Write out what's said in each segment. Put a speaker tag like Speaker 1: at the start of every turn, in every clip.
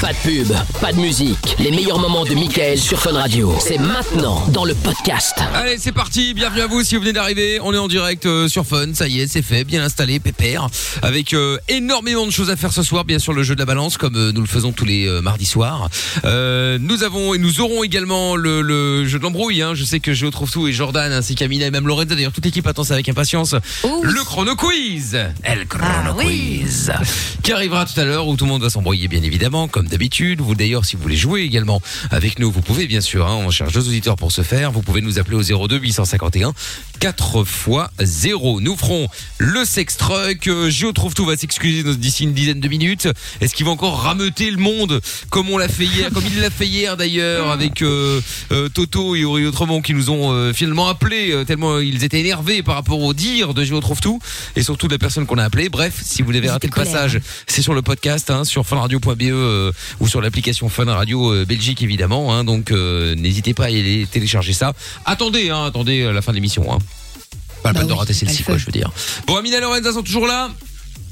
Speaker 1: Pas de pub, pas de musique. Les meilleurs moments de Michael sur Fun Radio. C'est maintenant dans le podcast.
Speaker 2: Allez, c'est parti. Bienvenue à vous si vous venez d'arriver. On est en direct euh, sur Fun. Ça y est, c'est fait. Bien installé, pépère. Avec euh, énormément de choses à faire ce soir. Bien sûr, le jeu de la balance, comme euh, nous le faisons tous les euh, mardis soirs. Euh, nous avons et nous aurons également le, le jeu de l'embrouille. hein. Je sais que Géo trouve tout et Jordan ainsi qu'Amina et même Lorenza. D'ailleurs, toute l'équipe attend ça avec impatience. Le chrono quiz. El chrono quiz. Qui arrivera tout à l'heure où tout le monde va s'embrouiller, bien évidemment, comme d'habitude. Vous d'ailleurs, si vous voulez jouer également avec nous, vous pouvez bien sûr. hein, on cherche deux auditeurs pour ce faire. Vous pouvez nous appeler au 02 851 4 fois 0. Nous ferons le sex truck. Euh, Gio trouve tout va s'excuser dans- d'ici une dizaine de minutes. Est-ce qu'il va encore rameuter le monde comme on l'a fait hier, comme il l'a fait hier d'ailleurs avec euh, euh, Toto et Aurélio Tremont qui nous ont euh, finalement appelés euh, tellement ils étaient énervés par rapport au dire de Gio trouve tout et surtout de la personne qu'on a appelée. Bref, si vous avez raté le
Speaker 3: colère.
Speaker 2: passage, c'est sur le podcast, hein, sur funradio.be euh, ou sur l'application Fun Radio euh, Belgique évidemment. hein. donc euh, n'hésitez pas à y aller télécharger ça. Attendez, hein, attendez euh, la fin de l'émission. Hein. Pas le mal de rater celle-ci, quoi, je veux dire. Bon, Amina et Lorenza sont toujours là.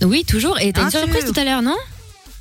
Speaker 4: Oui, toujours. Et t'as
Speaker 2: Ah,
Speaker 4: une surprise tout à l'heure, non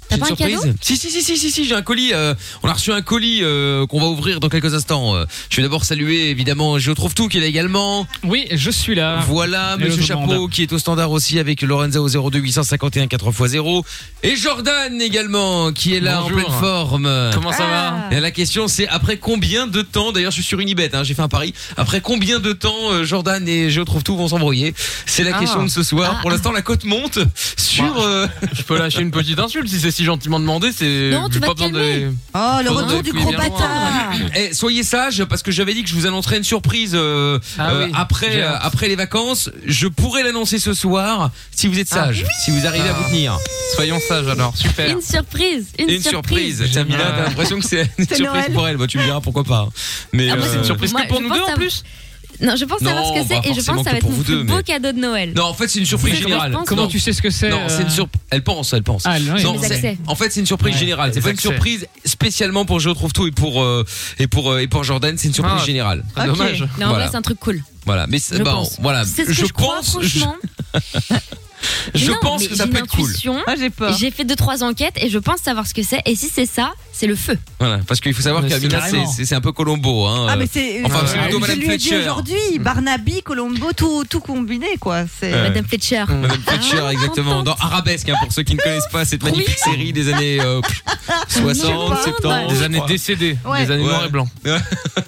Speaker 4: T'as
Speaker 2: J'ai
Speaker 4: pas un
Speaker 2: une
Speaker 4: cadeau
Speaker 2: surprise si, si, si, si, si, si, j'ai un colis. euh, on a reçu un colis euh, qu'on va ouvrir dans quelques instants. Euh, je vais d'abord saluer, évidemment, Je trouve tout qui est là également.
Speaker 5: Oui, je suis là.
Speaker 2: Voilà,
Speaker 5: Hello
Speaker 2: Monsieur
Speaker 5: tout le monde.
Speaker 2: Chapeau qui est au standard aussi avec Lorenza au 02 851 4x0. Et Jordan également qui est là
Speaker 5: Bonjour.
Speaker 2: en pleine forme.
Speaker 5: Comment ça va
Speaker 2: Et La question c'est après combien de temps, d'ailleurs je suis sur Unibet, hein, j'ai fait un pari, après combien de temps euh, Jordan et Je trouve tout vont s'embrouiller C'est la
Speaker 5: Ah.
Speaker 2: question de ce soir.
Speaker 5: Ah.
Speaker 2: Pour l'instant la cote monte sur... euh,
Speaker 5: Je peux lâcher une petite insulte si c'est si gentiment demandé. C'est
Speaker 2: Non, tu
Speaker 5: j'ai
Speaker 2: vas
Speaker 5: pas
Speaker 2: te
Speaker 5: besoin
Speaker 2: calmer.
Speaker 5: de.
Speaker 6: Oh, le
Speaker 5: pas besoin
Speaker 6: retour
Speaker 5: de
Speaker 6: du
Speaker 5: couler
Speaker 6: gros
Speaker 5: bien loin.
Speaker 6: bâtard
Speaker 2: Ah. Eh, soyez sages parce que j'avais dit que je vous annoncerais une surprise euh,
Speaker 5: Ah
Speaker 2: euh,
Speaker 5: oui,
Speaker 2: après
Speaker 5: j'ai
Speaker 2: euh,
Speaker 5: hâte.
Speaker 2: après les vacances. Je pourrais l'annoncer ce soir si vous êtes
Speaker 5: Ah.
Speaker 2: sages, si vous arrivez à vous tenir. Soyons sages alors, super.
Speaker 4: Une surprise. Une,
Speaker 2: Une surprise, Jamila, t'as l'impression que c'est une
Speaker 4: C'est
Speaker 2: surprise
Speaker 4: Noël.
Speaker 2: pour elle. Bah, tu me diras pourquoi pas. Mais
Speaker 4: Ah, moi,
Speaker 2: euh,
Speaker 4: Moi, je pense savoir- Non, je pense savoir
Speaker 2: Non,
Speaker 4: ce que
Speaker 2: bah,
Speaker 4: c'est et je pense que
Speaker 2: forcément
Speaker 4: ça va
Speaker 2: que
Speaker 4: être
Speaker 2: pour
Speaker 4: mon
Speaker 2: vous
Speaker 4: plus
Speaker 2: deux,
Speaker 4: beau
Speaker 2: mais-
Speaker 4: cadeau de Noël.
Speaker 2: Non, en fait, c'est une surprise
Speaker 4: C'est ce que je
Speaker 2: générale.
Speaker 4: pense, Comment non. tu sais ce que c'est,
Speaker 2: Non,
Speaker 4: euh,
Speaker 2: c'est une surprise. Elle pense, elle pense.
Speaker 5: Ah, elle- oui.
Speaker 2: Non,
Speaker 5: Les
Speaker 2: c'est-
Speaker 5: accès.
Speaker 2: En fait, c'est une surprise
Speaker 5: Ouais,
Speaker 2: générale. C'est
Speaker 5: les
Speaker 2: pas une
Speaker 5: accès.
Speaker 2: surprise spécialement pour Je trouve tout et pour euh, et pour euh, et pour Jordan. C'est une surprise
Speaker 5: Ah,
Speaker 2: générale.
Speaker 5: très Ok. dommage.
Speaker 4: Non, en
Speaker 2: Voilà.
Speaker 4: vrai, c'est un truc cool.
Speaker 2: Voilà, mais c'est-
Speaker 4: Je
Speaker 2: bah,
Speaker 4: pense.
Speaker 2: voilà,
Speaker 4: C'est ce que je, crois,
Speaker 2: pense, je,
Speaker 4: franchement.
Speaker 2: je
Speaker 4: Non,
Speaker 2: pense
Speaker 4: mais
Speaker 2: que ça
Speaker 4: j'ai
Speaker 2: peut
Speaker 4: une
Speaker 2: être cool.
Speaker 4: intuition.
Speaker 6: peur.
Speaker 4: J'ai fait deux trois enquêtes et je pense savoir ce que c'est. Et si c'est ça, c'est le feu.
Speaker 2: Voilà, parce qu'il faut savoir
Speaker 5: Mais
Speaker 2: qu'Amina
Speaker 5: c'est
Speaker 2: c'est
Speaker 5: carrément.
Speaker 2: c'est- c'est un peu Colombo hein.
Speaker 6: Ah,
Speaker 2: euh,
Speaker 6: mais c'est. Mm.
Speaker 2: enfin
Speaker 6: je-
Speaker 2: plutôt
Speaker 6: je
Speaker 2: Madame
Speaker 6: lui ai dit
Speaker 2: Fletcher.
Speaker 6: aujourd'hui, Barnaby, Colombo, tout, tout combiné, quoi. C'est.
Speaker 2: Ouais. Madame
Speaker 4: Fletcher.
Speaker 6: Hein
Speaker 2: Madame Fletcher
Speaker 4: Ah,
Speaker 2: exactement dans Arabesque hein, pour ceux qui ne connaissent pas cette magnifique série des années euh, pff, 60,
Speaker 5: Je sais pas.
Speaker 2: 70,
Speaker 5: Des
Speaker 2: je
Speaker 5: années
Speaker 2: crois.
Speaker 5: décédées, Ouais. des années noires et blancs.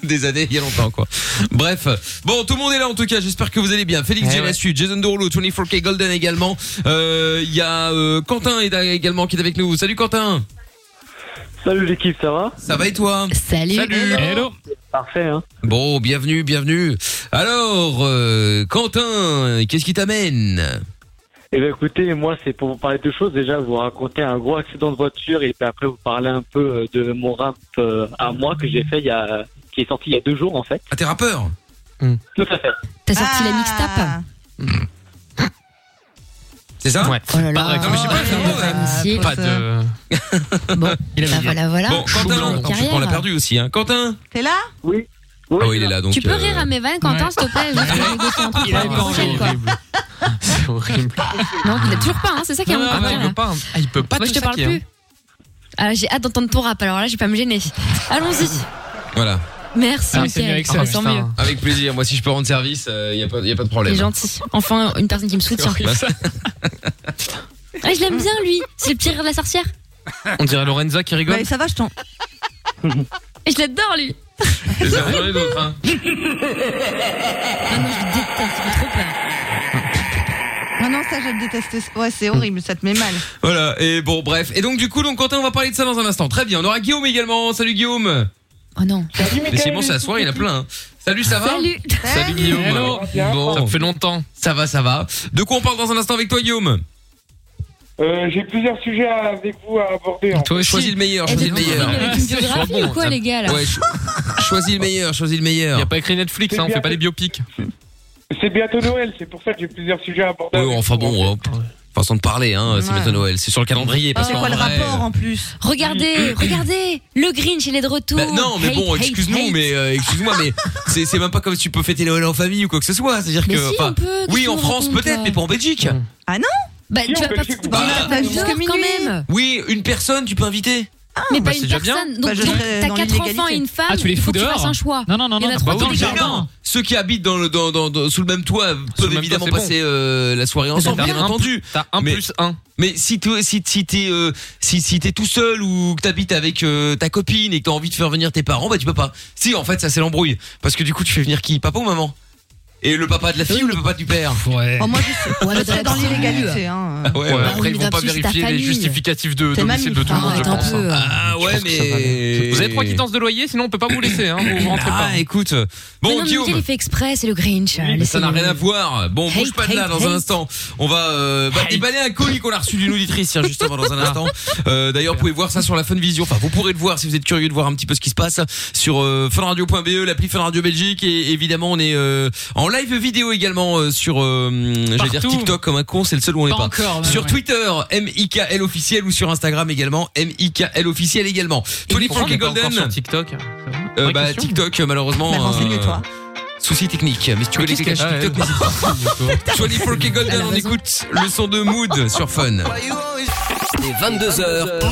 Speaker 2: des années il y a longtemps quoi. Bref, bon tout le monde est là en tout cas, j'espère que vous allez bien. Félix
Speaker 5: Eh
Speaker 2: j'ai la suite, Jason Derulo, 24K Golden également. Euh, Il y a euh, Quentin est là également qui est avec nous. Salut Quentin.
Speaker 7: Salut l'équipe, ça va
Speaker 2: Ça va et toi
Speaker 4: Salut.
Speaker 7: Parfait, hein
Speaker 2: Bon, bienvenue, bienvenue. Alors, euh, Quentin, qu'est-ce qui t'amène
Speaker 7: Eh bien écoutez, moi c'est pour vous parler de deux choses. Déjà, vous raconter un gros accident de voiture et puis après vous parler un peu euh, de mon rap euh, à moi que j'ai fait il y a... qui est sorti il y a deux jours en fait.
Speaker 2: Un Ah, t'es rappeur
Speaker 7: Tout à fait.
Speaker 4: T'as sorti la
Speaker 5: Ah.
Speaker 4: mixtape
Speaker 2: C'est ça
Speaker 5: Ouais.
Speaker 4: Oh
Speaker 5: Pas- non, mais j'ai pas
Speaker 6: Ah,
Speaker 5: le nom, ouais. Pas de.
Speaker 4: Ah, euh, Bon, Bah,
Speaker 5: il avait
Speaker 4: voilà, voilà.
Speaker 2: Bon, Quentin, attends, je crois qu'on l'a perdu aussi. Hein. Quentin
Speaker 6: T'es là
Speaker 7: Oui.
Speaker 2: Ah oui, il est là donc.
Speaker 4: tu peux
Speaker 2: euh,
Speaker 4: rire hein. à mes vannes, Quentin, s'il te plaît, juste pour négocier un truc
Speaker 5: Il avait
Speaker 4: pour la
Speaker 5: pas
Speaker 4: prochaine,
Speaker 5: envie.
Speaker 4: quoi.
Speaker 5: C'est horrible.
Speaker 4: Non, il a toujours pas, hein, c'est ça qui est mon
Speaker 5: Non, non,
Speaker 4: problème,
Speaker 5: il
Speaker 4: là.
Speaker 5: peut
Speaker 2: hein.
Speaker 5: pas. Ah, Il peut pas
Speaker 4: Moi, je
Speaker 5: te
Speaker 4: te parle
Speaker 5: saquer, hein.
Speaker 4: plus. Ah, j'ai hâte d'entendre ton rap, alors là, je vais pas me gêner. Allons-y.
Speaker 2: Voilà.
Speaker 4: Merci, Mickaël. Ah, bah, Tant mieux.
Speaker 2: Ah, Avec plaisir. Moi, si je peux rendre service, il n'y a, pas- y a pas de problème.
Speaker 4: Il est gentil. Enfin, une personne qui me soutient.
Speaker 2: Bah, ça-
Speaker 4: Ah, je l'aime bien, lui. C'est le petit rire de la sorcière.
Speaker 5: On dirait Lorenza qui rigole.
Speaker 6: Bah,
Speaker 2: Bah,
Speaker 6: ça va, je t'en.
Speaker 4: Et je l'adore, lui.
Speaker 5: C'est ça, on dirait d'autres, hein.
Speaker 4: Ah non, je le déteste, il fait trop peur.
Speaker 6: Ah non, ça, je déteste. Ouais, c'est horrible, ça te met mal.
Speaker 2: Voilà. Et bon, bref. Et donc, du coup, donc, Quentin, on va parler de ça dans un instant. Très bien. On aura Guillaume également. Salut Guillaume.
Speaker 4: Oh non.
Speaker 2: Mais c'est bon, c'est la soirée, il y en a plein. hein. Salut, ça va
Speaker 4: Salut.
Speaker 2: Salut Guillaume.
Speaker 5: Hello.
Speaker 2: Bon.
Speaker 5: Ça me fait longtemps.
Speaker 2: Ça va, ça va. De quoi on parle dans un instant avec toi, Guillaume
Speaker 4: Eh,
Speaker 8: Euh, J'ai plusieurs sujets avec vous à aborder. en fait.
Speaker 5: Toi aussi.
Speaker 2: Choisis le meilleur,
Speaker 4: Eh,
Speaker 2: choisis le
Speaker 4: t'es en ligne
Speaker 2: meilleur.
Speaker 4: avec une
Speaker 5: Sois
Speaker 4: biographie
Speaker 5: bon,
Speaker 4: ou quoi,
Speaker 5: ça-
Speaker 4: les gars, là
Speaker 2: Ouais, cho- choisis le meilleur, choisis le
Speaker 5: Il
Speaker 2: meilleur.
Speaker 5: n'y a pas écrit Netflix, hein, on fait pas les biopics.
Speaker 8: C'est bientôt Noël, c'est pour ça que j'ai plusieurs sujets à aborder.
Speaker 2: Ouais,
Speaker 8: avec
Speaker 2: enfin
Speaker 8: vous,
Speaker 2: bon,
Speaker 8: en
Speaker 2: hop. façon de parler, hein, c'est
Speaker 6: Ouais.
Speaker 2: bientôt Noël. C'est sur le
Speaker 4: Oh,
Speaker 2: calendrier. parce
Speaker 6: Ah, C'est
Speaker 2: qu'en
Speaker 6: quoi le
Speaker 2: vrai, euh,
Speaker 6: rapport en plus
Speaker 4: Regardez, regardez. Le Grinch, il est de retour.
Speaker 2: Bah, non, mais
Speaker 4: Hate,
Speaker 2: bon,
Speaker 4: hate,
Speaker 2: excuse-nous,
Speaker 4: hate.
Speaker 2: mais euh, excuse-moi, mais c'est c'est même pas comme si tu peux fêter Noël en famille ou quoi que ce soit. C'est-à-dire
Speaker 4: Mais
Speaker 2: que,
Speaker 4: si,
Speaker 2: enfin,
Speaker 4: on peut, qu'est-ce euh
Speaker 2: oui,
Speaker 4: que
Speaker 2: en
Speaker 4: vous
Speaker 2: France
Speaker 4: racontez,
Speaker 2: peut-être,
Speaker 4: toi
Speaker 2: mais pas en Belgique.
Speaker 6: Ah non
Speaker 4: Bah, tu
Speaker 8: Si, on
Speaker 4: vas
Speaker 8: peut
Speaker 4: pas
Speaker 8: le
Speaker 4: foutre
Speaker 8: faire.
Speaker 4: dans
Speaker 2: Bah,
Speaker 4: la
Speaker 6: jusqu'à
Speaker 4: dehors, quand
Speaker 6: minuit.
Speaker 4: même.
Speaker 2: Oui, une personne, tu peux inviter.
Speaker 6: Ah.
Speaker 4: mais pas
Speaker 5: bah,
Speaker 4: une
Speaker 5: c'est déjà bien.
Speaker 4: personne.
Speaker 6: Bah,
Speaker 4: Donc,
Speaker 6: je
Speaker 4: donc,
Speaker 6: serais
Speaker 4: t'as
Speaker 6: dans
Speaker 4: quatre
Speaker 6: l'illégalité.
Speaker 4: enfants et une femme.
Speaker 3: Ah, tu les fous
Speaker 4: faut que
Speaker 3: dehors
Speaker 4: Tu fasses un choix.
Speaker 3: Non, non, non,
Speaker 4: Il y en
Speaker 3: non.
Speaker 4: a
Speaker 3: non,
Speaker 4: trois
Speaker 3: bah
Speaker 4: dans
Speaker 3: oui,
Speaker 4: le
Speaker 3: mais
Speaker 4: jardin.
Speaker 3: non.
Speaker 2: Ceux qui habitent dans le, dans, dans- dans- sous le même toit
Speaker 5: le même
Speaker 2: peuvent
Speaker 5: toit,
Speaker 2: évidemment
Speaker 5: c'est bon.
Speaker 2: passer euh, la soirée ensemble,
Speaker 5: t'as
Speaker 2: bien
Speaker 5: un
Speaker 2: entendu.
Speaker 5: T'as un
Speaker 2: Mais-
Speaker 5: plus un.
Speaker 2: Mais si tu si si t'es euh, si si t'es tout seul ou que t'habites avec euh, ta copine et que t'as envie de faire venir tes parents, bah tu peux pas. Si en fait ça c'est l'embrouille parce que du coup tu fais venir qui, papa ou maman Et le papa de la fille ou le papa du père
Speaker 3: Ouais.
Speaker 6: Oh, moi, je suis-
Speaker 4: Ouais, mais
Speaker 6: je serais dans l'illégalité. Hein.
Speaker 2: Ah ouais, ouais.
Speaker 4: bah,
Speaker 5: après, ils vont pas
Speaker 4: Robinson, c'est ta
Speaker 5: vérifier les
Speaker 4: famille.
Speaker 5: justificatifs de
Speaker 6: T'es
Speaker 5: domicile de tout
Speaker 6: mammifère,
Speaker 5: le monde, je
Speaker 4: Arrête un
Speaker 5: pense.
Speaker 4: peu.
Speaker 2: Ah ouais
Speaker 3: pense que ça va
Speaker 2: mais
Speaker 5: Vous avez trois quittances de loyer, sinon on peut pas vous laisser, hein, vous rentrez pas.
Speaker 2: Ah écoute,
Speaker 4: Mais
Speaker 2: bon
Speaker 4: non, mais Mickaël,
Speaker 2: Guillaume.
Speaker 4: il fait exprès, c'est le Grinch.
Speaker 2: Mais ça
Speaker 4: Laissez-le.
Speaker 2: n'a rien à voir. Bon,
Speaker 4: Hate,
Speaker 2: bouge pas de là
Speaker 4: hate,
Speaker 2: dans un
Speaker 4: hate.
Speaker 2: instant. On va euh, bah, déballer un colis qu'on a reçu d'une auditrice tiens, justement dans un instant. Euh, D'ailleurs, vous pouvez voir ça sur la Fun Vision. Enfin, vous pourrez le voir si vous êtes curieux de voir un petit peu ce qui se passe sur euh, funradio.be, l'appli Fun Radio Belgique et évidemment on est euh, en live vidéo également euh, sur euh, j'allais dire
Speaker 3: Partout.
Speaker 2: TikTok comme un con, c'est le seul où on n'est
Speaker 3: Pas
Speaker 2: pas.
Speaker 3: encore. mais
Speaker 2: Sur
Speaker 3: ouais.
Speaker 2: Twitter, MIKL officiel ou sur Instagram également, MIKL officiel également. Tony
Speaker 5: Pourquoi
Speaker 2: Frank et
Speaker 5: on est pas encore
Speaker 2: Golden.
Speaker 5: sur TikTok. ça va
Speaker 2: Euh,
Speaker 5: Vraie
Speaker 2: bah,
Speaker 5: question.
Speaker 2: TikTok euh, malheureusement
Speaker 6: Bah, renseigne-toi.
Speaker 2: euh, souci technique mais si tu veux
Speaker 5: Qu'est-ce
Speaker 2: l'explication
Speaker 5: qu'elle a,
Speaker 2: TikTok n'hésite pas. 24 K Golden on écoute le son de Mood sur Fun
Speaker 1: Les 22h.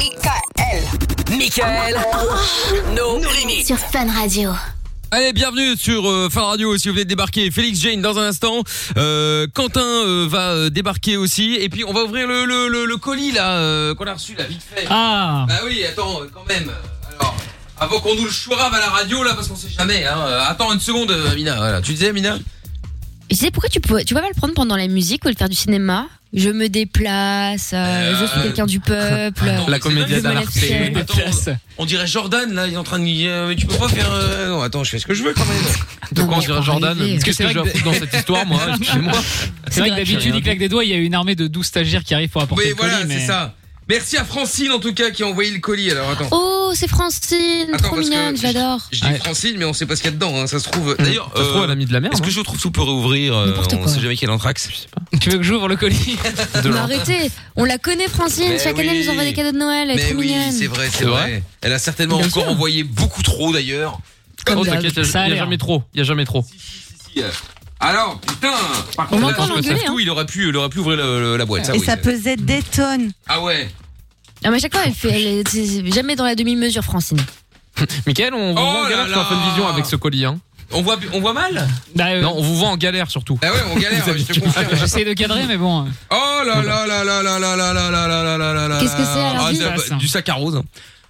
Speaker 1: Michael. Michael. No, limit.
Speaker 9: Sur Fun Radio.
Speaker 2: Allez, bienvenue sur euh, Fin Radio si vous venez de débarquer. Félix Jane dans un instant. Euh, Quentin euh, va euh, débarquer aussi. Et puis on va ouvrir le, le, le, le colis là euh, qu'on a reçu là vite fait.
Speaker 3: Ah.
Speaker 2: Bah oui, attends, euh, quand même. Alors, avant qu'on nous le chourave à la radio là parce qu'on sait jamais. Hein. Euh, Attends une seconde, euh, Mina. Voilà. Tu disais Mina
Speaker 4: Je sais pourquoi tu peux, tu peux pas le prendre pendant la musique ou le faire du cinéma. Je me déplace, euh,
Speaker 2: Euh,
Speaker 4: je suis quelqu'un du peuple.
Speaker 2: attends,
Speaker 5: La
Speaker 2: c'est dingue,
Speaker 5: comédie
Speaker 4: je me lève
Speaker 5: d'Alain.
Speaker 4: fière.
Speaker 2: Mais
Speaker 3: Des
Speaker 2: attends,
Speaker 3: pièces.
Speaker 2: On dirait Jordan là, il est en train de. euh, mais tu peux pas faire. euh, Non, attends, je fais ce que je veux quand même.
Speaker 5: De
Speaker 4: Non,
Speaker 5: quoi on
Speaker 4: mais
Speaker 5: dirait
Speaker 4: faut
Speaker 5: Jordan
Speaker 4: arriver.
Speaker 5: Qu'est-ce que
Speaker 3: Parce
Speaker 5: j'ai
Speaker 3: que
Speaker 5: à
Speaker 3: euh, c'est
Speaker 5: foutre dans cette histoire, moi Excusez-moi.
Speaker 3: C'est vrai que d'habitude,
Speaker 5: rien
Speaker 3: il claque des doigts, il y a eu une armée de 12 stagiaires qui arrivent pour apporter
Speaker 2: Oui,
Speaker 3: le colis.
Speaker 2: voilà,
Speaker 3: mais-
Speaker 2: c'est ça. Merci à Francine en tout cas qui a envoyé le colis. Alors attends.
Speaker 4: Oh, c'est Francine,
Speaker 2: Attends,
Speaker 4: trop
Speaker 2: parce que
Speaker 4: mignonne,
Speaker 2: je-
Speaker 4: j'adore.
Speaker 2: Je dis
Speaker 3: Ouais.
Speaker 2: Francine, mais on sait pas ce qu'il y a dedans. hein, Ça se trouve. D'ailleurs,
Speaker 5: Mm. ça se trouve,
Speaker 2: euh,
Speaker 5: elle a mis de la merde. hein.
Speaker 2: est-ce que je trouve tout peut réouvrir euh,
Speaker 4: N'importe
Speaker 2: On
Speaker 4: quoi.
Speaker 2: sait jamais quel anthrax.
Speaker 3: Tu veux que j'ouvre le colis
Speaker 5: hein. De
Speaker 4: Mais
Speaker 5: l'or.
Speaker 4: arrêtez, on la connaît Francine,
Speaker 2: Mais
Speaker 4: chaque année elle
Speaker 2: oui.
Speaker 4: nous envoie des cadeaux de Noël, elle est
Speaker 2: Mais
Speaker 4: trop
Speaker 2: oui,
Speaker 4: mignonne.
Speaker 2: c'est vrai, c'est
Speaker 5: C'est
Speaker 2: vrai.
Speaker 5: vrai
Speaker 2: Elle a certainement
Speaker 4: Bien
Speaker 2: encore
Speaker 4: sûr.
Speaker 2: envoyé beaucoup trop d'ailleurs.
Speaker 4: Comme
Speaker 5: Oh,
Speaker 4: d'hab.
Speaker 5: t'inquiète, il y
Speaker 3: Ça a
Speaker 5: a- il y a
Speaker 3: l'air.
Speaker 5: jamais trop. Il y a jamais trop.
Speaker 2: Alors, putain. Par
Speaker 4: On
Speaker 2: contre, là,
Speaker 4: l'entend
Speaker 2: je pense que
Speaker 4: l'engueuler,
Speaker 2: tout, il aurait pu, il aurait pu ouvrir le- le- la boîte. Ça,
Speaker 6: Et
Speaker 2: oui.
Speaker 6: ça pesait des tonnes.
Speaker 2: Ah ouais.
Speaker 4: Ah, mais à chaque fois elle fait, elle- c'est jamais dans la demi-mesure Francine.
Speaker 5: Michael, on vous
Speaker 2: Oh
Speaker 5: voit en
Speaker 2: là
Speaker 5: galère sur
Speaker 2: là.
Speaker 5: Fun Vision avec ce colis. hein.
Speaker 2: On voit, on voit mal.
Speaker 3: Bah, euh,
Speaker 5: Non, on vous voit en galère surtout.
Speaker 2: Ah ouais, on galère. je te confirme.
Speaker 3: Ah, J'essaie de cadrer, mais bon. euh.
Speaker 2: Oh là là là là là là là là là là là là là là Ah,
Speaker 4: Qu'est-ce que c'est, alors, dis
Speaker 2: ça,
Speaker 3: Ça, ça.
Speaker 2: Du saccharose.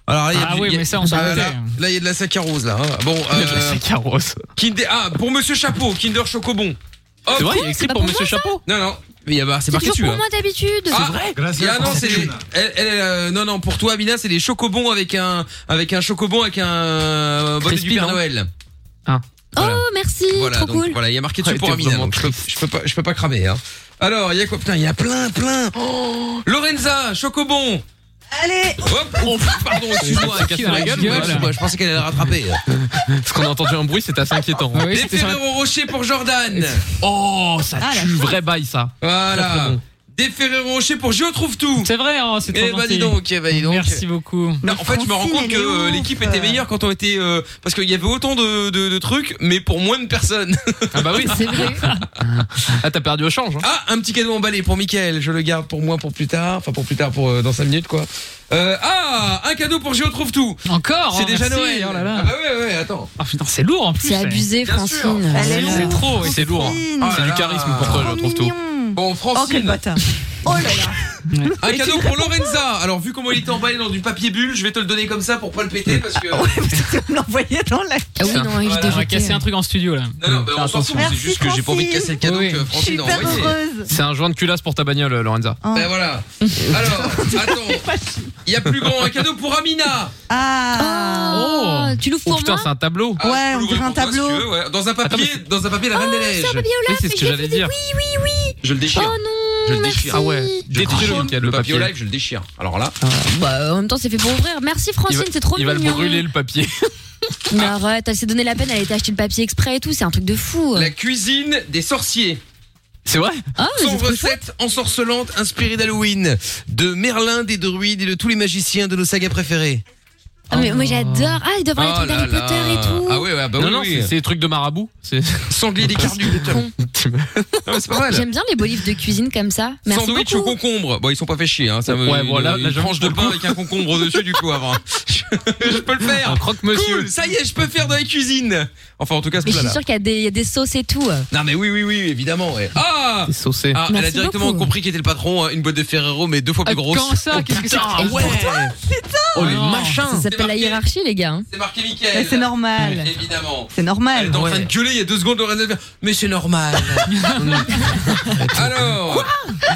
Speaker 2: Alors là, il y a
Speaker 3: Ah
Speaker 2: du-
Speaker 3: oui,
Speaker 2: il y a-
Speaker 3: mais ça, on s'en
Speaker 2: Ah,
Speaker 3: doutait.
Speaker 2: là,
Speaker 4: hein.
Speaker 2: là, il y a de la saccharose là. hein. Bon, euh,
Speaker 5: C'est carrosse.
Speaker 2: Kinder. Ah, pour Monsieur Chapeau, Kinder Chocobon. Hop.
Speaker 5: C'est vrai, il
Speaker 4: quoi,
Speaker 5: y a
Speaker 4: c'est
Speaker 5: écrit
Speaker 4: pas
Speaker 5: pour
Speaker 4: pour
Speaker 5: Monsieur
Speaker 4: moi,
Speaker 5: Chapeau.
Speaker 2: Non, non. Mais il y a- c'est
Speaker 4: C'est
Speaker 2: marqué
Speaker 4: toujours
Speaker 2: dessus.
Speaker 4: pour
Speaker 2: hein.
Speaker 4: moi d'habitude.
Speaker 2: Ah, il y a- non, c'est les- elle, elle, euh, non, non, pour toi, Mina, c'est les chocobons avec un, avec un chocobon avec un euh, bonnet
Speaker 5: Crispy,
Speaker 2: du Père
Speaker 5: non
Speaker 2: Noël.
Speaker 5: Voilà.
Speaker 4: Oh, merci,
Speaker 2: Voilà,
Speaker 4: trop
Speaker 2: donc
Speaker 4: cool.
Speaker 2: voilà, il y a marqué dessus
Speaker 5: Ouais,
Speaker 2: pour
Speaker 5: t'es
Speaker 2: Amina.
Speaker 5: vraiment
Speaker 2: Donc je peux, je peux pas, je peux pas cramer. Hein. Alors, il y a quoi Putain, il y a plein, plein. Lorenza, chocobon.
Speaker 6: Allez,
Speaker 2: Hop, oh, pardon, excuse-moi, elle casse
Speaker 3: qui dans
Speaker 2: la
Speaker 3: la
Speaker 2: gueule,
Speaker 3: gueule,
Speaker 2: ouais,
Speaker 3: là
Speaker 2: je- je pensais qu'elle allait rattraper.
Speaker 5: Parce qu'on a entendu un bruit, c'est assez inquiétant.
Speaker 3: Ah oui,
Speaker 2: Les
Speaker 3: c'était sur la-
Speaker 2: Ferrero Rocher pour Jordan.
Speaker 5: Oh, ça
Speaker 6: Ah, la
Speaker 5: tue, vrai bail ça. Très,
Speaker 2: Voilà.
Speaker 5: très bon.
Speaker 2: Des Ferrero Rocher pour Gio trouve tout.
Speaker 3: C'est vrai, oh, c'est trop
Speaker 2: Eh bah dis
Speaker 3: gentil.
Speaker 2: donc, eh bah dis donc.
Speaker 3: Merci beaucoup.
Speaker 2: Non, en fait, je me rends
Speaker 6: Francine,
Speaker 2: compte que
Speaker 6: elle est
Speaker 2: euh,
Speaker 6: ouf.
Speaker 2: l'équipe était meilleure quand on était euh, parce qu'il y avait autant de, de, de trucs, mais pour moins de personnes.
Speaker 5: Ah bah oui.
Speaker 4: C'est vrai.
Speaker 5: Ah t'as perdu au change. hein.
Speaker 2: Ah, un petit cadeau emballé pour Mickaël. Je le garde pour moi pour plus tard, enfin pour plus tard pour euh, dans 5 minutes quoi. Euh, ah, un cadeau pour Gio trouve tout.
Speaker 3: Encore
Speaker 2: C'est
Speaker 3: oh,
Speaker 2: déjà
Speaker 3: merci,
Speaker 2: Noël.
Speaker 3: oh là là.
Speaker 2: Ah bah ouais ouais, attends.
Speaker 3: Ah, putain, c'est lourd en plus.
Speaker 4: C'est
Speaker 3: hein.
Speaker 4: abusé,
Speaker 2: Bien sûr.
Speaker 4: Francine.
Speaker 6: Elle est
Speaker 4: Voilà.
Speaker 6: lourde.
Speaker 5: trop, et Ah, c'est lourd. hein.
Speaker 6: Francine.
Speaker 2: Ah
Speaker 5: C'est du
Speaker 2: là
Speaker 5: charisme
Speaker 2: là.
Speaker 5: pour toi, je
Speaker 6: trop
Speaker 5: retrouve tout.
Speaker 6: mignon. Oh,
Speaker 2: Bon,
Speaker 6: quel
Speaker 2: Francine,
Speaker 6: bâtard. Oh là là.
Speaker 2: un cadeau pour Lorenza. Alors vu comment il était emballé dans du papier bulle, je vais te le donner comme ça pour pas le péter parce que
Speaker 6: Ouais, parce que vous l'envoyez dans la.
Speaker 4: Ah oui,
Speaker 5: Putain.
Speaker 4: non, il
Speaker 2: Voilà,
Speaker 3: On
Speaker 4: était
Speaker 3: va
Speaker 4: jeté.
Speaker 3: casser un truc en studio là.
Speaker 2: Non, non, bah,
Speaker 3: Fais
Speaker 2: on s'en
Speaker 3: attention.
Speaker 2: fout, c'est
Speaker 6: Merci,
Speaker 2: juste que j'ai pas envie de casser le cadeau
Speaker 3: Oui.
Speaker 2: que
Speaker 6: Je
Speaker 2: Francine
Speaker 6: suis
Speaker 2: a
Speaker 6: hyper
Speaker 2: envoyé.
Speaker 6: heureuse.
Speaker 5: C'est un joint de culasse pour ta bagnole, euh, Lorenza.
Speaker 6: Oh.
Speaker 2: Ben voilà. Alors, attends, il y a plus grand, un cadeau pour Amina.
Speaker 6: Ah.
Speaker 4: Oh,
Speaker 5: Oh.
Speaker 4: tu l'ouvres
Speaker 5: Oh
Speaker 4: pour
Speaker 5: putain,
Speaker 4: moi
Speaker 5: c'est un tableau.
Speaker 2: Ah,
Speaker 6: Ouais,
Speaker 2: je peux
Speaker 6: on
Speaker 2: l'ouvrir
Speaker 6: dirait un
Speaker 2: pour toi, si
Speaker 6: tableau.
Speaker 2: tu veux, ouais. Dans un papier,
Speaker 5: Attends,
Speaker 2: dans un papier la Reine des Neiges.
Speaker 5: Oui, c'est ce que j'allais dire.
Speaker 2: Je le déchire.
Speaker 4: Oh
Speaker 2: je
Speaker 4: non,
Speaker 2: le
Speaker 4: merci.
Speaker 2: déchire.
Speaker 5: Ah ouais, détruis-le,
Speaker 2: déchire.
Speaker 5: Mickaël,
Speaker 2: le
Speaker 5: le
Speaker 2: papier au
Speaker 5: papier.
Speaker 2: live, je le déchire. Alors là,
Speaker 4: Bah, en même temps, c'est fait pour ouvrir. Merci
Speaker 5: Il va-
Speaker 4: Francine, c'est trop
Speaker 5: Il va
Speaker 4: mignon.
Speaker 5: le brûler le papier.
Speaker 4: Mais arrête, elle s'est donné la peine, elle a été acheter le papier exprès et tout, c'est un truc de fou.
Speaker 2: la cuisine des sorciers.
Speaker 5: C'est vrai
Speaker 4: Ah, mais
Speaker 2: Sans
Speaker 4: c'est trop chouette.
Speaker 2: recette ensorcelante inspirée d'Halloween, de Merlin, des druides et de tous les magiciens de nos sagas préférées.
Speaker 4: Ah, mais moi j'adore. Ah, il doit
Speaker 2: Oh
Speaker 4: avoir
Speaker 5: Oh
Speaker 4: les trucs d'Harry Potter et tout.
Speaker 2: Ah oui, ouais, bah
Speaker 5: non,
Speaker 2: oui,
Speaker 5: non,
Speaker 2: oui.
Speaker 5: c'est- c'est des trucs de marabout. C'est
Speaker 2: Sanglier des cardus.
Speaker 4: Con.
Speaker 2: Non, mais c'est pas mal.
Speaker 4: J'aime bien les beaux livres de cuisine comme ça. Merci
Speaker 2: Sandwich
Speaker 4: beaucoup.
Speaker 2: au concombre. Bon, ils sont pas fait chier, hein. Ça me,
Speaker 5: Ouais, voilà,
Speaker 2: une,
Speaker 5: là,
Speaker 2: une
Speaker 5: je-
Speaker 2: tranche de pain avec un concombre dessus, du coup, avant. Je, je peux le faire.
Speaker 5: un croque-monsieur.
Speaker 2: Cool, ça y est, je peux faire dans la cuisine. Enfin, en tout cas, ce
Speaker 4: Mais je suis
Speaker 2: plat-là.
Speaker 4: sûre qu'il y a des- il y a des sauces et tout.
Speaker 2: Non, mais oui, oui, oui, évidemment, ouais. Ah!
Speaker 5: C'est saucé.
Speaker 2: Ah, elle a
Speaker 4: Merci
Speaker 2: directement
Speaker 4: beaucoup.
Speaker 2: compris qui était le patron, hein, une boîte de Ferrero, mais deux fois plus
Speaker 3: Ah,
Speaker 2: grosse.
Speaker 3: comment ça
Speaker 2: Oh,
Speaker 3: Qu'est-ce que c'est
Speaker 2: putain,
Speaker 3: que ça
Speaker 2: ouais. Oh, les
Speaker 3: Ah, non.
Speaker 2: machins!
Speaker 4: Ça
Speaker 2: C'est
Speaker 4: s'appelle la
Speaker 2: marqué-
Speaker 4: hiérarchie, les gars. hein.
Speaker 2: C'est marqué
Speaker 6: Mais
Speaker 2: Michael.
Speaker 6: Bah, c'est normal.
Speaker 2: Évidemment.
Speaker 6: C'est normal.
Speaker 2: Elle est en train de gueuler il y a deux secondes, le réserve. Mais c'est normal. Alors,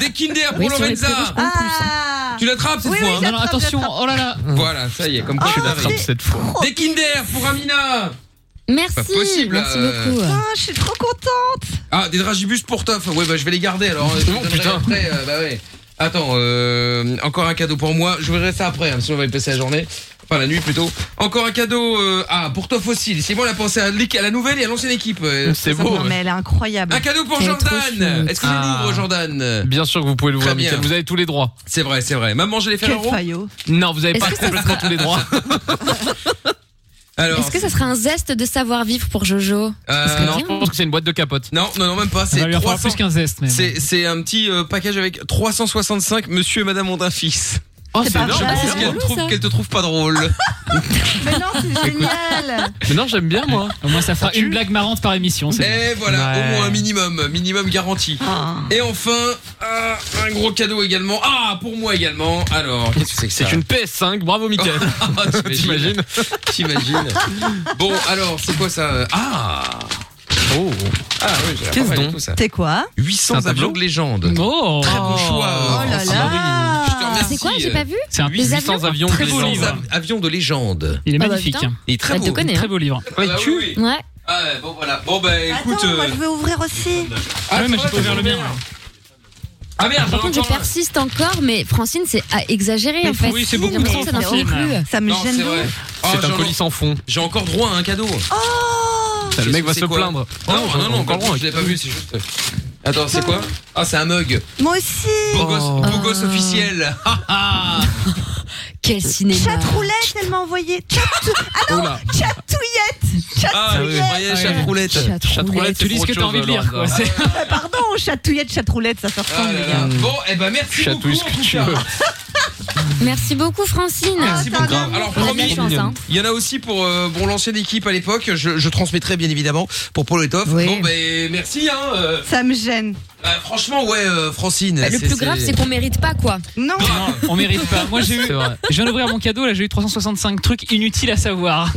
Speaker 2: des Kinder pour
Speaker 4: Oui, sur les
Speaker 2: Lorenza.
Speaker 4: prévus, je comprends plus.
Speaker 6: Ah
Speaker 2: Tu l'attrapes cette
Speaker 6: Oui,
Speaker 2: fois.
Speaker 6: oui,
Speaker 2: hein.
Speaker 3: Non, non, attention. Oh là là.
Speaker 2: Voilà, ça y est, comme quoi
Speaker 6: Ah,
Speaker 2: je
Speaker 5: Attrape
Speaker 2: suis
Speaker 5: cette fois.
Speaker 2: Des Kinder pour Amina.
Speaker 4: Merci.
Speaker 2: Pas possible,
Speaker 4: Merci
Speaker 2: euh,
Speaker 4: beaucoup.
Speaker 6: Putain, Ah, je suis trop contente.
Speaker 2: Ah, des dragibus pour Toff. Ouais, bah je vais les garder alors. Je te
Speaker 5: Oh,
Speaker 2: donnerai
Speaker 5: putain.
Speaker 2: Après, euh, bah ouais. Attends, euh, encore un cadeau pour moi. Je verrai ça après, hein, sinon on va y passer la journée. Enfin, la nuit plutôt. Encore un cadeau. euh, ah, pour Toff aussi. C'est bon, elle a pensé à, l'équi- à la nouvelle et à l'ancienne équipe. euh,
Speaker 5: C'est
Speaker 2: ça, ça
Speaker 5: beau,
Speaker 2: me-
Speaker 6: Non, mais elle est incroyable.
Speaker 2: Un cadeau pour
Speaker 4: Elle est trop
Speaker 2: Jordan.
Speaker 4: chouette.
Speaker 2: Est-ce que je
Speaker 5: Ah.
Speaker 2: l'ouvre, Jordan
Speaker 5: Bien sûr que vous pouvez l'ouvrir,
Speaker 2: Très bien.
Speaker 5: Mickaël. Vous avez tous les droits.
Speaker 2: C'est vrai, c'est vrai. Maman, j'ai les
Speaker 6: Quel
Speaker 2: Ferrero.
Speaker 6: faillot.
Speaker 5: Non, vous avez
Speaker 4: Est-ce
Speaker 5: pas
Speaker 4: que ça
Speaker 5: complètement tous les droits.
Speaker 2: Alors,
Speaker 4: Est-ce que ça serait un zeste de savoir-vivre pour Jojo
Speaker 2: euh,
Speaker 4: serait
Speaker 2: non.
Speaker 5: Non, je pense que c'est une boîte de capote.
Speaker 2: non, non, non, même pas.
Speaker 3: Ça va
Speaker 2: C'est
Speaker 3: lui en falloir
Speaker 2: 300
Speaker 3: plus qu'un zeste, même.
Speaker 2: C'est c'est un petit euh, package avec 365 Monsieur et Madame ont un fils.
Speaker 5: Oh,
Speaker 6: c'est pas
Speaker 5: énorme.
Speaker 6: vrai.
Speaker 2: Je
Speaker 4: c'est
Speaker 2: pense qu'elle
Speaker 4: relou,
Speaker 2: trouve
Speaker 4: ça.
Speaker 2: qu'elle te trouve pas drôle.
Speaker 3: Oh,
Speaker 6: Mais non, c'est génial.
Speaker 5: Mais non, j'aime bien, moi. Eh,
Speaker 3: Au moins, ça fera une blague marrante par émission. c'est bien.
Speaker 2: Et voilà,
Speaker 5: Ouais.
Speaker 2: au moins un minimum, minimum garanti.
Speaker 6: Ah.
Speaker 2: Et enfin, euh, un gros cadeau également. Ah, pour moi également. Alors, qu'est-ce que c'est que ça
Speaker 5: C'est une PS5. Bravo, Mickaël.
Speaker 2: Ah, t'imagines
Speaker 5: T'imagines
Speaker 2: T'imagines Bon, alors, c'est quoi ça Ah
Speaker 5: Oh.
Speaker 2: Ah oui, j'ai
Speaker 5: Qu'est-ce
Speaker 2: pas mal
Speaker 5: donc
Speaker 2: du tout ça.
Speaker 6: C'est quoi
Speaker 2: 800 avions
Speaker 5: tableau
Speaker 2: de légende.
Speaker 3: Oh.
Speaker 2: Très bon choix. euh,
Speaker 6: Oh là
Speaker 2: Francis.
Speaker 6: là.
Speaker 2: Je te remercie.
Speaker 4: C'est quoi J'ai pas vu
Speaker 3: C'est un
Speaker 4: Les avions
Speaker 5: 800 avions
Speaker 3: Très beau
Speaker 5: plaisants.
Speaker 3: livre.
Speaker 2: Av- Avions de légende.
Speaker 3: Il est
Speaker 4: Ah bah,
Speaker 3: magnifique.
Speaker 4: putain.
Speaker 3: hein.
Speaker 2: Il est très
Speaker 4: Ah, te
Speaker 2: beau.
Speaker 4: connais,
Speaker 3: Très beau livre.
Speaker 2: Ah, bah oui, oui.
Speaker 4: Ouais.
Speaker 2: Ah ouais, bon voilà. Bon bah écoute.
Speaker 6: Attends, moi
Speaker 2: euh,
Speaker 6: je vais ouvrir aussi.
Speaker 3: Ah ouais, mais
Speaker 2: ça
Speaker 3: j'ai
Speaker 2: va,
Speaker 3: pas ouvert
Speaker 2: ça
Speaker 3: le
Speaker 2: va.
Speaker 3: mien.
Speaker 2: Ah merde,
Speaker 4: Par contre, je
Speaker 2: encore un.
Speaker 4: persiste encore, mais Francine, c'est à exagérer
Speaker 6: Mais
Speaker 4: en fait.
Speaker 3: oui, c'est beaucoup
Speaker 4: J'ai l'impression
Speaker 3: trop,
Speaker 4: que ça n'en finit
Speaker 3: Francine.
Speaker 4: plus.
Speaker 6: Ça me
Speaker 2: Non,
Speaker 6: gêne
Speaker 2: c'est
Speaker 6: de
Speaker 2: vrai.
Speaker 6: ouf.
Speaker 2: Ah,
Speaker 5: C'est
Speaker 2: j'en-
Speaker 5: un colis sans fond.
Speaker 2: J'ai encore droit à un cadeau.
Speaker 6: Oh
Speaker 5: Le mec va
Speaker 2: C'est
Speaker 5: se
Speaker 2: quoi
Speaker 5: plaindre.
Speaker 2: non, non, non,
Speaker 5: encore
Speaker 2: encore loin.
Speaker 5: loin.
Speaker 2: Je l'ai pas vu, c'est juste. Attends, c'est quoi Ah, c'est un mug.
Speaker 6: Moi aussi.
Speaker 2: Beau gosse, beau
Speaker 4: Ah.
Speaker 2: gosse officiel. Ah, ah.
Speaker 4: Quel cinéma.
Speaker 6: Chatroulette, elle m'a envoyé. Chatou... Ah non,
Speaker 5: Oula.
Speaker 6: chatouillette.
Speaker 2: Ah, oui, je
Speaker 6: Chatouillette.
Speaker 2: croyais chatroulette.
Speaker 5: Chatroulette,
Speaker 3: Tu lis ce
Speaker 5: pour
Speaker 3: que
Speaker 5: autre
Speaker 3: t'as envie de
Speaker 5: chose,
Speaker 3: lire, quoi.
Speaker 5: alors.
Speaker 3: C'est-
Speaker 6: Ah, Pardon, chatouillette, chatroulette, ça se
Speaker 2: Ah
Speaker 6: ressemble,
Speaker 2: là
Speaker 6: les
Speaker 2: là.
Speaker 6: gars.
Speaker 2: Bon, eh ben merci
Speaker 5: Chatouille
Speaker 2: beaucoup.
Speaker 5: ce que
Speaker 2: en
Speaker 5: tu
Speaker 2: tout cas. Ah,
Speaker 5: veux.
Speaker 4: Merci beaucoup, Francine.
Speaker 2: Merci
Speaker 6: Ah,
Speaker 2: beaucoup.
Speaker 6: grave.
Speaker 2: Alors
Speaker 4: On a de la
Speaker 2: promis,
Speaker 4: chance, hein.
Speaker 2: il y en a aussi pour euh, pour l'ancienne équipe à l'époque. Je, je transmettrai bien évidemment pour Paul et Toff.
Speaker 4: Oui.
Speaker 2: Bon, ben merci. Hein, euh,
Speaker 6: Ça me gêne.
Speaker 2: bah, franchement, ouais, euh, Francine.
Speaker 4: Bah, Le plus grave, c'est qu'on mérite pas, quoi.
Speaker 6: Non.
Speaker 3: Non, on mérite pas. Moi, j'ai eu.
Speaker 5: C'est vrai.
Speaker 3: Je viens d'ouvrir mon cadeau, là, j'ai eu 365 trucs inutiles à savoir.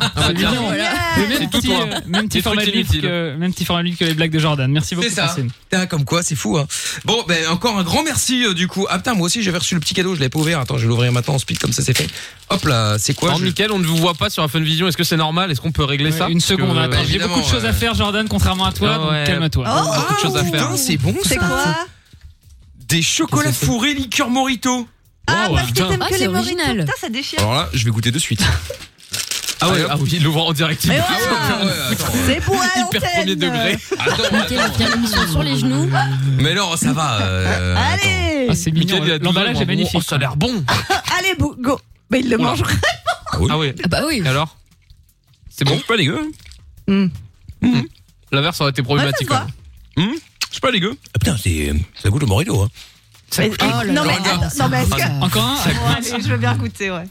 Speaker 5: Ah, bah, tiens.
Speaker 3: mignon. Le
Speaker 6: Génial.
Speaker 3: même petit, euh, même petit
Speaker 5: Des trucs
Speaker 3: format de livre
Speaker 5: inutiles.
Speaker 3: que, même petit format de livre que les blagues de Jordan. Merci beaucoup,
Speaker 2: C'est ça.
Speaker 3: Francine.
Speaker 2: Putain, comme quoi, c'est fou. Hein. Bon, ben encore un grand merci euh, du coup. Ah putain, moi aussi j'avais reçu le petit cadeau, je l'avais pas ouvert. Attends, je vais l'ouvrir maintenant en speed comme ça c'est fait. Hop là, c'est quoi
Speaker 5: Alors,
Speaker 2: je-
Speaker 5: Mickaël, on ne vous voit pas sur la Fun Vision. Est-ce que c'est normal Est-ce qu'on peut régler ça
Speaker 3: Une seconde,
Speaker 5: Parce que-
Speaker 3: attends. J'ai
Speaker 2: évidemment,
Speaker 3: beaucoup de choses
Speaker 2: ouais.
Speaker 3: à faire, Jordan, contrairement à toi,
Speaker 5: Ah
Speaker 3: donc
Speaker 5: ouais.
Speaker 3: calme-toi.
Speaker 6: Oh,
Speaker 5: beaucoup de choses à faire.
Speaker 2: Putain, c'est bon
Speaker 6: c'est
Speaker 2: ça.
Speaker 6: quoi
Speaker 2: Des chocolats fourrés liqueur Morito. Oh,
Speaker 6: Ah,
Speaker 5: Wow,
Speaker 6: parce que
Speaker 5: putain.
Speaker 6: t'aimes
Speaker 4: Ah,
Speaker 6: que
Speaker 4: c'est
Speaker 6: les moritos.
Speaker 4: original.
Speaker 6: Putain, ça déchire.
Speaker 2: Alors là, je vais goûter de suite.
Speaker 5: Ah ouais, ah oui, il l'ouvre en direct.
Speaker 6: Mais ouais,
Speaker 2: Ah ouais, ouais, ouais, attends.
Speaker 6: c'est pour à
Speaker 5: Hyper
Speaker 6: l'antenne.
Speaker 5: premier degré.
Speaker 2: Attends,
Speaker 4: Ok, on va
Speaker 2: attends.
Speaker 4: finir l'émission sur les genoux.
Speaker 2: Mais non, ça va. euh, attends.
Speaker 6: Allez,
Speaker 3: Ah, c'est mignon.
Speaker 5: Mickaël, il a douze ans,
Speaker 3: L'emballage
Speaker 5: moi,
Speaker 3: est
Speaker 5: bon, oh,
Speaker 3: magnifique.
Speaker 5: ça a l'air bon.
Speaker 6: allez, bou- go. Mais il le
Speaker 5: Oula.
Speaker 6: mange.
Speaker 5: Ah ouais.
Speaker 4: Ah bah oui.
Speaker 5: Et alors C'est bon Pas dégueu.
Speaker 3: hein
Speaker 6: Hmm.
Speaker 5: L'inverse aurait été problématique.
Speaker 6: Ouais, ça se
Speaker 5: quand même. Hmm C'est pas dégueu.
Speaker 2: Ah, putain, c'est ça goûte le Morito. Hein.
Speaker 6: Mais-
Speaker 4: Oh là là.
Speaker 6: non, mais attends, non, mais est-ce que.
Speaker 4: Ah,
Speaker 3: Encore un
Speaker 6: Bon, allez, je veux bien goûter, ouais.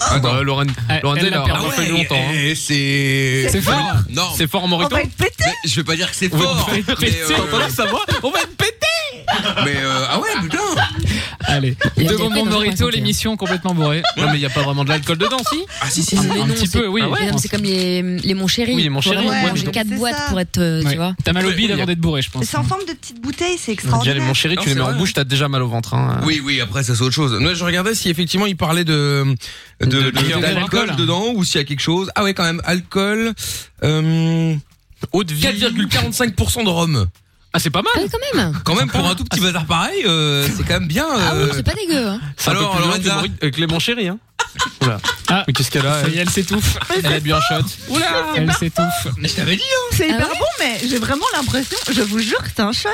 Speaker 5: Attends, euh, Lauren,
Speaker 3: Ah,
Speaker 5: Lauren,
Speaker 3: elle
Speaker 5: elle
Speaker 3: l'a
Speaker 5: a
Speaker 3: perdu.
Speaker 5: on fait longtemps. hein.
Speaker 2: eh, c'est.
Speaker 3: C'est fort.
Speaker 2: Non,
Speaker 5: C'est fort en
Speaker 6: On
Speaker 5: Morito
Speaker 6: va être pété.
Speaker 2: mais je vais pas dire que c'est fort.
Speaker 5: Oui,
Speaker 2: mais,
Speaker 5: mais
Speaker 2: euh,
Speaker 5: c'est- t'entends ça va On va être pété
Speaker 2: mais euh, ah ouais, putain.
Speaker 3: Allez.
Speaker 4: Il y a
Speaker 3: Devant
Speaker 4: des
Speaker 3: mon
Speaker 4: peines,
Speaker 3: Morito,
Speaker 4: hein,
Speaker 3: l'émission complètement bourrée.
Speaker 5: Non mais il y a pas vraiment de l'alcool dedans si
Speaker 2: Ah si si. si.
Speaker 3: Un
Speaker 4: non,
Speaker 3: petit
Speaker 4: c'est-
Speaker 3: peu, oui.
Speaker 5: Ah ouais,
Speaker 4: Mais non, mais c'est comme les, les Mon Chéri.
Speaker 5: Oui, les Mon
Speaker 4: Faut
Speaker 5: Chéri,
Speaker 4: vraiment
Speaker 6: ouais,
Speaker 4: manger
Speaker 6: mais
Speaker 4: quatre
Speaker 6: c'est
Speaker 4: boîtes
Speaker 6: ça.
Speaker 4: pour être, euh,
Speaker 3: Ouais.
Speaker 4: tu vois.
Speaker 3: T'as mal au
Speaker 2: Oui,
Speaker 3: bide
Speaker 2: oui,
Speaker 3: avant
Speaker 2: y a-
Speaker 3: d'être bourré, je pense.
Speaker 6: C'est en forme de petite bouteille, c'est
Speaker 5: Déjà
Speaker 6: extraordinaire.
Speaker 5: Mmh. mon chéri,
Speaker 2: Non,
Speaker 5: tu les
Speaker 2: c'est
Speaker 5: mets en
Speaker 2: vrai.
Speaker 5: bouche, t'as déjà mal au ventre. Hein.
Speaker 2: Oui, oui, après ça c'est autre chose. Moi je regardais si effectivement il parlait de de- de-
Speaker 5: De-
Speaker 2: de- d'alcool
Speaker 3: d'alcool.
Speaker 2: dedans ou s'il y a quelque chose. Ah ouais quand même, alcool euh haute vie 4,45 de rhum.
Speaker 5: Ah c'est pas mal.
Speaker 4: Ah oui, quand même.
Speaker 2: Quand même pour un tout petit bazar pareil, euh, c'est quand même bien
Speaker 4: Ah
Speaker 2: euh,
Speaker 4: oui, c'est pas dégueu. hein.
Speaker 5: C'est un peu
Speaker 2: Alors,
Speaker 5: plus violent
Speaker 2: Lorenza.
Speaker 5: que le Morito- euh, que les mon chéri hein. Oula.
Speaker 3: Ah.
Speaker 5: Mais qu'est-ce qu'elle a
Speaker 3: Ça y est,
Speaker 5: elle
Speaker 3: elle s'étouffe.
Speaker 5: Elle a bu un shot.
Speaker 6: Oula
Speaker 3: Elle s'étouffe.
Speaker 2: Mais je t'avais dit. hein.
Speaker 6: C'est
Speaker 4: Ah
Speaker 6: hyper
Speaker 4: ouais
Speaker 6: bon, mais j'ai vraiment l'impression, je vous jure que c'est un shot.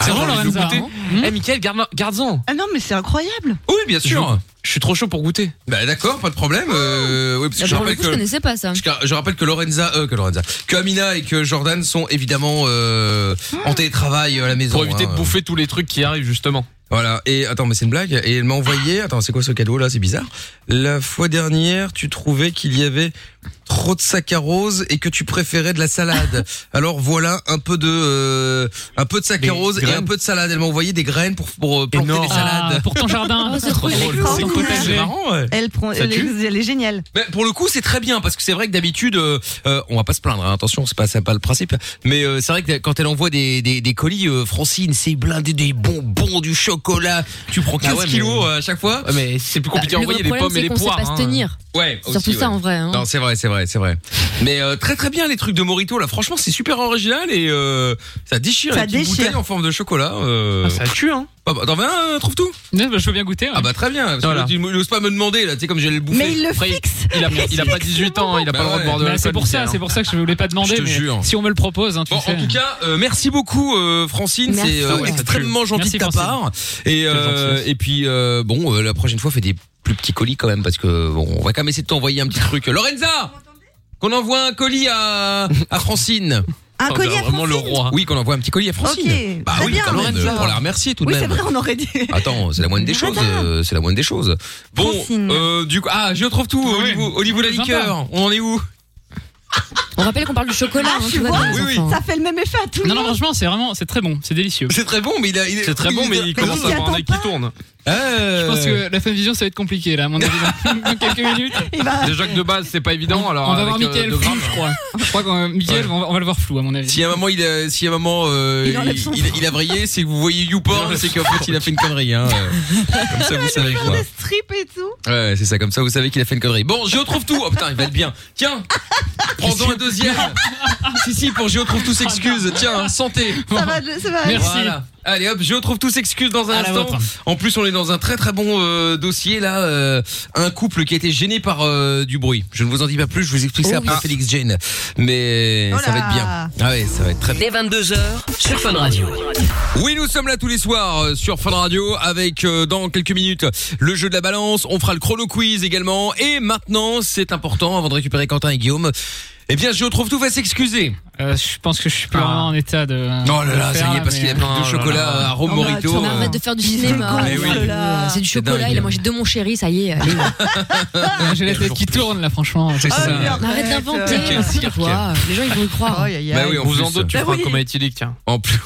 Speaker 3: C'est
Speaker 5: Ah,
Speaker 3: bon,
Speaker 5: j'ai envie de
Speaker 3: Lorenza.
Speaker 2: hein.
Speaker 5: goûter.
Speaker 3: Hmm
Speaker 5: Eh Mickaël, garde-en.
Speaker 6: Ah non, mais c'est incroyable.
Speaker 2: Oui, bien sûr.
Speaker 5: Je suis trop chaud pour goûter.
Speaker 2: Bah d'accord, pas de problème. euh, oui, parce que
Speaker 4: Ah,
Speaker 2: je
Speaker 4: pour le
Speaker 2: rappelle
Speaker 4: coup, je
Speaker 2: que
Speaker 4: connaissais pas ça.
Speaker 2: Parce que Je rappelle que Lorenza, euh, que Lorenza, que Amina et que Jordan sont évidemment euh,
Speaker 4: Ah.
Speaker 2: en télétravail à la maison.
Speaker 5: Pour éviter
Speaker 2: hein.
Speaker 5: de bouffer tous les trucs qui arrivent, justement.
Speaker 2: Voilà. Et attends, mais c'est une blague. Et elle m'a envoyé. Attends, c'est quoi ce cadeau là C'est bizarre. La fois dernière, tu trouvais qu'il y avait trop de saccharose et que tu préférais de la salade. Alors voilà un peu de, euh, un peu de saccharose
Speaker 5: Des
Speaker 2: et un
Speaker 5: graines.
Speaker 2: peu de salade. Elle m'a envoyé des graines pour pour euh, planter
Speaker 5: Énorme.
Speaker 2: des salades.
Speaker 3: Ah, pour ton jardin.
Speaker 4: Oh, c'est trop
Speaker 3: Pour
Speaker 4: drôle.
Speaker 3: ton
Speaker 6: C'est
Speaker 3: potager.
Speaker 2: marrant. Ouais.
Speaker 6: Elle, prend,
Speaker 5: Ça
Speaker 6: elle,
Speaker 5: tue.
Speaker 6: est- elle est géniale.
Speaker 2: Mais Ben, pour le coup, c'est très bien parce que c'est vrai que d'habitude, euh, euh, on va pas se plaindre. hein, attention, c'est pas c'est pas le principe. Mais euh, c'est vrai que quand elle envoie des des, des colis, euh, Francine, c'est blindé des bonbons, du chocolat. Tu prends 15
Speaker 5: Ah ouais, mais-
Speaker 2: kilos euh, à chaque fois.
Speaker 5: Ouais, mais c'est plus compliqué à
Speaker 4: Bah,
Speaker 5: envoyer
Speaker 4: le
Speaker 5: les
Speaker 4: vrai
Speaker 5: pommes et les
Speaker 4: problème, c'est qu'on
Speaker 5: poires.
Speaker 4: sait pas
Speaker 5: hein.
Speaker 4: se tenir.
Speaker 2: Ouais.
Speaker 4: Surtout
Speaker 2: aussi,
Speaker 4: ça
Speaker 2: ouais.
Speaker 4: en vrai. hein.
Speaker 2: Non, c'est vrai, c'est vrai, c'est vrai. Mais euh, très très bien les trucs de Morito là. Franchement, c'est super original et euh, ça déchire.
Speaker 6: Ça
Speaker 2: avec une
Speaker 6: déchire.
Speaker 2: bouteille en forme de chocolat. Euh...
Speaker 5: Ah, Ça tue, hein.
Speaker 2: Ah, bah, T'en veux un, euh, trouve tout.
Speaker 3: Ouais, bah, je veux bien goûter. ouais.
Speaker 2: Ah bah très bien. Parce que
Speaker 5: Voilà.
Speaker 2: l'autre, il n'ose pas me demander là. Tu sais comme j'allais le bouffer.
Speaker 6: Mais il le
Speaker 5: Après,
Speaker 6: fixe.
Speaker 5: Il a, il a pas 18 ans, il a
Speaker 2: Bah
Speaker 5: pas le droit de
Speaker 2: ouais.
Speaker 5: boire de
Speaker 3: Bah,
Speaker 5: l'alcool.
Speaker 3: c'est pour ça,
Speaker 5: Michael.
Speaker 3: c'est pour ça que je voulais pas demander.
Speaker 2: Je te
Speaker 3: mais
Speaker 2: jure.
Speaker 3: Si on me le propose, hein, tu
Speaker 2: Bon,
Speaker 3: sais.
Speaker 2: en tout cas, euh, merci beaucoup euh, Francine,
Speaker 4: Merci.
Speaker 2: c'est euh,
Speaker 4: Ouais,
Speaker 2: extrêmement gentil
Speaker 3: Merci,
Speaker 2: de ta
Speaker 3: Francine.
Speaker 2: part. Et euh,
Speaker 5: gentil.
Speaker 2: et puis euh, bon, euh, la prochaine fois, fais des plus petits colis quand même parce que bon, on va quand même essayer de t'envoyer un petit truc. Lorenza, qu'on envoie un colis à à Francine.
Speaker 6: Un
Speaker 5: Oh,
Speaker 6: collier
Speaker 5: bah,
Speaker 6: à
Speaker 5: vraiment
Speaker 6: Francine.
Speaker 5: le roi.
Speaker 2: Oui, qu'on envoie un petit colis à Francine.
Speaker 6: Ok,
Speaker 2: bah
Speaker 6: très
Speaker 2: oui,
Speaker 6: bien,
Speaker 2: quand même,
Speaker 6: Lorenza.
Speaker 2: pour la remercier tout de
Speaker 6: Oui, c'est
Speaker 2: même. Ah,
Speaker 6: vrai, on aurait dit.
Speaker 2: Attends, c'est la moindre des choses.
Speaker 6: Voilà.
Speaker 2: euh, c'est la moindre des choses. Bon,
Speaker 6: Francine.
Speaker 2: euh, du coup, ah, je trouve tout.
Speaker 3: Ouais.
Speaker 2: Olivier, Olivier la
Speaker 3: Sympa.
Speaker 2: liqueur. On en est où
Speaker 4: On rappelle qu'on parle du chocolat.
Speaker 6: Ah,
Speaker 4: hein,
Speaker 6: tu
Speaker 4: tu vois,
Speaker 6: vois
Speaker 4: dans les
Speaker 2: Oui, oui.
Speaker 4: enfants.
Speaker 6: Ça fait le même effet à tout le
Speaker 3: Non, non,
Speaker 6: monde.
Speaker 3: franchement, c'est vraiment, c'est très bon, c'est délicieux.
Speaker 2: C'est très bon, mais il a. il a-
Speaker 5: C'est très bon, mais il
Speaker 6: Mais
Speaker 5: commence
Speaker 6: tu
Speaker 5: à
Speaker 6: t'y
Speaker 5: avoir un
Speaker 6: attends
Speaker 5: œil qui tourne.
Speaker 2: Euh,
Speaker 3: Je pense que la fin vision, ça va être compliqué là, à mon avis, dans quelques minutes.
Speaker 6: Il va-
Speaker 5: Déjà que de base, c'est pas évident. Alors,
Speaker 3: on va
Speaker 5: avec,
Speaker 3: voir
Speaker 5: euh,
Speaker 3: Mickaël
Speaker 5: de
Speaker 3: flou,
Speaker 5: grammes,
Speaker 3: je crois. Je crois qu'on Mickaël, on, va, on va le voir flou, à mon avis.
Speaker 2: Si à un moment il a, si à un moment euh,
Speaker 6: Il
Speaker 2: il,
Speaker 6: enlève son
Speaker 2: il- il a vrillé, c'est que vous voyez YouPorn, c'est qu'en fait il a fait une connerie. Hein. euh. Comme ça vous savez
Speaker 6: faire
Speaker 2: quoi.
Speaker 6: des strips et tout.
Speaker 2: Ouais, c'est ça. Comme ça vous savez qu'il a fait une connerie. Bon, je trouve tout. Oh putain, il va être bien. Tiens, prends-en un deuxième. si si, pour je trouve tout s'excuse. Tiens, hein, santé.
Speaker 6: Oh, Ça va, ça va.
Speaker 3: Merci.
Speaker 2: Voilà. Allez hop, je trouve tout s'excuse dans un
Speaker 3: À la
Speaker 2: instant.
Speaker 3: vôtre.
Speaker 2: En plus, on est dans un très très bon euh, dossier là. euh, un couple qui a été gêné par euh, du bruit. Je ne vous en dis pas plus. Je vous explique ça
Speaker 4: Oh
Speaker 2: après
Speaker 4: oui.
Speaker 2: Félix Jane. Mais
Speaker 6: Oh
Speaker 2: ça va
Speaker 6: là.
Speaker 2: être bien. Ah ouais, ça va être très bien.
Speaker 1: Dès 22h sur Fun Radio.
Speaker 2: Oui, nous sommes là tous les soirs euh, sur Fun Radio avec euh, dans quelques minutes le jeu de la balance, on fera le chrono quiz également et maintenant, c'est important avant de récupérer Quentin et Guillaume. Eh bien, je trouve tout va s'excuser.
Speaker 3: Euh, je pense que je suis plus vraiment en état de.
Speaker 2: Oh là là,
Speaker 3: de
Speaker 2: ça
Speaker 3: faire,
Speaker 2: y est, parce
Speaker 3: mais-
Speaker 2: qu'il a pris
Speaker 5: Oh là
Speaker 2: du
Speaker 5: là.
Speaker 2: chocolat à Rome
Speaker 6: Oh bah,
Speaker 2: Morito.
Speaker 6: tu en
Speaker 4: On
Speaker 6: Euh,
Speaker 4: arrête de faire du cinéma.
Speaker 6: déconnes,
Speaker 4: euh,
Speaker 2: oh
Speaker 6: là là.
Speaker 4: C'est du
Speaker 2: C'est
Speaker 4: chocolat,
Speaker 2: dingue.
Speaker 4: il a mangé deux mon chéri, ça y est. allez.
Speaker 3: Ah, J'ai la tête qui tourne là, franchement.
Speaker 2: C'est
Speaker 6: Ah,
Speaker 2: ça.
Speaker 6: mais
Speaker 4: On Arrête
Speaker 6: arrête,
Speaker 4: d'inventer,
Speaker 6: euh,
Speaker 2: hein.
Speaker 4: on se dit, quoi. les gens ils vont y croire.
Speaker 6: Aïe, aïe,
Speaker 2: Bah
Speaker 6: aïe.
Speaker 2: oui, en
Speaker 5: Vous
Speaker 2: plus.
Speaker 5: en d'autres, tu
Speaker 6: Bah
Speaker 5: feras un
Speaker 6: oui.
Speaker 5: coma éthylique, tiens.
Speaker 2: En plus.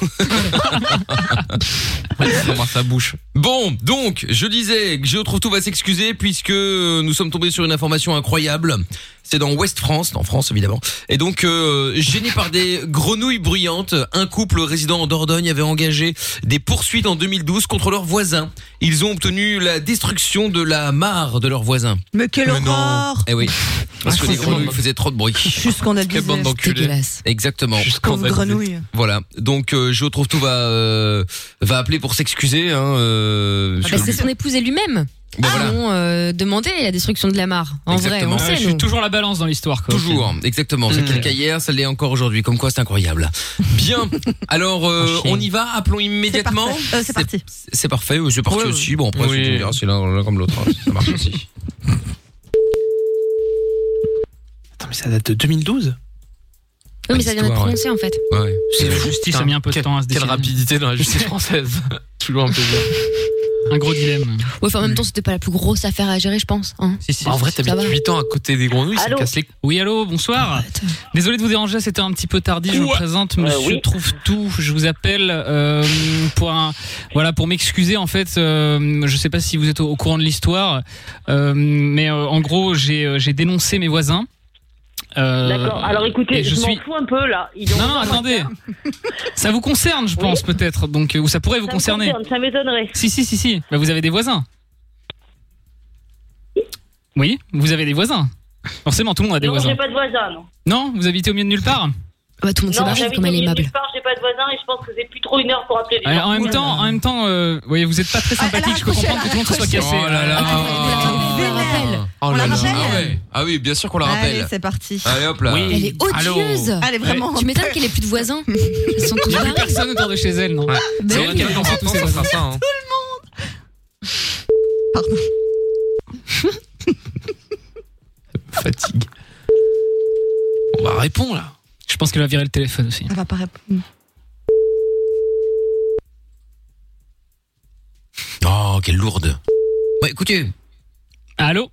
Speaker 5: Dans sa bouche.
Speaker 2: Bon, donc, je disais que Je trouve tout va s'excuser puisque nous sommes tombés sur une information incroyable. C'est dans Ouest France, en France évidemment. Et donc, euh, gêné par des grenouilles bruyantes, un couple résident en Dordogne avait engagé des poursuites en 2012 contre leurs voisins. Ils ont obtenu la destruction de la mare de leurs voisins.
Speaker 6: Mais quelle horreur
Speaker 2: Eh oui, parce que les
Speaker 6: Incroyable.
Speaker 2: grenouilles faisaient trop de bruit.
Speaker 6: Juste qu'on a dit
Speaker 5: Quelle bande d'enculés.
Speaker 4: Dégueulasse.
Speaker 2: Exactement.
Speaker 6: Comme grenouille.
Speaker 2: Voilà. Donc, euh, je trouve tout va euh, va appeler pour s'excuser. Hein, euh,
Speaker 4: Bah,
Speaker 2: sur-
Speaker 4: c'est son épouse et lui-même
Speaker 2: Bon,
Speaker 4: qui
Speaker 2: voilà.
Speaker 4: ont euh, demandé la destruction de la mare. En
Speaker 2: Exactement.
Speaker 4: vrai, on
Speaker 3: Ouais,
Speaker 4: le
Speaker 3: je
Speaker 4: sait, nous.
Speaker 3: suis toujours la balance dans l'histoire. quoi. Mmh.
Speaker 2: Toujours, exactement. C'est
Speaker 5: Mm.
Speaker 2: quelqu'un hier, ça l'est encore aujourd'hui. Comme quoi, c'est incroyable. Bien. Alors, euh,
Speaker 5: Un chien.
Speaker 2: on y va. Appelons immédiatement.
Speaker 6: parfait. Euh, c'est parti.
Speaker 2: C'est parfait. oui, C'est parti
Speaker 5: Ouais, ouais.
Speaker 2: aussi. Bon, après,
Speaker 5: Oui.
Speaker 2: c'est- tu me diras, c'est l'un l'un comme l'autre. hein. Ça marche aussi.
Speaker 5: Attends, mais ça date de 2012
Speaker 4: Oui, mais ça vient d'être
Speaker 2: Histoire, ouais.
Speaker 4: prononcé en fait.
Speaker 2: Ouais.
Speaker 5: C'est
Speaker 3: la justice a mis un peu de temps à se
Speaker 5: Quelle
Speaker 3: décider.
Speaker 5: rapidité dans la justice française. Toujours un plaisir.
Speaker 3: Un gros dilemme.
Speaker 4: Ouais, enfin, en même temps, c'était pas la plus grosse affaire à gérer, je pense. hein.
Speaker 5: En vrai,
Speaker 4: Ça
Speaker 5: t'habites
Speaker 4: va.
Speaker 5: 8 ans à côté des grenouilles, ça
Speaker 3: Ah,
Speaker 7: Allô
Speaker 5: casse les
Speaker 3: Oui, allô,
Speaker 4: Ah,
Speaker 3: bonsoir. Désolé de vous déranger, c'était un petit peu tardif. Je me présente,
Speaker 9: Euh,
Speaker 3: Monsieur
Speaker 7: oui.
Speaker 3: Trouve Tout. Je vous appelle euh, pour un, voilà, pour m'excuser en fait. Euh, je sais pas si vous êtes au, au courant de l'histoire, euh, mais euh, en gros, j'ai euh, j'ai dénoncé mes voisins. Euh,
Speaker 9: D'accord. Alors écoutez,
Speaker 3: et
Speaker 9: je,
Speaker 3: je suis.
Speaker 9: m'en fous un peu là. Ils ont-
Speaker 3: Non, non, attendez. ça vous concerne, je pense peut-être. Donc, euh, ou ça pourrait vous
Speaker 9: ça me
Speaker 3: concerner.
Speaker 9: concerne, ça m'étonnerait.
Speaker 3: Si, si, si, si. Bah, vous avez des voisins. Oui, vous avez des voisins. Forcément, tout le monde a des
Speaker 9: Non,
Speaker 3: voisins.
Speaker 9: j'ai pas de voisin. Non,
Speaker 3: Non, vous habitez au milieu de nulle part.
Speaker 4: Ah bah, tout le monde sait
Speaker 9: non
Speaker 4: pas
Speaker 9: j'habite
Speaker 4: comme
Speaker 9: au
Speaker 4: elle est
Speaker 9: milieu
Speaker 4: aimable.
Speaker 9: nulle part, j'ai pas de voisin et je pense que c'est plus trop une heure pour appeler les
Speaker 3: Ouais,
Speaker 9: gens.
Speaker 3: en même temps, en même temps, euh, voyez, vous êtes pas très
Speaker 6: Ah, elle a
Speaker 3: sympathique. Je peux
Speaker 6: raccroché,
Speaker 3: comprendre que tout le monde se soit
Speaker 6: elle a
Speaker 3: cassé.
Speaker 2: raccroché. Oh là là.
Speaker 4: Ah,
Speaker 6: Ah,
Speaker 4: on la rappelle.
Speaker 5: Oh
Speaker 6: On
Speaker 5: là
Speaker 6: la
Speaker 5: là.
Speaker 2: Ah,
Speaker 6: rappelle
Speaker 2: ouais. Ah oui, bien sûr qu'on la
Speaker 6: Allez,
Speaker 2: rappelle.
Speaker 6: c'est parti.
Speaker 2: Allez, hop là.
Speaker 5: Oui.
Speaker 4: Elle est
Speaker 5: Allô
Speaker 4: odieuse.
Speaker 6: Allez, vraiment.
Speaker 4: Tu m'étonnes qu'elle ait plus de voisins. Ils sont Ben tous
Speaker 3: Il n'y a plus
Speaker 4: barrés.
Speaker 3: personne autour de chez elle, non
Speaker 5: Ouais.
Speaker 3: C'est
Speaker 5: C'est
Speaker 2: hein.
Speaker 3: vrai qu'elle
Speaker 5: vrai
Speaker 3: pense à tous ses
Speaker 5: ça sera
Speaker 3: voisins.
Speaker 5: ça. hein.
Speaker 3: bah,
Speaker 2: répond là.
Speaker 3: Je pense qu'elle va virer le téléphone aussi.
Speaker 6: Elle va pas répondre.
Speaker 2: Oh, quelle lourde. Bah écoutez.
Speaker 3: Allô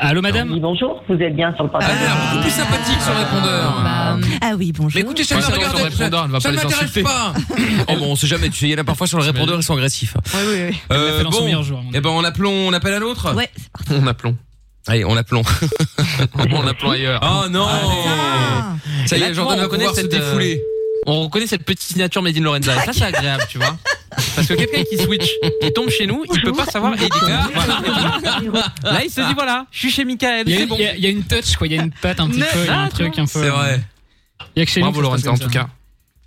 Speaker 3: Allô, madame
Speaker 9: bonjour, vous êtes bien sur le portable.
Speaker 2: beaucoup plus sympathique son répondeur.
Speaker 6: Ah oui, bonjour.
Speaker 2: Mais écoutez, ça ne
Speaker 5: Ouais, c'est
Speaker 2: regarde-
Speaker 5: dans son répondeur, elle va
Speaker 2: ça
Speaker 5: pas
Speaker 2: ne
Speaker 5: les
Speaker 2: m'intéresse
Speaker 5: insulter.
Speaker 2: pas. oh bon, on sait jamais. Tu sais, il y en a parfois sur le répondeur, ils sont agressifs.
Speaker 6: Oui, oui, oui.
Speaker 3: Elle l'appelle en son meilleur jour, à mon avis.
Speaker 2: Eh ben, on appelons, on appelle à l'autre.
Speaker 6: Ouais, c'est parti.
Speaker 5: On aplomb.
Speaker 2: Allez, on l'appelons.
Speaker 5: On aplomb ailleurs.
Speaker 2: Oh non.
Speaker 6: Ah,
Speaker 2: Ça y
Speaker 5: Là,
Speaker 2: est,
Speaker 5: tu
Speaker 2: Jordan
Speaker 5: vois, on
Speaker 2: va pouvoir
Speaker 5: reconnaît
Speaker 2: se
Speaker 5: cette, euh,
Speaker 2: défouler.
Speaker 5: On reconnaît cette petite signature Made in Lorenza. Et ça, c'est agréable, tu vois. Parce que quelqu'un qui switch, qui tombe chez nous, il peut pas savoir. Et il dit, Ah, voilà. Là, il se dit voilà, je suis chez Michael,
Speaker 3: Il y, a,
Speaker 5: c'est
Speaker 3: une-
Speaker 5: bon.
Speaker 3: il y a- il y a une touch, quoi. Il y a une patte un petit
Speaker 5: Ne-
Speaker 3: peu, il y a un
Speaker 5: Ah,
Speaker 3: truc un peu. euh,
Speaker 2: C'est vrai.
Speaker 3: Il y a que chez nous
Speaker 5: Bravo
Speaker 3: que ça se
Speaker 5: Lorenza, en
Speaker 3: passe comme
Speaker 5: tout
Speaker 3: ça.
Speaker 5: cas.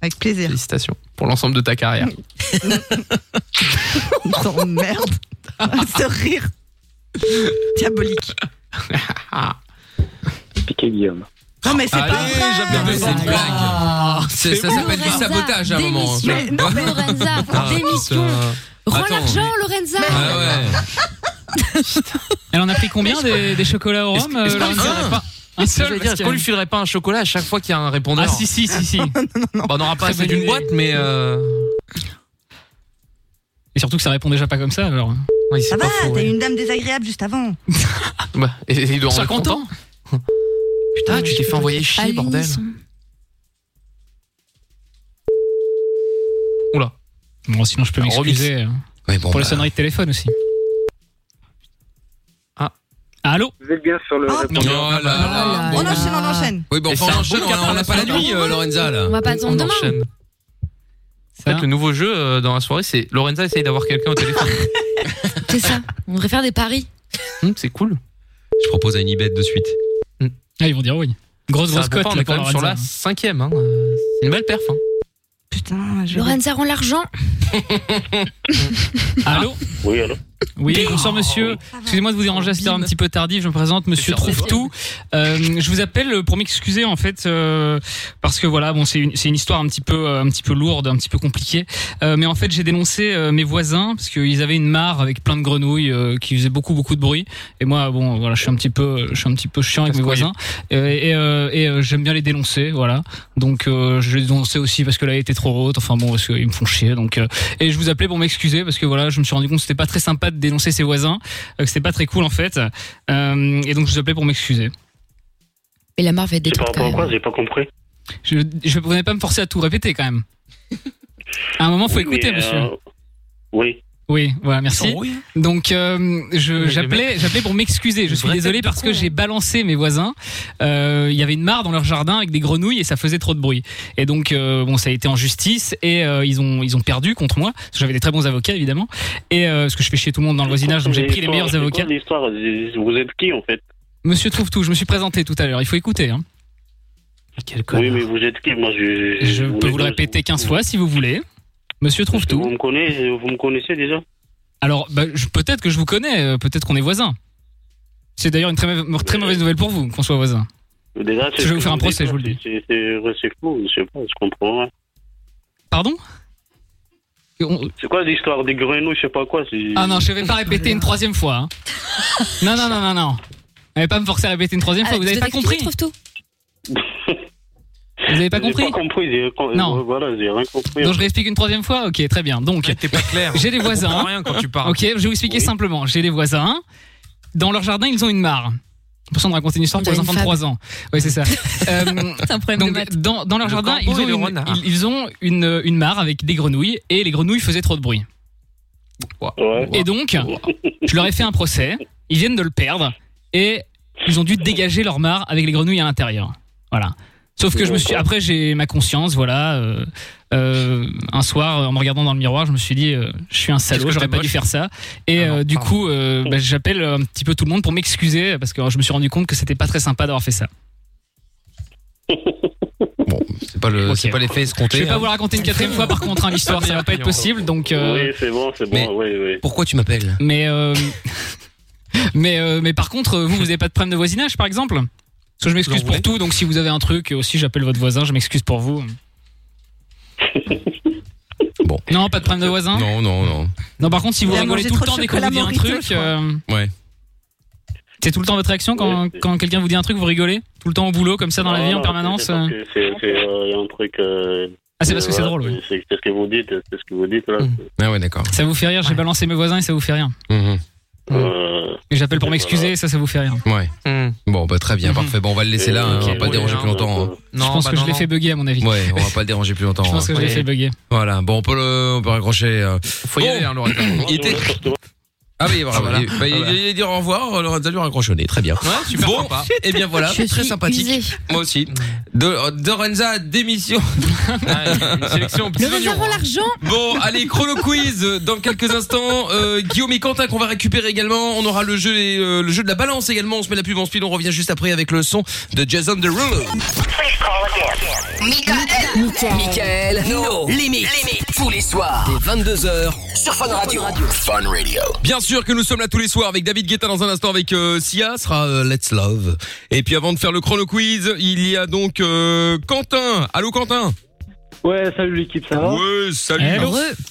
Speaker 6: avec plaisir.
Speaker 5: Félicitations pour l'ensemble de ta carrière.
Speaker 6: Oh merde. Ce rire. Diabolique.
Speaker 3: Ah.
Speaker 7: Piqué Guillaume.
Speaker 6: Non, mais c'est
Speaker 2: Allez,
Speaker 6: pas vrai. Ah,
Speaker 2: j'appelle
Speaker 6: Mais
Speaker 2: mais c'est une
Speaker 6: c'est
Speaker 2: blague. C'est- Ça s'appelle du
Speaker 4: Lorenza,
Speaker 2: sabotage à un moment. hein,
Speaker 4: démission.
Speaker 6: Mais non, mais-
Speaker 4: Lorenza, démission. Rends
Speaker 2: Ah, Attends,
Speaker 4: l'argent, Lorenza.
Speaker 2: Ah ouais.
Speaker 3: Elle en a pris combien des, des chocolats au rhum euh,
Speaker 2: Est-ce
Speaker 3: Lorenza
Speaker 2: que-
Speaker 3: Un
Speaker 5: Seul,
Speaker 3: seul
Speaker 5: parce qu'on lui filerait pas un chocolat à chaque fois qu'il y a un répondeur.
Speaker 3: Ah si, si, si, si.
Speaker 5: Bah, on n'aura pas
Speaker 3: Très
Speaker 5: assez
Speaker 3: bonne
Speaker 5: d'une
Speaker 3: idée.
Speaker 5: boîte, mais. euh,
Speaker 3: Et surtout que ça répond déjà pas comme ça alors.
Speaker 5: Oui, c'est
Speaker 6: Ça
Speaker 5: pas
Speaker 6: va,
Speaker 5: faux.
Speaker 6: t'as
Speaker 5: ouais.
Speaker 6: eu une dame désagréable juste avant.
Speaker 5: Bah, et, et il doit en
Speaker 3: Sois
Speaker 5: être
Speaker 3: content
Speaker 5: Putain, tu t'es fait envoyer chier, bordel. Oula.
Speaker 3: Bon, sinon je peux
Speaker 5: Alors,
Speaker 3: m'excuser euh,
Speaker 2: Ouais, bon,
Speaker 3: pour les
Speaker 2: bah,
Speaker 3: sonneries de téléphone aussi.
Speaker 5: Ah.
Speaker 3: Allô
Speaker 8: Vous êtes bien sur le.
Speaker 6: Ah,
Speaker 3: Non,
Speaker 2: Oh là là.
Speaker 4: là.
Speaker 6: on enchaîne, on enchaîne.
Speaker 2: Oui, bon,
Speaker 5: Et
Speaker 2: enfin,
Speaker 5: c'est un
Speaker 2: on enchaîne,
Speaker 5: bon
Speaker 2: on a- on n'a pas la
Speaker 5: capin.
Speaker 2: nuit, euh, Lorenza, là.
Speaker 4: On va pas attendre
Speaker 5: On
Speaker 4: demain.
Speaker 5: enchaîne. En fait, le nouveau jeu euh, dans la soirée, c'est Lorenza essaye d'avoir quelqu'un au téléphone.
Speaker 4: C'est ça. On devrait faire des paris.
Speaker 5: Hum, c'est cool.
Speaker 2: Je propose à Unibet de suite.
Speaker 3: Ah, ils vont dire oui. Grosse,
Speaker 5: Ça
Speaker 3: grosse
Speaker 5: va pour
Speaker 3: cote
Speaker 5: pas, on
Speaker 3: là
Speaker 5: est
Speaker 3: pour
Speaker 5: quand même sur
Speaker 3: Lorenza.
Speaker 5: la cinquième. Hein. Euh, C'est une belle perf. Hein.
Speaker 6: Putain, je.
Speaker 4: Lorenza, rends l'argent.
Speaker 3: Allô
Speaker 8: Oui, allô
Speaker 3: Oui, bonsoir monsieur. Excusez-moi de vous déranger, c'était un petit peu tardif. Je me présente, Monsieur
Speaker 5: C'est sûr.
Speaker 3: Trouve tout. Euh, je vous appelle pour m'excuser en fait euh, parce que voilà, bon, c'est une, c'est une histoire un petit peu, euh, un petit peu lourde, un petit peu compliquée. Euh, mais en fait, j'ai dénoncé euh, mes voisins parce qu'ils avaient une mare avec plein de grenouilles euh, qui faisaient beaucoup, beaucoup de bruit. Et moi, bon, voilà, je suis un petit peu, je suis un petit peu chiant avec mes
Speaker 5: Casse-couille.
Speaker 3: voisins Euh, et, euh, et, euh, j'aime bien les dénoncer, voilà. Donc, euh, je les dénonçais aussi parce que la haie était trop haute. Enfin bon, parce qu'ils me font chier. Donc, euh, et je vous appelais pour m'excuser parce que voilà, je me suis rendu compte que c'était pas très sympa de dénoncer ses voisins, euh, que c'était pas très cool en fait. Euh, et donc je vous appelais pour m'excuser.
Speaker 4: Mais la mare va être
Speaker 8: C'est
Speaker 4: détruite
Speaker 8: par rapport
Speaker 4: quand même.
Speaker 8: à quoi J'ai pas compris.
Speaker 3: Je, je vous n'allez pas me forcer à tout répéter quand même. À un moment, faut
Speaker 8: Oui,
Speaker 3: écouter,
Speaker 8: mais,
Speaker 3: monsieur.
Speaker 8: euh, Oui.
Speaker 3: Oui, voilà, merci.
Speaker 5: hein.
Speaker 3: Donc euh, je-
Speaker 5: Mais
Speaker 3: j'appelais, j'appelais pour m'excuser. Je
Speaker 5: Une
Speaker 3: suis
Speaker 5: vraie
Speaker 3: désolé
Speaker 5: tête de
Speaker 3: parce que
Speaker 5: con.
Speaker 3: j'ai balancé mes voisins. Euh, Il y avait une mare dans leur jardin avec des grenouilles et ça faisait trop de bruit. Et donc euh, bon, ça a été en justice et euh, ils ont ils ont perdu contre moi. Parce que J'avais des très bons avocats évidemment et euh, parce que je fais chier tout le monde dans le voisinage, donc j'ai pris les
Speaker 8: L'histoire,
Speaker 3: meilleurs
Speaker 8: c'est
Speaker 3: avocats.
Speaker 8: quoi L'histoire, vous êtes qui en fait
Speaker 3: Monsieur trouve tout. Je me suis présenté tout à l'heure. Il faut écouter. Hein.
Speaker 5: Quel con.
Speaker 8: Oui, mais vous êtes qui Moi, je. je-
Speaker 3: Je peux
Speaker 8: voulais-
Speaker 3: vous le répéter 15 fois si vous voulez. Monsieur trouve
Speaker 8: Vous
Speaker 3: tout.
Speaker 8: me connaissez, vous me connaissez déjà
Speaker 3: Alors bah, je- peut-être que je vous connais, euh, peut-être qu'on est voisins. C'est d'ailleurs une très, mauvaise- très mauvaise nouvelle pour vous qu'on soit voisins.
Speaker 8: Déjà, c'est
Speaker 3: Je vais
Speaker 8: ce
Speaker 3: vous
Speaker 8: que
Speaker 3: faire un procès, je vous le
Speaker 8: dites, C'est c'est- c'est fou, je sais pas, je comprends. rien.
Speaker 3: Pardon On-
Speaker 8: C'est quoi l'histoire des grenouilles, je sais pas quoi c'est-
Speaker 3: Ah non, je vais pas répéter une troisième fois. hein. Non, non, non, non, non. Vous n'allez pas me forcer à répéter une troisième
Speaker 4: Ah,
Speaker 3: fois, vous avez pas compris.
Speaker 4: trouve tout.
Speaker 3: Vous avez pas compris
Speaker 8: J'ai pas compris, j'ai euh,
Speaker 3: Non.
Speaker 8: voilà, j'ai rien compris.
Speaker 3: Donc je réexplique une troisième fois Ok, très bien. Donc,
Speaker 5: T'es pas clair.
Speaker 3: j'ai des
Speaker 5: Je comprends
Speaker 3: voisins.
Speaker 5: rien quand tu parles.
Speaker 3: Ok, je vais vous expliquer
Speaker 8: Oui.
Speaker 3: simplement. J'ai des voisins. Dans leur jardin, ils ont une mare. J'ai l'impression de raconter une histoire pour
Speaker 4: On
Speaker 3: les
Speaker 4: dirait
Speaker 3: enfants de
Speaker 4: une
Speaker 3: 3 ans. Oui, c'est ça. Euh,
Speaker 4: C'est un problème
Speaker 3: donc, dans, dans leur
Speaker 5: Le
Speaker 3: jardin, ils
Speaker 5: corbeau
Speaker 3: ont,
Speaker 5: et le
Speaker 3: une,
Speaker 5: renard.
Speaker 3: ils, ils ont une, une mare avec des grenouilles et les grenouilles faisaient trop de bruit.
Speaker 8: Ouais.
Speaker 3: Et donc, je leur ai fait un procès. Ils viennent de le perdre et ils ont dû dégager leur mare avec les grenouilles à l'intérieur. Voilà. Sauf que je me suis. Après, j'ai ma conscience, voilà. euh, euh, un soir, en me regardant dans le miroir, je me suis dit, euh, je suis un
Speaker 5: Qu'est-ce
Speaker 3: salaud,
Speaker 5: que
Speaker 3: j'aurais
Speaker 5: t'es
Speaker 3: pas dû
Speaker 5: moche.
Speaker 3: faire ça. Et
Speaker 5: Ah non,
Speaker 3: euh, du
Speaker 5: pardon.
Speaker 3: coup, euh, bah, j'appelle un petit peu tout le monde pour m'excuser parce que je me suis rendu compte que c'était pas très sympa d'avoir fait ça.
Speaker 2: Bon, c'est pas le,
Speaker 3: Ok.
Speaker 2: c'est pas l'effet escompté.
Speaker 3: Je vais pas
Speaker 2: hein.
Speaker 3: vous la raconter une quatrième fois, par contre, hein, l'histoire, ça va pas être possible. Donc, euh,
Speaker 8: Oui, c'est bon, c'est
Speaker 2: mais-
Speaker 8: bon, oui, oui.
Speaker 2: Pourquoi tu m'appelles
Speaker 3: Mais euh, mais euh, mais par contre, vous vous avez pas de problème de voisinage par exemple Parce que je m'excuse
Speaker 5: Vous en
Speaker 3: pour
Speaker 5: voulez
Speaker 3: tout, donc si vous avez un truc euh, aussi, j'appelle votre voisin, je m'excuse pour vous.
Speaker 2: Bon.
Speaker 3: Non, pas de problème de voisin. Non,
Speaker 2: Non, non, non.
Speaker 3: par contre, si vous
Speaker 6: Il a
Speaker 3: rigolez
Speaker 6: mangé
Speaker 3: tout le
Speaker 6: trop de
Speaker 3: temps dès qu'on vous
Speaker 6: chocolat
Speaker 3: dit un
Speaker 6: Morito,
Speaker 3: truc,
Speaker 6: je crois.
Speaker 3: euh,
Speaker 2: Ouais.
Speaker 3: C'est tout le temps votre réaction
Speaker 10: Euh,
Speaker 3: quand, quand quelqu'un vous dit un truc, vous rigolez Tout le temps au boulot, comme ça, dans la vie, en permanence euh
Speaker 10: C'est c'est, euh, un truc. euh,
Speaker 3: Ah, c'est parce que c'est
Speaker 10: voilà,
Speaker 3: drôle, Hmm. oui.
Speaker 10: C'est c'est ce que vous dites, c'est ce que vous dites là.
Speaker 2: Ah ouais, d'accord.
Speaker 3: Ça vous fait rire, j'ai balancé mes voisins et ça vous fait rien.
Speaker 2: Mm-hmm.
Speaker 10: Euh,
Speaker 3: Et j'appelle pour m'excuser et ça, ça vous fait rien.
Speaker 2: Ouais.
Speaker 7: Mm.
Speaker 2: Bon, bah très bien, parfait. Bon, on va le laisser là, hein, on va pas le déranger plus longtemps. hein.
Speaker 3: je
Speaker 7: bah
Speaker 3: pense que je l'ai fait bugger à mon avis.
Speaker 2: Ouais, on va pas le déranger plus longtemps.
Speaker 3: Je pense que je l'ai
Speaker 2: hein.
Speaker 3: fait bugger.
Speaker 2: Voilà, bon, on peut, le, on peut raccrocher. euh. Faut y aller, hein, Lorenza. Il était- Ah oui, voilà. Il, bah, il- il allait dire au revoir, euh, Lorenza lui raccroche au nez. Très bien.
Speaker 5: super
Speaker 2: bon,
Speaker 5: sympa.
Speaker 2: et bien voilà,
Speaker 5: Je
Speaker 2: très
Speaker 5: suis
Speaker 2: sympathique.
Speaker 5: usée.
Speaker 2: Moi aussi. De, euh, de Lorenza, démission.
Speaker 5: une sélection aux petits oignons.
Speaker 4: l'argent
Speaker 2: Bon, allez, chrono quiz euh, dans quelques instants. Euh, Guillaume et Quentin qu'on va récupérer également. On aura le jeu, et, euh, le jeu de la balance également. On se met la pub en speed. On revient juste après avec le son de Jason Derulo.
Speaker 1: Michael. No Limit. Tous les soirs, dès 22h, sur Fun Radio. Fun Radio.
Speaker 2: Bien sûr que nous sommes là tous les soirs avec David Guetta dans un instant avec euh, Sia sera euh, Let's Love. Et puis avant de faire le chrono quiz, il y a donc euh, Quentin. Allô Quentin.
Speaker 7: Ouais, salut l'équipe, ça va
Speaker 2: Ouais, salut.
Speaker 3: Eh,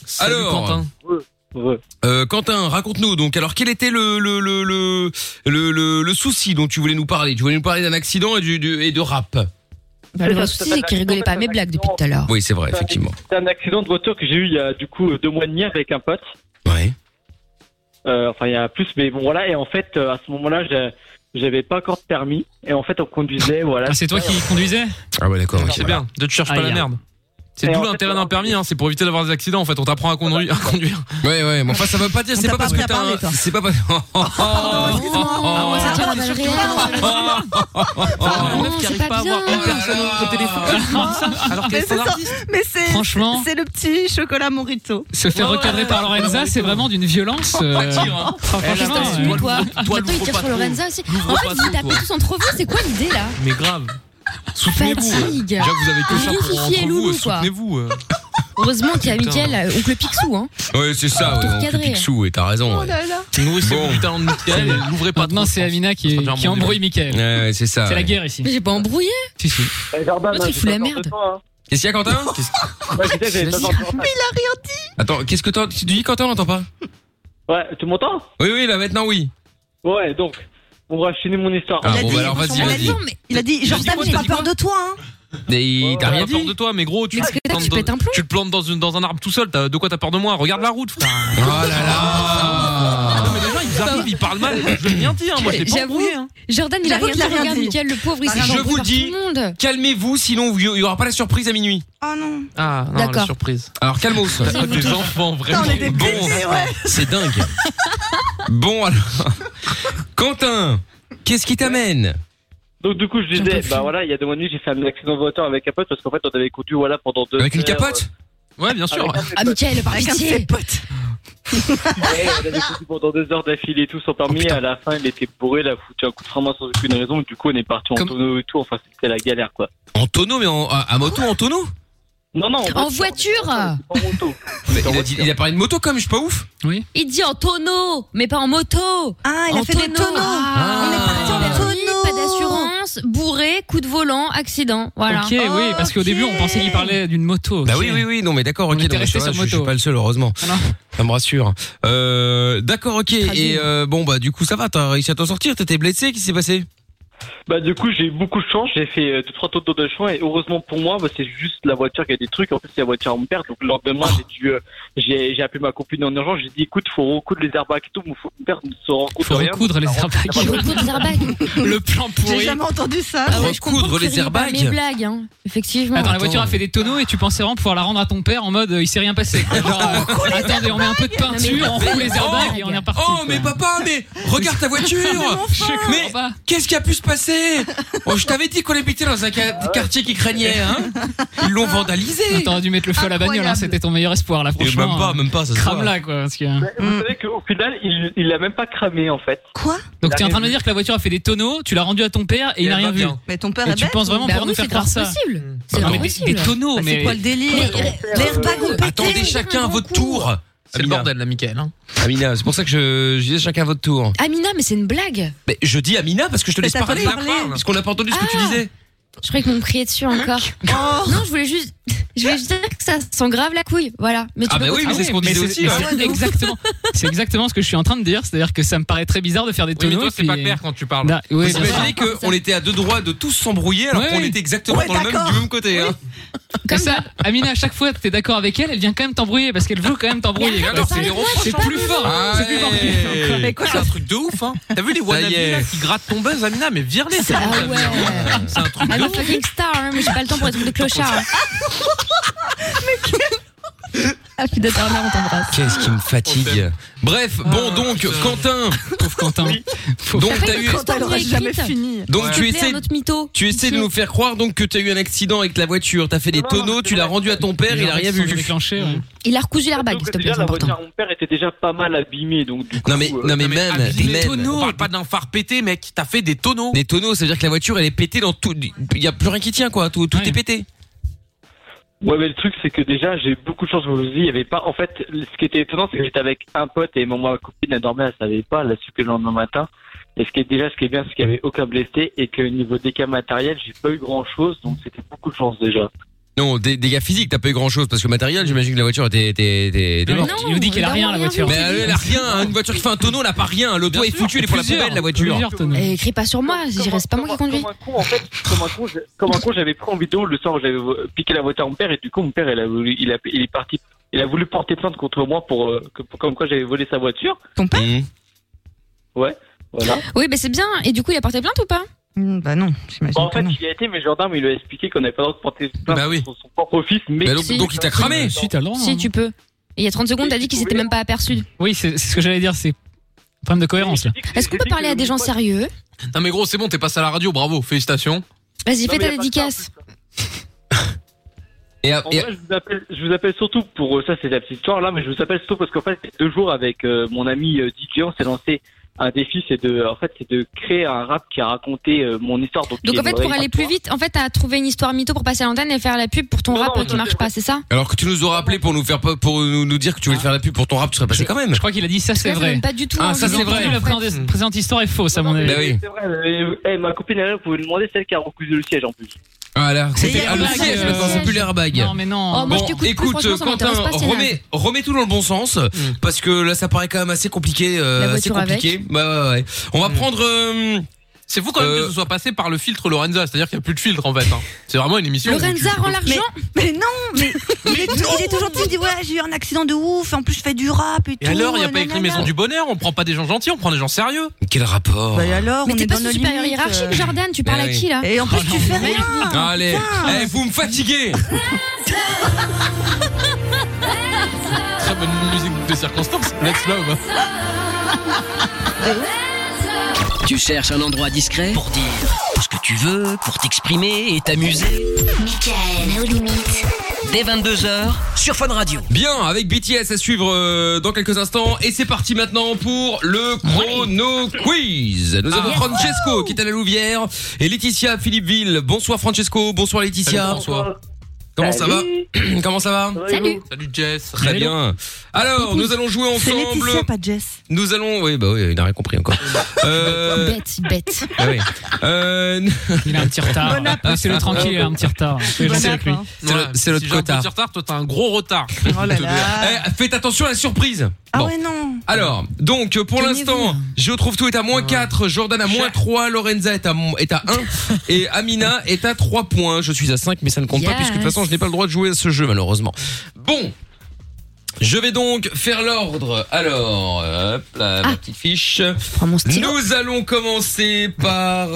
Speaker 7: Salut,
Speaker 2: Alors
Speaker 7: Quentin.
Speaker 2: Euh, Quentin, raconte-nous donc. Alors, quel était le le, le, le, le, le- le souci dont tu voulais nous parler Tu voulais nous parler d'un accident et, du, du- et de rap.
Speaker 4: Bah, le vrai souci, c'est qu'il rigolait pas à mes blagues depuis tout à l'heure.
Speaker 2: Oui, c'est vrai, effectivement.
Speaker 7: C'est un accident de voiture que j'ai eu il y a du coup deux mois et demi avec un pote.
Speaker 2: Ouais.
Speaker 7: Euh, enfin, il y a plus, mais bon, voilà. Et en fait, euh, à ce moment-là, j'ai- j'avais pas encore de permis. Et en fait, on conduisait, voilà.
Speaker 3: Ah, c'est toi qui conduisais
Speaker 2: Ah ouais, d'accord.
Speaker 5: C'est bien. Ne te cherche pas
Speaker 7: Aïe.
Speaker 5: la merde. C'est
Speaker 7: Et
Speaker 5: d'où
Speaker 7: en fait,
Speaker 5: l'intérêt d'un permis, hein, c'est pour éviter d'avoir des accidents en fait. On t'apprend à conduire. À conduire.
Speaker 2: Ouais, ouais, mais enfin, ça veut pas dire,
Speaker 5: On
Speaker 2: c'est
Speaker 5: t'a
Speaker 2: pas
Speaker 5: pas
Speaker 2: parce que
Speaker 5: appris à
Speaker 2: t'as. un-
Speaker 5: parler, toi.
Speaker 2: C'est pas parce. Oh, oh, oh,
Speaker 5: moi, ça
Speaker 2: oh,
Speaker 5: Une meuf qui arrive pas, à
Speaker 6: Oh,
Speaker 5: avoir une personne au téléphone. Alors qu'elle
Speaker 6: Mais
Speaker 5: est
Speaker 6: c'est ça.
Speaker 5: standardiste.
Speaker 6: Mais c'est
Speaker 3: Franchement.
Speaker 6: c'est le petit chocolat morito.
Speaker 3: Se faire
Speaker 6: Oh, Ouais,
Speaker 3: recadrer
Speaker 6: ouais,
Speaker 3: par
Speaker 6: ouais.
Speaker 3: Lorenza, c'est vraiment d'une violence. euh,
Speaker 6: Pas dire, hein.
Speaker 3: franchement,
Speaker 5: Elle, attends, toi,
Speaker 3: euh,
Speaker 4: Quoi
Speaker 5: toi,
Speaker 4: Attends, il
Speaker 5: l'ouvre
Speaker 4: tire
Speaker 5: pas
Speaker 4: sur
Speaker 5: trop.
Speaker 4: Lorenza aussi.
Speaker 5: L'ouvre
Speaker 4: En
Speaker 5: pas
Speaker 4: fait,
Speaker 5: trop,
Speaker 4: vous tapez
Speaker 5: toi.
Speaker 4: tous entre vous, c'est quoi l'idée là
Speaker 5: Mais grave. Soutenez-vous. hein.
Speaker 4: Fatigue.
Speaker 5: Déjà que vous avez que ça pour
Speaker 4: Vérifiez
Speaker 5: entre
Speaker 4: Loulou,
Speaker 5: vous. euh,
Speaker 4: quoi.
Speaker 5: Soutenez-vous. euh.
Speaker 4: Heureusement qu'il y a
Speaker 5: Putain.
Speaker 4: Mickaël, euh, oncle Picsou, hein.
Speaker 2: Ouais, c'est ça, ouais,
Speaker 4: Tout
Speaker 2: donc, tu
Speaker 4: cadré.
Speaker 2: piques sous, et t'as
Speaker 6: Oh
Speaker 2: raison. ouais.
Speaker 5: Nourrissez-vous
Speaker 2: Bon.
Speaker 5: du talent de Mickaël. et L'ouvrez pas
Speaker 3: Maintenant, c'est Amina qui,
Speaker 5: Ça sera
Speaker 3: qui
Speaker 5: un bon
Speaker 3: embrouille Mickaël.
Speaker 2: Ouais, ouais, c'est ça.
Speaker 3: C'est la
Speaker 2: ouais.
Speaker 3: guerre ici.
Speaker 4: Mais j'ai pas embrouillé.
Speaker 3: Si, si.
Speaker 7: Eh, Jordan,
Speaker 4: L'autre,
Speaker 7: hein,
Speaker 4: il
Speaker 7: j'ai
Speaker 4: fout
Speaker 7: pas
Speaker 4: la
Speaker 7: peur de
Speaker 4: merde.
Speaker 7: toi,
Speaker 2: Qu'est-ce qu'il y a, Quentin
Speaker 7: hein. Ouais, je disais, j'avais pas peur de toi.
Speaker 2: Attends, qu'est-ce que t'as- tu dis, Quentin On n'entend pas
Speaker 7: Ouais, tu m'entends
Speaker 2: Oui, oui, là, maintenant, oui.
Speaker 7: Ouais, donc, on va finir mon histoire.
Speaker 2: Ah,
Speaker 6: Il a
Speaker 2: bon,
Speaker 6: dit-
Speaker 2: bah, alors,
Speaker 6: il
Speaker 2: vas-y,
Speaker 6: a
Speaker 2: vas-y.
Speaker 6: dit- Il a dit
Speaker 5: Il a dit
Speaker 6: Jordan,
Speaker 5: quoi,
Speaker 6: j'ai
Speaker 5: t'as
Speaker 6: pas
Speaker 5: dit
Speaker 6: peur
Speaker 5: quoi
Speaker 6: de toi. hein.
Speaker 2: Mais t'as rien
Speaker 5: T'as peur
Speaker 2: dit
Speaker 5: de toi, mais gros, tu,
Speaker 4: Mais parce que là, tu pètes un plomb.
Speaker 5: tu te plantes dans, une, dans un arbre tout seul. t'as- de quoi t'as peur de moi Regarde la route, frère.
Speaker 2: Oh là là
Speaker 5: Non, mais les gens, ils arrivent, ils parlent mal. Je vais rien dire, moi, je l'ai pas
Speaker 4: J'avoue,
Speaker 5: embrouillé. hein.
Speaker 4: Jordan, il a
Speaker 6: J'avoue
Speaker 4: rien
Speaker 6: qu'il a
Speaker 4: dit.
Speaker 6: rien
Speaker 4: Regarde,
Speaker 6: dit.
Speaker 4: Mickaël, le pauvre, il s'est
Speaker 2: Je
Speaker 4: fait
Speaker 2: vous
Speaker 4: embrouiller par
Speaker 2: dis-
Speaker 4: tout le monde.
Speaker 2: Calmez-vous, sinon il y aura pas la surprise à minuit.
Speaker 6: Oh non.
Speaker 5: Ah, non, la
Speaker 4: D'accord.
Speaker 5: surprise.
Speaker 2: Alors calmos.
Speaker 4: Ça vous
Speaker 5: des
Speaker 4: touche.
Speaker 5: enfants,
Speaker 6: Putain,
Speaker 5: vraiment.
Speaker 6: on est des
Speaker 2: Bon.
Speaker 6: bêtises, ouais.
Speaker 2: C'est dingue. bon alors, Quentin, qu'est-ce qui t'amène
Speaker 7: Donc, du coup, je
Speaker 4: J'en peux
Speaker 7: disais,
Speaker 4: plus.
Speaker 7: bah voilà, il y a deux mois et demi, j'ai fait un accident de voiture avec un pote parce qu'en fait, on avait conduit, voilà, pendant deux
Speaker 2: Avec une
Speaker 7: heures,
Speaker 2: capote
Speaker 5: Ouais, bien
Speaker 7: euh,
Speaker 5: sûr.
Speaker 7: avec un de mes
Speaker 4: Ah,
Speaker 7: potes.
Speaker 4: Mickaël, par
Speaker 6: Avec un de ses
Speaker 4: pitié.
Speaker 6: potes.
Speaker 7: Ouais, on avait conduit pendant deux heures d'affilée et tout sans
Speaker 2: Oh,
Speaker 7: permis. à la fin, il était bourré, il a foutu un coup de frein à main sans aucune raison. Du coup, on est parti en
Speaker 2: Comme-
Speaker 7: tonneau et tout. Enfin, c'était la galère, quoi.
Speaker 2: En tonneau, mais en- à, à moto en tonneau
Speaker 7: Non, non.
Speaker 4: En voiture
Speaker 7: En moto.
Speaker 2: Mais il, a dit- il a parlé de moto comme je suis pas ouf.
Speaker 4: Il dit en tonneau, mais pas en moto.
Speaker 6: Ah, il
Speaker 4: en
Speaker 6: a fait des tonneaux.
Speaker 4: Ah.
Speaker 6: On est parti en
Speaker 4: Pas de permis,
Speaker 6: tonneau.
Speaker 4: Pas d'assurance, bourré, coup de volant, accident. Voilà.
Speaker 3: Ok, oui, parce qu'au
Speaker 6: Ok.
Speaker 3: début, on pensait qu'il parlait d'une moto.
Speaker 2: Bah
Speaker 3: ok.
Speaker 2: oui, oui, oui, non, mais d'accord,
Speaker 3: On
Speaker 2: ok.
Speaker 3: était
Speaker 2: non, mais
Speaker 3: resté
Speaker 2: ça va,
Speaker 3: sur
Speaker 2: je,
Speaker 3: moto.
Speaker 2: je suis pas le seul, heureusement.
Speaker 3: Ah non.
Speaker 2: ça me rassure. Euh, d'accord, ok.
Speaker 4: Traduit.
Speaker 2: Et euh, bon, bah du coup, ça va, t'as réussi à t'en sortir, t'étais blessé, qu'est-ce qui s'est passé
Speaker 7: Bah, du coup, j'ai eu beaucoup de chance. J'ai fait euh, deux, trois tonneaux de chemin. Et heureusement pour moi, bah, c'est juste la voiture qui a des trucs. En plus, c'est la voiture à me perdre. Donc, le lendemain,
Speaker 3: Oh.
Speaker 7: j'ai dû, euh, j'ai, j'ai appelé ma copine en urgence. J'ai dit, écoute, faut recoudre les airbags et tout. mais Faut me perdre, on se rend compte
Speaker 3: Faut
Speaker 7: de rien.
Speaker 3: recoudre les
Speaker 4: Qui
Speaker 3: airbags.
Speaker 4: recourt des airbags.
Speaker 3: Le plan
Speaker 6: J'ai
Speaker 3: pourri.
Speaker 6: jamais entendu ça.
Speaker 4: Ah ouais, je
Speaker 2: Recoudre
Speaker 4: comprends que
Speaker 2: les
Speaker 4: tu ris pas à
Speaker 2: airbags.
Speaker 4: Mes blagues, hein. Effectivement.
Speaker 3: Attends, la
Speaker 2: Attends.
Speaker 3: voiture a fait des tonneaux et tu pensais vraiment pouvoir la rendre à ton père en mode euh, il s'est rien passé. quoi. Genre, euh, attendez, on met un peu de peinture, on
Speaker 4: Non, mais-
Speaker 3: roule les airbags et on est reparti.
Speaker 2: Oh,
Speaker 3: quoi.
Speaker 2: mais papa, mais regarde ta voiture
Speaker 3: Je comprends
Speaker 2: Mais-
Speaker 3: pas.
Speaker 2: Qu'est-ce qui a pu se passer oh, Je t'avais dit qu'on habitait dans un ca- quartier qui craignait, hein Ils l'ont vandalisé
Speaker 3: T'aurais dû mettre le feu à la bagnole, hein,
Speaker 6: Incroyable.
Speaker 3: c'était ton meilleur espoir là,
Speaker 2: Et
Speaker 3: franchement. euh,
Speaker 2: même pas, ça se voit.
Speaker 3: Crame-la quoi. Parce que...
Speaker 7: Mais Vous savez qu'au Bah, final, il, il a même pas cramé, en fait.
Speaker 6: Quoi
Speaker 3: Donc t'es en train de me dire que la voiture a fait des tonneaux, tu l'as rendue à ton père et il n'a rien vu.
Speaker 6: Mais ton père
Speaker 3: Et
Speaker 6: est
Speaker 3: tu
Speaker 6: bête.
Speaker 3: penses vraiment
Speaker 4: Bah
Speaker 3: pouvoir
Speaker 4: oui,
Speaker 3: nous
Speaker 4: c'est
Speaker 3: faire croire
Speaker 4: grave
Speaker 3: ça
Speaker 4: possible. C'est
Speaker 3: Non,
Speaker 4: grave
Speaker 3: mais des, des
Speaker 4: possible.
Speaker 3: tonneaux,
Speaker 6: Bah,
Speaker 3: mais.
Speaker 6: C'est quoi le délire L'airbag ou pété
Speaker 2: Attendez chacun à votre tour
Speaker 5: C'est le
Speaker 2: Amina.
Speaker 5: bordel, là, Mickaël. hein.
Speaker 2: Amina, c'est pour ça que je, je disais chacun à votre tour.
Speaker 4: Amina, mais c'est une blague.
Speaker 2: Mais je dis Amina parce que je te
Speaker 6: Mais
Speaker 2: laisse
Speaker 6: t'as pas
Speaker 2: parler.
Speaker 6: parlé.
Speaker 2: Parce qu'on n'a pas entendu ce que tu
Speaker 4: Ah.
Speaker 2: disais.
Speaker 4: Je croyais que mon criait dessus encore. Non, je voulais juste. je vais juste dire que ça sent grave la couille. Voilà. Mais tu
Speaker 3: Ah
Speaker 4: peux
Speaker 3: bah oui, mais
Speaker 4: continuer.
Speaker 3: c'est ce qu'on disait aussi. exactement. C'est exactement ce que je suis en train de dire, c'est-à-dire que ça me paraît très bizarre de faire des
Speaker 5: Oui, mais
Speaker 3: tonneaux. Bah,
Speaker 5: toi, c'est pas clair quand tu parles.
Speaker 3: oui,
Speaker 2: Vous imaginez qu'on était à deux droits de tous s'embrouiller alors
Speaker 3: Ouais,
Speaker 2: qu'on
Speaker 3: ouais.
Speaker 2: était exactement
Speaker 3: Ouais,
Speaker 2: dans le même,
Speaker 3: d'accord.
Speaker 2: du même côté. hein.
Speaker 3: Comme ça, Amina, à chaque fois que t'es d'accord avec elle, elle vient quand même t'embrouiller parce qu'elle veut quand même t'embrouiller.
Speaker 5: Ah
Speaker 2: Mais alors, c'est des reproches,
Speaker 3: C'est
Speaker 2: hein.
Speaker 3: plus fort.
Speaker 2: Ah
Speaker 3: C'est plus fort.
Speaker 2: ouais.
Speaker 3: Mais quoi,
Speaker 5: C'est un truc de ouf, hein. T'as vu les
Speaker 2: Ça y
Speaker 5: wannabes
Speaker 2: est.
Speaker 5: là, qui grattent ton buzz, Amina Mais vire-les, ça.
Speaker 4: Ah ouais.
Speaker 5: C'est un truc
Speaker 4: Elle
Speaker 5: de
Speaker 4: m'a
Speaker 5: ouf.
Speaker 4: fucking star, hein, mais j'ai pas le temps pour être de clochard. hein. Ah, je suis d'accord, là, on t'embrasse.
Speaker 2: Qu'est-ce qui me fatigue Bref, bon donc, Quentin. Pauvre Quentin. Donc
Speaker 4: Après,
Speaker 2: t'as
Speaker 4: le
Speaker 2: eu.
Speaker 4: constat de
Speaker 6: t'auras
Speaker 4: l'écrite.
Speaker 6: jamais fini.
Speaker 2: Donc,
Speaker 4: S'il
Speaker 2: tu
Speaker 4: te plaît,
Speaker 2: essaies-
Speaker 4: un autre mytho.
Speaker 2: Tu essaies de nous faire croire donc que t'as eu un accident avec la voiture, t'as fait des tonneaux, tu l'as rendu à ton père, il a rien vu.
Speaker 4: Il a recousu l'airbag, s'il te plaît,
Speaker 7: Déjà,
Speaker 4: c'est
Speaker 7: la
Speaker 4: important.
Speaker 7: voiture à mon père était déjà pas mal abîmée, donc du coup.
Speaker 2: Non mais,
Speaker 7: euh,
Speaker 2: non mais même,
Speaker 5: abîmer les
Speaker 2: même.
Speaker 5: tonneaux. On parle pas d'un phare pété, mec. T'as fait des tonneaux.
Speaker 2: Des tonneaux, ça veut dire que la voiture elle est pétée dans tout. Il y a plus rien qui tient quoi, tout, tout est pété.
Speaker 7: Ouais, mais le truc, c'est que déjà, j'ai eu beaucoup de chance, je vous le dis, il y avait pas, en fait, ce qui était étonnant, c'est que j'étais avec un pote et mon- ma copine, elle dormait, elle savait pas, elle a su que le lendemain matin. Et ce qui est déjà, ce qui est bien, c'est qu'il y avait aucun blessé et que niveau des cas matériels, j'ai pas eu grand chose, donc c'était beaucoup de chance déjà.
Speaker 2: Non, des dégâts physiques, t'as pas eu grand chose parce que matériel, j'imagine que la voiture était, était, était, était
Speaker 3: Non,
Speaker 2: morte.
Speaker 3: il nous dit qu'elle a rien, la voiture.
Speaker 2: Mais elle, elle a rien, hein, une voiture qui fait un tonneau, elle a pas rien. Le toit est foutu, elle est pour la
Speaker 3: plusieurs,
Speaker 2: poubelle, la voiture.
Speaker 3: plusieurs tonneaux.
Speaker 4: Et crie pas sur moi, je dirais, c'est pas moi qui conduis.
Speaker 7: Comme un con, j'ai- comme un con, j'avais pris en vidéo le soir où j'avais euh, piqué la voiture à mon père et du coup, mon père, il a voulu, il a, il est parti, il a voulu porter plainte contre moi pour, euh, que- pour- comme quoi j'avais volé sa voiture.
Speaker 6: Ton père
Speaker 2: Mmh.
Speaker 7: Ouais, voilà.
Speaker 4: Oui, mais c'est bien. Et du coup, il a porté plainte ou pas
Speaker 6: Bah non, j'imagine.
Speaker 7: Bah, en fait, il y a été, mais le gendarme, il lui a expliqué qu'on n'avait pas le droit de porter plainte
Speaker 2: Bah oui.
Speaker 7: sur son propre fils, mais.
Speaker 2: Bah donc-
Speaker 4: Si.
Speaker 2: donc il t'a cramé.
Speaker 3: Si, t'as le droit, hein.
Speaker 4: Si, tu peux. Et il y a 30 secondes, t'as dit qu'il s'était même pas aperçu.
Speaker 3: Oui, c'est c'est ce que j'allais dire, c'est problème de cohérence là.
Speaker 4: Est-ce qu'on peut parler à des gens sérieux
Speaker 5: Non mais gros, c'est bon, t'es passé à la radio, bravo, félicitations.
Speaker 4: Vas-y,
Speaker 7: Non,
Speaker 4: fais
Speaker 7: mais y
Speaker 4: ta
Speaker 7: a pas de
Speaker 4: dédicace.
Speaker 2: Et,
Speaker 7: En vrai, je vous, appelle, je vous appelle surtout pour euh, ça, c'est la petite histoire là, mais je vous appelle surtout parce qu'en fait, il y a deux jours avec euh, mon ami euh, DJ, on s'est lancé un défi, c'est de, en fait, c'est de créer un rap qui a raconté euh, mon histoire. Donc,
Speaker 4: Donc
Speaker 7: qui
Speaker 4: en
Speaker 7: est
Speaker 4: fait,
Speaker 7: vraie.
Speaker 4: pour aller plus vite, en fait, t'as trouvé une histoire mytho pour passer à l'antenne et faire la pub pour ton
Speaker 7: Non,
Speaker 4: rap
Speaker 7: non,
Speaker 4: euh, qui
Speaker 7: ça,
Speaker 4: marche pas, c'est ça
Speaker 2: Alors que tu nous auras appelé pour nous faire, pour nous, nous dire que tu voulais faire la pub pour ton rap, tu serais passé quand même.
Speaker 3: Je crois qu'il a dit ça, c'est
Speaker 4: Là, ça
Speaker 3: vrai.
Speaker 4: donne Pas du tout.
Speaker 2: Ah,
Speaker 4: envie
Speaker 2: ça,
Speaker 4: de
Speaker 2: c'est
Speaker 4: dire
Speaker 2: vrai.
Speaker 4: que
Speaker 2: Hmm.
Speaker 3: La
Speaker 4: le frère-
Speaker 3: présente- présente histoire est fausse à mon avis.
Speaker 2: Bah oui.
Speaker 7: C'est vrai, euh, eh, ma copine, elle, vous pouvez lui demander celle qui a recusé le siège en plus.
Speaker 2: Voilà, c'était
Speaker 3: hier,
Speaker 2: ah, le
Speaker 3: blague,
Speaker 2: siège
Speaker 3: euh,
Speaker 2: maintenant, c'est plus l'airbag.
Speaker 3: Non mais non.
Speaker 4: Oh, moi, je
Speaker 2: Bon,
Speaker 4: t'écoute plus,
Speaker 2: écoute,
Speaker 4: franchement, ça
Speaker 2: Quentin,
Speaker 4: m'intéresse pas, c'est naze.
Speaker 2: remets, remets tout dans le bon sens,
Speaker 3: Mm.
Speaker 2: parce que là, ça paraît quand même assez compliqué, euh,
Speaker 4: La
Speaker 2: assez
Speaker 4: voiture avec.
Speaker 2: compliqué. Bah, ouais, ouais. On
Speaker 3: Mm.
Speaker 2: va prendre. euh,
Speaker 5: C'est fou quand même
Speaker 2: Euh,
Speaker 5: que ce soit passé par le filtre Lorenza, c'est-à-dire qu'il n'y a plus de filtre en fait. hein. C'est vraiment une émission. où
Speaker 4: Lorenza
Speaker 5: tu-
Speaker 4: rend l'argent
Speaker 6: Mais non, mais il est, il est tout gentil, il dit ouais, j'ai eu un accident de ouf, et en plus je fais du rap et, tout.
Speaker 5: Et alors, il n'y a
Speaker 6: nanana.
Speaker 5: pas écrit maison du bonheur, on prend pas des gens gentils, on prend des gens sérieux.
Speaker 2: Quel rapport
Speaker 6: Bah et alors,
Speaker 4: Mais
Speaker 6: on
Speaker 4: t'es
Speaker 6: est
Speaker 4: pas
Speaker 6: dans
Speaker 4: sous
Speaker 6: nos
Speaker 4: supérieur
Speaker 6: limites,
Speaker 4: hiérarchique,
Speaker 6: euh.
Speaker 4: Jordan, tu parles
Speaker 2: Bah
Speaker 4: à
Speaker 2: oui.
Speaker 4: qui là
Speaker 6: Et en plus tu fais rien.
Speaker 2: Allez,
Speaker 6: putain.
Speaker 2: eh, vous me fatiguez
Speaker 5: Très bonne musique de circonstance. Let's love.
Speaker 1: Tu cherches un endroit discret pour dire ce que tu veux, pour t'exprimer et t'amuser.
Speaker 11: Michael, nos limites.
Speaker 1: Dès 22h sur Fun Radio.
Speaker 2: Bien, avec BTS à suivre euh, dans quelques instants. Et c'est parti maintenant pour le chrono quiz.
Speaker 1: Ah,
Speaker 2: Nous avons Francesco qui est à la Louvière et Laetitia à Philippeville. Bonsoir Francesco, bonsoir Laetitia.
Speaker 5: Salut, François.
Speaker 2: Comment ça va Comment ça va
Speaker 4: Salut.
Speaker 5: Salut Jess.
Speaker 2: Très
Speaker 5: Hello.
Speaker 2: bien. Alors, nous allons jouer
Speaker 6: C'est
Speaker 2: ensemble.
Speaker 6: Laetitia, pas Jess.
Speaker 2: Nous allons. Oui, bah oui, il n'a rien compris encore. Euh,
Speaker 4: Bête, bête.
Speaker 2: ah oui. Euh,
Speaker 3: Il a un petit retard.
Speaker 6: Bon app.
Speaker 3: Laissez-le tranquille, il a un petit retard. Soyez
Speaker 6: Bon
Speaker 3: gentil
Speaker 6: app,
Speaker 3: avec lui.
Speaker 6: hein.
Speaker 2: C'est le- c'est l'autre
Speaker 5: si j'ai un
Speaker 2: quota.
Speaker 5: petit retard, toi t'as un gros retard.
Speaker 6: Oh là là.
Speaker 2: eh, faites attention à la surprise.
Speaker 6: Ah
Speaker 2: Bon.
Speaker 6: ouais, non.
Speaker 2: Alors, donc euh, pour
Speaker 4: Calmez-vous,
Speaker 2: l'instant,
Speaker 4: hein.
Speaker 2: Géo trouve tout est à moins 4, Jordan à moins 3, Lorenza est à, mo- est à 1 et Amina est à 3 points. Je suis à 5 mais ça ne compte pas
Speaker 4: Yes.
Speaker 2: puisque de toute façon je n'ai pas le droit de jouer à ce jeu malheureusement. Bon, je vais donc faire l'ordre. Alors, hop là, ma
Speaker 4: Ah.
Speaker 2: petite fiche.
Speaker 4: Prends mon stylo.
Speaker 2: Nous allons commencer par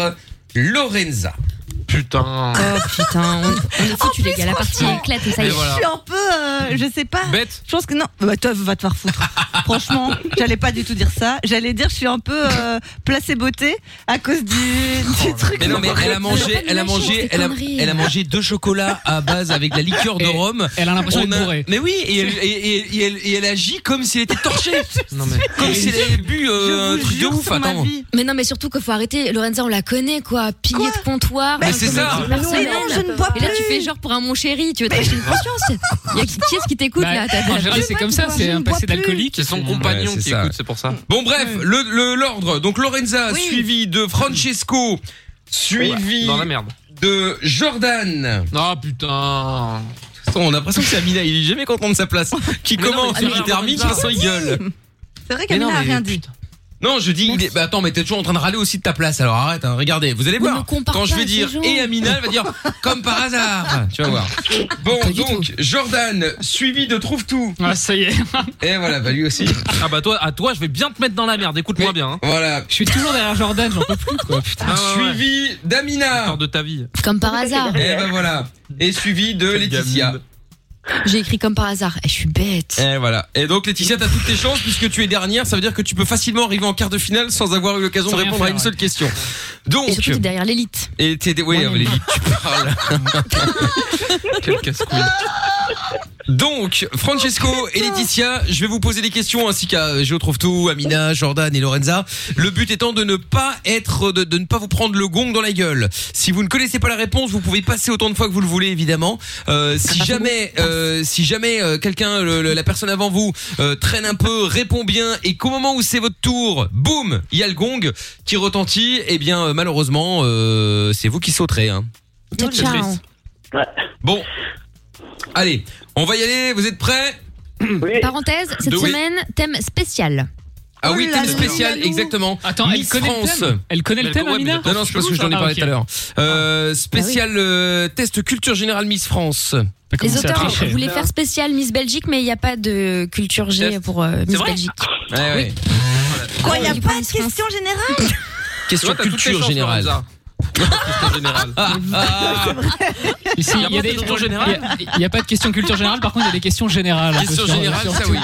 Speaker 2: Lorenza. Euh,
Speaker 5: Putain.
Speaker 6: Oh putain, on-
Speaker 4: On est foutus, les gars. La partie
Speaker 6: franchement.
Speaker 4: éclate et ça y
Speaker 5: Mais
Speaker 4: est.
Speaker 6: je
Speaker 5: voilà.
Speaker 6: suis un peu, euh, je sais pas.
Speaker 5: Bête.
Speaker 6: Je pense que non. Bah toi, va te faire foutre. Franchement, j'allais pas du tout dire ça. J'allais dire, je suis un peu euh, placée beauté à cause du, du truc.
Speaker 2: Mais non mais elle a mangé,
Speaker 4: pas
Speaker 2: elle a
Speaker 4: nous lâcher,
Speaker 2: mangé,
Speaker 4: ces
Speaker 2: elle a,
Speaker 4: conneries.
Speaker 2: elle a mangé deux chocolats à base avec de la liqueur de
Speaker 3: Et-
Speaker 2: rhum.
Speaker 3: Elle a l'impression
Speaker 2: On
Speaker 3: d'être
Speaker 2: a-
Speaker 3: bourrée.
Speaker 2: Mais oui, et elle, et- et- et elle- et elle agit comme si elle était torchée.
Speaker 5: Non mais.
Speaker 2: comme si elle avait bu
Speaker 6: Je
Speaker 2: euh, un
Speaker 6: vous
Speaker 2: truc de
Speaker 6: jure
Speaker 2: ouf.
Speaker 6: sur ma
Speaker 2: Attends.
Speaker 6: vie.
Speaker 4: Mais non, mais surtout qu'il faut arrêter. Lorenza, on la connaît, quoi. Pilier de comptoir.
Speaker 2: Mais
Speaker 4: euh,
Speaker 2: c'est ça.
Speaker 4: comédie
Speaker 6: Mais non,
Speaker 4: personnelle.
Speaker 6: je ne bois
Speaker 4: Et là, tu
Speaker 6: plus.
Speaker 4: fais genre pour un mon chéri. Tu veux t'acheter une conscience Y a qui, qui est-ce qui t'écoute
Speaker 3: Bah,
Speaker 4: là T'as-
Speaker 3: en général,
Speaker 4: Je
Speaker 3: c'est
Speaker 4: bois,
Speaker 3: comme
Speaker 4: tu
Speaker 3: ça,
Speaker 4: bois.
Speaker 3: c'est
Speaker 6: je
Speaker 3: un
Speaker 6: ne bois
Speaker 3: passé
Speaker 6: plus.
Speaker 3: d'alcoolique. Mmh.
Speaker 5: C'est son
Speaker 2: Ouais,
Speaker 5: compagnon
Speaker 2: c'est
Speaker 5: qui
Speaker 2: ça.
Speaker 5: écoute, c'est pour ça.
Speaker 2: Bon bref, le- le- l'ordre. Donc Lorenza
Speaker 4: Oui.
Speaker 2: suivi de Francesco, suivi
Speaker 5: Dans la merde.
Speaker 2: de Jordan.
Speaker 5: Ah putain.
Speaker 2: Putain, on a l'impression que c'est Amina, il est jamais content de sa place. Qui
Speaker 5: Mais non,
Speaker 2: commence,
Speaker 5: mais
Speaker 2: qui
Speaker 5: c'est rare,
Speaker 2: termine, qui
Speaker 5: c'est
Speaker 2: s'en
Speaker 5: ça.
Speaker 2: gueule.
Speaker 6: C'est vrai
Speaker 2: Mais
Speaker 6: qu'Amina
Speaker 2: non,
Speaker 6: a
Speaker 2: mais
Speaker 6: rien dit.
Speaker 2: Non, je dis, il est- bah, attends, mais t'es toujours en train de râler aussi de ta place, alors arrête, hein, regardez, vous allez
Speaker 6: Oui,
Speaker 2: voir.
Speaker 6: mais compare
Speaker 2: Quand je
Speaker 6: pas
Speaker 2: vais
Speaker 6: à ces
Speaker 2: dire,
Speaker 6: gens.
Speaker 2: et Amina, elle va dire, comme par hasard. Tu vas voir. Bon, donc, Jordan, suivi de Trouve Tout.
Speaker 3: Ah, ça y est.
Speaker 2: Et voilà, bah lui aussi.
Speaker 5: Ah bah toi, à toi, je vais bien te mettre dans la merde, écoute-moi
Speaker 2: hein.
Speaker 5: bien.
Speaker 2: Voilà.
Speaker 5: Je suis toujours derrière Jordan, j'en peux plus quoi, putain.
Speaker 2: Suivi d'Amina.
Speaker 5: de ta vie.
Speaker 4: Comme par hasard.
Speaker 2: Et ben voilà. Et suivi de Laetitia. bah.
Speaker 4: J'ai écrit comme par hasard. Eh, je suis bête.
Speaker 2: Et voilà. Et donc Laetitia, t'as toutes tes chances puisque tu es dernière. Ça veut dire que tu peux facilement arriver en quart de finale sans avoir eu l'occasion de
Speaker 4: Sans rien
Speaker 2: répondre à
Speaker 4: faire,
Speaker 2: une
Speaker 4: ouais.
Speaker 2: seule question. Donc.
Speaker 4: Et surtout, t'es derrière l'élite.
Speaker 2: Et t'es oui,
Speaker 4: Moi,
Speaker 2: euh,
Speaker 4: mais-
Speaker 2: Valérie, tu parles. Quel casse-couille. Donc, Francesco et Laetitia, je vais vous poser des questions ainsi qu'à euh, Géo trouve tout, Amina, Jordan et Lorenza. Le but étant de ne pas être, de, de ne pas vous prendre le gong dans la gueule. Si vous ne connaissez pas la réponse, vous pouvez passer autant de fois que vous le voulez, évidemment. Euh, si jamais, euh, si jamais euh, quelqu'un, le- le- la personne avant vous euh, traîne un peu, répond bien et qu'au moment où c'est votre tour, boum, il y a le gong qui retentit. Eh bien, euh, malheureusement, euh, c'est vous qui sauterez. Hein.
Speaker 4: Ciao, ciao.
Speaker 2: Bon, allez, on va y aller. Vous êtes prêts
Speaker 4: Parenthèse, cette
Speaker 2: De oui.
Speaker 4: semaine, thème spécial.
Speaker 2: Ah oui,
Speaker 4: Oh là
Speaker 2: thème
Speaker 4: là.
Speaker 2: spécial,
Speaker 4: Miss
Speaker 2: exactement.
Speaker 3: Attends, elle
Speaker 2: Miss
Speaker 3: connaît le
Speaker 2: France.
Speaker 3: thème Elle connaît le thème,
Speaker 2: ouais, mais
Speaker 3: Amina
Speaker 2: Non, non, c'est parce que je t'en ai
Speaker 3: Ah,
Speaker 2: parlé
Speaker 3: ok.
Speaker 2: tout à l'heure.
Speaker 5: Ah.
Speaker 2: Euh, Spécial euh, test culture générale Miss France.
Speaker 4: Les auteurs
Speaker 2: eh
Speaker 4: voulaient faire spécial Miss Belgique, mais il n'y a pas de culture G pour euh, Miss Belgique.
Speaker 2: Ouais, ouais.
Speaker 4: Ah,
Speaker 6: Quoi, il n'y a pas de question générale
Speaker 2: Question
Speaker 5: Tu vois, t'as toutes les
Speaker 2: culture
Speaker 5: chances,
Speaker 2: générale. Ah, Culture
Speaker 5: Lorenza.
Speaker 2: générale.
Speaker 3: Mais si,
Speaker 5: Ah. Il y a pas
Speaker 3: il y a
Speaker 5: de
Speaker 3: des-
Speaker 5: questions
Speaker 6: générales
Speaker 3: Il n'y a pas de questions culture générale, par contre, il y a des questions générales.
Speaker 2: Question générale, ça oui.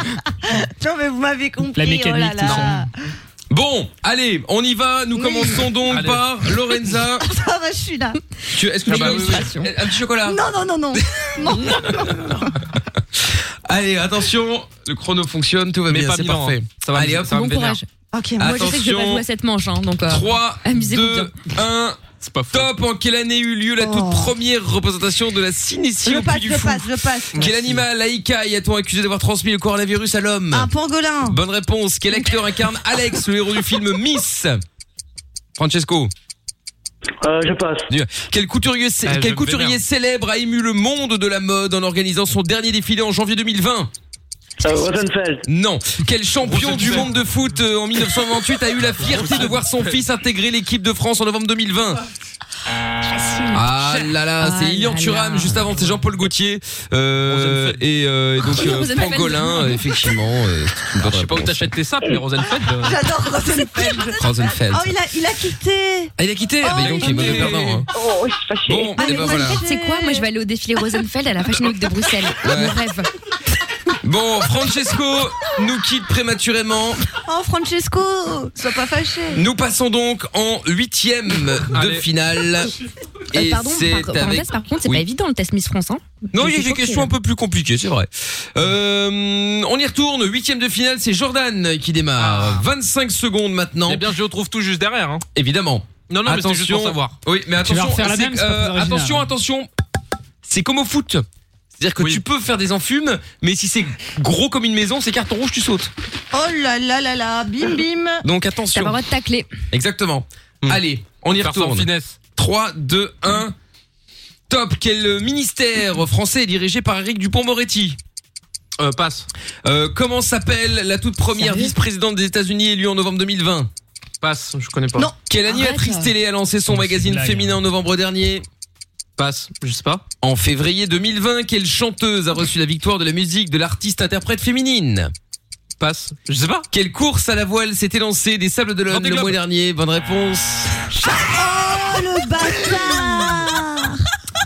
Speaker 6: Non, mais vous m'avez compris.
Speaker 3: La mécanique,
Speaker 6: oh là
Speaker 3: tout
Speaker 6: là.
Speaker 2: Bon, allez, on y va. Nous commençons donc
Speaker 5: Allez.
Speaker 2: par Lorenza.
Speaker 6: Ça va, je suis là.
Speaker 2: Tu- Est-ce que
Speaker 5: Ah
Speaker 2: tu
Speaker 5: bah
Speaker 2: veux
Speaker 5: oui,
Speaker 2: aussi un petit chocolat
Speaker 6: Non, non, non, non. Non, non, non.
Speaker 2: Allez, attention, le chrono fonctionne, tout va
Speaker 5: Mais
Speaker 2: bien,
Speaker 5: pas
Speaker 2: c'est
Speaker 5: Milan,
Speaker 2: parfait.
Speaker 5: hein. Ça va me-
Speaker 2: Allez, hop,
Speaker 5: ça va me
Speaker 4: Bon
Speaker 5: vénère.
Speaker 4: courage.
Speaker 6: Ok,
Speaker 4: moi je sais que je vais pas
Speaker 2: Attention.
Speaker 4: jouer à cette manche, hein, donc. euh,
Speaker 2: 3,
Speaker 4: amusez-vous
Speaker 2: 2, 1. C'est pas Top, en quelle année eut lieu la toute première représentation de la synétie
Speaker 6: Je
Speaker 2: au Puy
Speaker 6: passe,
Speaker 2: du
Speaker 6: je
Speaker 2: Fou
Speaker 6: passe, je passe.
Speaker 2: Quel animal, Laïka, y a-t-on accusé d'avoir transmis le coronavirus à l'homme
Speaker 6: Un pangolin.
Speaker 2: Bonne réponse. Quel acteur incarne Alex, le héros du film Miss Francesco.
Speaker 10: Euh, je passe.
Speaker 2: Quel couturier, cé-
Speaker 5: Ah, je
Speaker 2: quel
Speaker 5: me
Speaker 2: couturier
Speaker 5: vénère.
Speaker 2: célèbre a ému le monde de la mode en organisant son dernier défilé en janvier 2020
Speaker 10: Euh, Rosenfeld.
Speaker 2: Non. Quel champion du
Speaker 5: Rosenfeld.
Speaker 2: monde de foot euh, en 1928 a eu la fierté de voir son fils intégrer l'équipe de France en novembre 2020 Ah là là,
Speaker 4: Ah
Speaker 2: c'est Ilian
Speaker 4: là
Speaker 2: Thuram
Speaker 4: là.
Speaker 2: juste avant, c'est Jean-Paul Gauthier euh, et, euh, et donc euh,
Speaker 4: Rosenfeld.
Speaker 2: Pangolin, euh, effectivement. euh, c'est une bonne
Speaker 5: Je sais pas où
Speaker 2: réponse.
Speaker 5: t'achètes tes sapes, mais Rosenfeld. euh,
Speaker 6: J'adore Rosenfeld.
Speaker 2: Rosenfeld.
Speaker 6: Oh, il a, il a quitté.
Speaker 2: Ah, il a quitté
Speaker 4: Oh,
Speaker 2: Ah, bah, dis donc, il est mauvais perdant. hein.
Speaker 10: Oh, je suis fâché.
Speaker 2: Bon,
Speaker 6: Ah,
Speaker 2: et
Speaker 6: mais
Speaker 2: ben voilà.
Speaker 6: Rosenfeld,
Speaker 4: C'est quoi Moi je vais aller au défilé Rosenfeld à la Fashion Week de Bruxelles. Mon rêve.
Speaker 2: hein. Bon, Francesco nous quitte prématurément.
Speaker 6: Oh, Francesco, sois pas fâché.
Speaker 2: Nous passons donc en huitième de
Speaker 5: Allez.
Speaker 2: finale.
Speaker 4: Euh,
Speaker 2: Et
Speaker 4: pardon,
Speaker 2: c'est
Speaker 4: par, parenthèse,
Speaker 2: avec...
Speaker 4: par contre, c'est
Speaker 2: Oui.
Speaker 4: pas évident le test Miss France. Hein.
Speaker 2: Non,
Speaker 4: Je
Speaker 2: il y a
Speaker 4: suis
Speaker 2: des
Speaker 4: choquée,
Speaker 2: questions
Speaker 4: là.
Speaker 2: un peu plus compliquées, c'est vrai. Euh, on y retourne. Huitième de finale, c'est Jordan qui démarre. 25 secondes
Speaker 5: Ah. Eh
Speaker 2: maintenant.
Speaker 5: bien, je retrouve tout juste derrière. hein.
Speaker 2: Évidemment.
Speaker 5: Non, non, mais c'était juste pour savoir.
Speaker 2: Oui, mais
Speaker 3: Tu vas
Speaker 2: attention.
Speaker 3: refaire la
Speaker 2: c'est- euh,
Speaker 3: même, c'est pas plus original.
Speaker 2: attention, attention. C'est comme au foot. C'est-à-dire que
Speaker 5: hein. Oui.
Speaker 2: tu peux faire des enfumes, mais si c'est gros comme une maison, c'est carton rouge, tu sautes.
Speaker 6: Oh là là là là, bim bim.
Speaker 2: Donc
Speaker 4: T'as
Speaker 2: attention.
Speaker 4: pas le droit de tacler.
Speaker 2: Exactement. Allez, on y
Speaker 5: Hmm. Faire ça en
Speaker 2: retourne.
Speaker 5: finesse.
Speaker 2: 3, 2, 1. Top. Quel ministère français est dirigé par Eric Dupont-Moretti
Speaker 5: Euh, passe,
Speaker 2: Euh, Comment s'appelle la toute première
Speaker 4: Sérieux
Speaker 2: vice-présidente des États-Unis élue en novembre 2020
Speaker 5: passe, je connais pas.
Speaker 6: Non.
Speaker 2: Quelle
Speaker 4: Arrête.
Speaker 2: animatrice télé a lancé son
Speaker 3: Oh, c'est une
Speaker 2: magazine
Speaker 3: blague.
Speaker 2: féminin en novembre dernier
Speaker 5: Passe, je sais pas.
Speaker 2: En février 2020, quelle chanteuse a reçu la victoire de la musique de l'artiste-interprète féminine
Speaker 5: Passe, je sais pas.
Speaker 2: Quelle course à la voile s'était lancée des Sables de
Speaker 5: Vendée
Speaker 2: le
Speaker 5: Globe.
Speaker 2: mois dernier Bonne réponse.
Speaker 6: Oh le bâtard.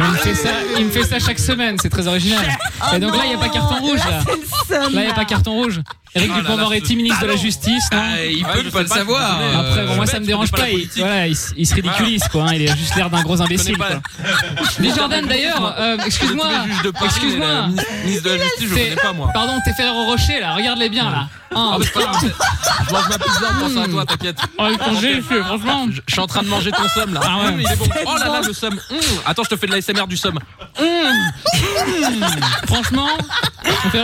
Speaker 3: Il me fait ça, il me fait ça chaque semaine, c'est très original. Et donc là, il n'y a pas carton rouge. Là,
Speaker 6: C'est le seum,
Speaker 3: Là, il n'y a pas carton rouge. Eric
Speaker 5: Ah là là,
Speaker 3: Dupond-Moretti,
Speaker 5: ce
Speaker 3: ministre de la
Speaker 5: talent.
Speaker 3: justice, non
Speaker 2: Ah, il
Speaker 5: Ouais,
Speaker 2: peut pas
Speaker 5: je sais
Speaker 2: le
Speaker 5: pas, je
Speaker 2: savoir.
Speaker 5: connais.
Speaker 2: euh,
Speaker 3: Après, bon, moi,
Speaker 5: bête,
Speaker 3: ça me
Speaker 5: je
Speaker 3: dérange
Speaker 5: connais pas
Speaker 3: pas.
Speaker 5: la
Speaker 3: il,
Speaker 5: politique.
Speaker 3: voilà, il, s- il se ridiculise, quoi. hein, il a juste l'air d'un gros imbécile.
Speaker 5: pas.
Speaker 3: Quoi. Mais Jordan, d'ailleurs, euh, excuse-moi.
Speaker 5: Tous les juges de Paris,
Speaker 3: Excuse-moi.
Speaker 5: mais la Ministre de la Justice, je
Speaker 3: C'est-
Speaker 5: connais pas, moi.
Speaker 3: Pardon, t'es Ferrero Rocher, là. Regarde-les bien, là.
Speaker 5: Ah,
Speaker 3: Oh,
Speaker 5: mais c'est pas grave. Je mange ma pizza en pensant à toi, t'inquiète.
Speaker 3: oh, le congé, il fait, franchement.
Speaker 5: Je je suis en train de manger ton somme là.
Speaker 3: Ah ouais.
Speaker 5: Mmh, il est bon. Oh là là, le somme. Mmh. Attends, je te fais de l'ASMR du somme.
Speaker 3: Mm, Franchement, on fait-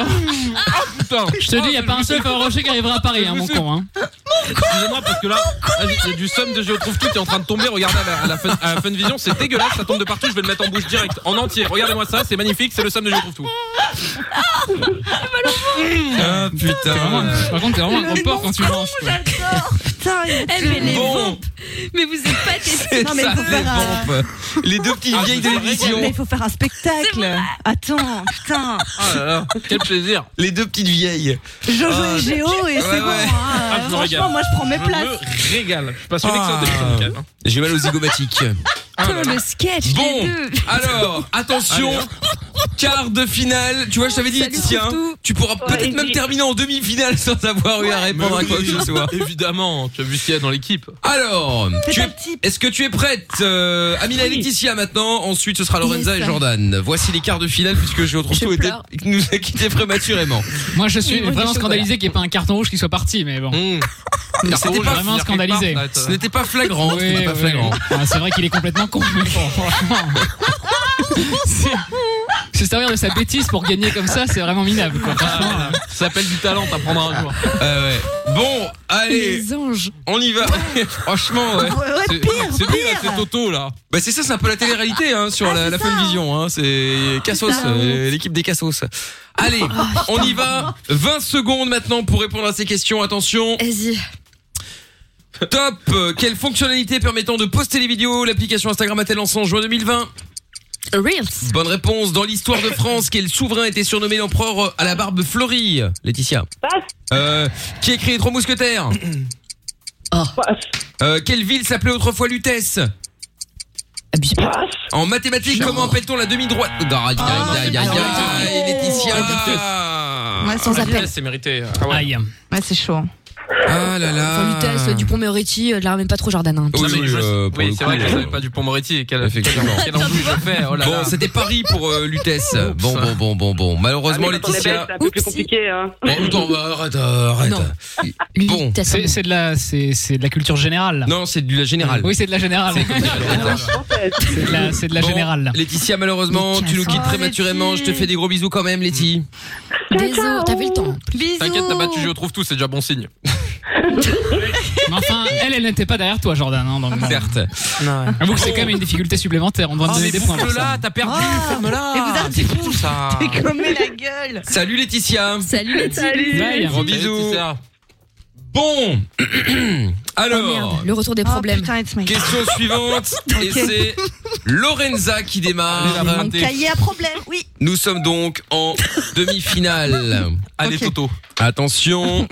Speaker 5: Putain.
Speaker 3: je te dis, il n'y a pas un seul Fabien Rocher qui arrivera à Paris, hein, mon con. Hein.
Speaker 5: Excusez-moi parce que là, là, j'ai- j'ai du somme de Je trouve tout qui est en train de tomber. Regardez à la, à la fun, à la Fun Vision, c'est dégueulasse, ça tombe de partout. Je vais le mettre en bouche direct, en entier. Regardez-moi ça, c'est magnifique, c'est le somme de Je trouve tout.
Speaker 2: Ah putain.
Speaker 3: Par contre, t'es vraiment un gros porc quand tu manges.
Speaker 6: Putain, il
Speaker 4: Eh, mais les
Speaker 2: Bon.
Speaker 4: vampes. Mais vous êtes pas testés.
Speaker 2: C'est ça, les
Speaker 3: Ah.
Speaker 2: vampes. Les deux
Speaker 4: Ah,
Speaker 6: Ah,
Speaker 2: petites vieilles télévisions.
Speaker 6: Mais il faut faire un spectacle. Attends, putain.
Speaker 5: Ah là là, quel plaisir.
Speaker 2: Les deux petites vieilles.
Speaker 6: Jojo
Speaker 5: Ah,
Speaker 6: et Géo et
Speaker 5: ouais,
Speaker 6: c'est bon.
Speaker 5: ouais.
Speaker 6: hein.
Speaker 5: Ah, je me régale.
Speaker 6: Franchement, moi je prends mes
Speaker 5: Je
Speaker 6: places.
Speaker 5: me régale. Je passe une excellente
Speaker 2: Ah.
Speaker 5: émission, Mickaël, hein. Ah
Speaker 2: J'ai mal aux zygomatiques.
Speaker 4: le sketch,
Speaker 2: Bon,
Speaker 4: les deux.
Speaker 2: alors, attention,
Speaker 5: Allez,
Speaker 2: quart de finale. Tu vois, je t'avais dit,
Speaker 4: Salut,
Speaker 2: Laetitia,
Speaker 4: Routou.
Speaker 2: tu pourras peut-être même terminer en demi-finale sans avoir eu à répondre à
Speaker 5: Mais
Speaker 2: quoi que
Speaker 5: oui,
Speaker 2: ce soit.
Speaker 5: Évidemment, tu as vu ce qu'il y a dans l'équipe.
Speaker 2: Alors,
Speaker 6: C'est
Speaker 2: tu
Speaker 6: un
Speaker 2: es-
Speaker 6: petit-
Speaker 2: est-ce que tu es prête euh, Amina et
Speaker 10: Oui.
Speaker 2: Laetitia maintenant, ensuite ce sera Lorenza
Speaker 4: Yes.
Speaker 2: et Jordan. Voici les quarts de finale puisque je retrouve
Speaker 4: Je
Speaker 2: tout était,
Speaker 4: pleure.
Speaker 2: nous a quitté prématurément.
Speaker 3: Moi, je suis
Speaker 4: Niveau du
Speaker 3: vraiment
Speaker 4: chocolat.
Speaker 3: scandalisé qu'il n'y ait pas un carton rouge qui soit parti, mais bon.
Speaker 2: Mmh.
Speaker 3: Mais
Speaker 2: Carton
Speaker 3: C'était
Speaker 2: rouge,
Speaker 3: pas
Speaker 2: je
Speaker 3: vraiment
Speaker 5: Il y a quelque part,
Speaker 3: scandalisé.
Speaker 5: Mm. ça va être-
Speaker 2: Ce n'était pas flagrant, ce
Speaker 3: Oui,
Speaker 2: n'était pas
Speaker 3: oui.
Speaker 2: flagrant.
Speaker 3: Ah, c'est vrai qu'il est complètement con. mais bon, franchement. C'est- Se servir de sa bêtise pour gagner comme ça, c'est vraiment minable. Quoi. Franchement,
Speaker 5: Ah, Ça s'appelle du talent, t'apprendras un jour.
Speaker 2: Ah ouais. Bon, Ah, allez,
Speaker 4: Les anges.
Speaker 2: on y va. Franchement, ouais.
Speaker 6: Ouais, ouais,
Speaker 2: C'est-
Speaker 6: pire,
Speaker 5: C'est lui, là,
Speaker 6: pire.
Speaker 5: c'est Toto, là.
Speaker 2: Bah c'est ça, c'est un peu la télé-réalité hein, sur la, la Funvision. Hein. C'est Cassos,
Speaker 6: Putain.
Speaker 2: euh, l'équipe des Cassos.
Speaker 5: Oh,
Speaker 2: Allez, on y va. 20 secondes maintenant pour répondre à ces questions. Attention.
Speaker 4: Vas-y.
Speaker 2: Top Euh, Quelle fonctionnalité permettant de poster les vidéos L'application Instagram a-t-elle lancé en juin 2020
Speaker 4: Reels.
Speaker 2: Bonne réponse. Dans l'histoire de France, quel souverain était surnommé l'empereur à la barbe fleurie Laetitia.
Speaker 9: Passe.
Speaker 2: Euh, qui a créé les Trois Mousquetaires Oh.
Speaker 9: Passe.
Speaker 2: Euh, Quelle ville s'appelait autrefois Lutèce
Speaker 4: Abuse pas.
Speaker 9: Passe.
Speaker 2: En mathématiques, comment appelle-t-on la demi-droite Aïe, aïe, aïe, aïe, aïe, Laetitia
Speaker 4: Ah.
Speaker 6: Ouais, sans
Speaker 5: Ouais,
Speaker 6: appel.
Speaker 5: C'est mérité. Ah ouais.
Speaker 3: aïe.
Speaker 6: Ouais, c'est chaud.
Speaker 2: Ah là
Speaker 4: Enfin, Lutèce,
Speaker 2: là
Speaker 4: Dupont Moretti, euh, de l'armée pas trop Jordan. hein.
Speaker 2: Oui,
Speaker 5: Non, mais
Speaker 2: oui,
Speaker 5: je-
Speaker 2: euh, pour
Speaker 5: oui,
Speaker 2: le
Speaker 5: c'est
Speaker 2: coup,
Speaker 5: vrai que je
Speaker 2: euh,
Speaker 5: savais pas du pont Moretti. Quel,
Speaker 2: Effectivement.
Speaker 5: quel embrouille je fais. Oh là
Speaker 2: Bon,
Speaker 5: là.
Speaker 2: c'était Paris pour euh, Lutèce. Bon,
Speaker 5: Oups.
Speaker 2: bon, bon, bon, bon. Malheureusement,
Speaker 9: Ah, mais quand on est bête,
Speaker 2: Laetitia.
Speaker 9: C'est un peu plus
Speaker 4: Oupsie.
Speaker 9: compliqué, hein.
Speaker 2: Bon, attends, bah, arrête, euh, arrête.
Speaker 4: Non.
Speaker 2: Bon.
Speaker 4: Lutèce.
Speaker 3: C'est c'est de, la- c'est- c'est de la culture générale.
Speaker 2: Non, c'est de la générale.
Speaker 3: Oui, c'est de la générale.
Speaker 2: Ah,
Speaker 3: C'est de la, c'est de la
Speaker 2: Bon,
Speaker 3: générale.
Speaker 2: Laetitia, malheureusement, tu nous quittes
Speaker 6: Oh,
Speaker 2: prématurément. Je te
Speaker 6: Laetitia.
Speaker 2: fais des gros bisous quand même, Letty.
Speaker 4: Désolé, t'avais le temps.
Speaker 6: Bisous.
Speaker 5: T'inquiète, t'as battu, je trouve tout, c'est déjà bon signe.
Speaker 3: Mais enfin, elle, elle n'était pas derrière toi, Jordan. hein, dans le monde.
Speaker 2: Certes. Ah,
Speaker 3: Avoue que c'est quand même une difficulté supplémentaire. On doit te donner des points pour ça.
Speaker 5: t'as perdu,
Speaker 6: Oh.
Speaker 5: ferme-la.
Speaker 6: Et vous arrêtez
Speaker 5: C'est tout ça.
Speaker 6: T'es comme la gueule.
Speaker 2: Salut, Laetitia.
Speaker 4: Salut les
Speaker 9: Salut.
Speaker 3: Bye.
Speaker 2: Gros bisous. Bon. Alors,
Speaker 4: le retour des
Speaker 6: Oh,
Speaker 4: problèmes.
Speaker 6: putain, it's my-
Speaker 2: question suivante. Et
Speaker 6: Ok.
Speaker 2: c'est Lorenza qui
Speaker 5: Allez, la
Speaker 2: démarre.
Speaker 6: Mon
Speaker 5: raté.
Speaker 6: cahier à problème, oui.
Speaker 2: Nous sommes donc en demi-finale.
Speaker 5: Allez,
Speaker 6: Ok.
Speaker 5: Toto.
Speaker 2: Attention.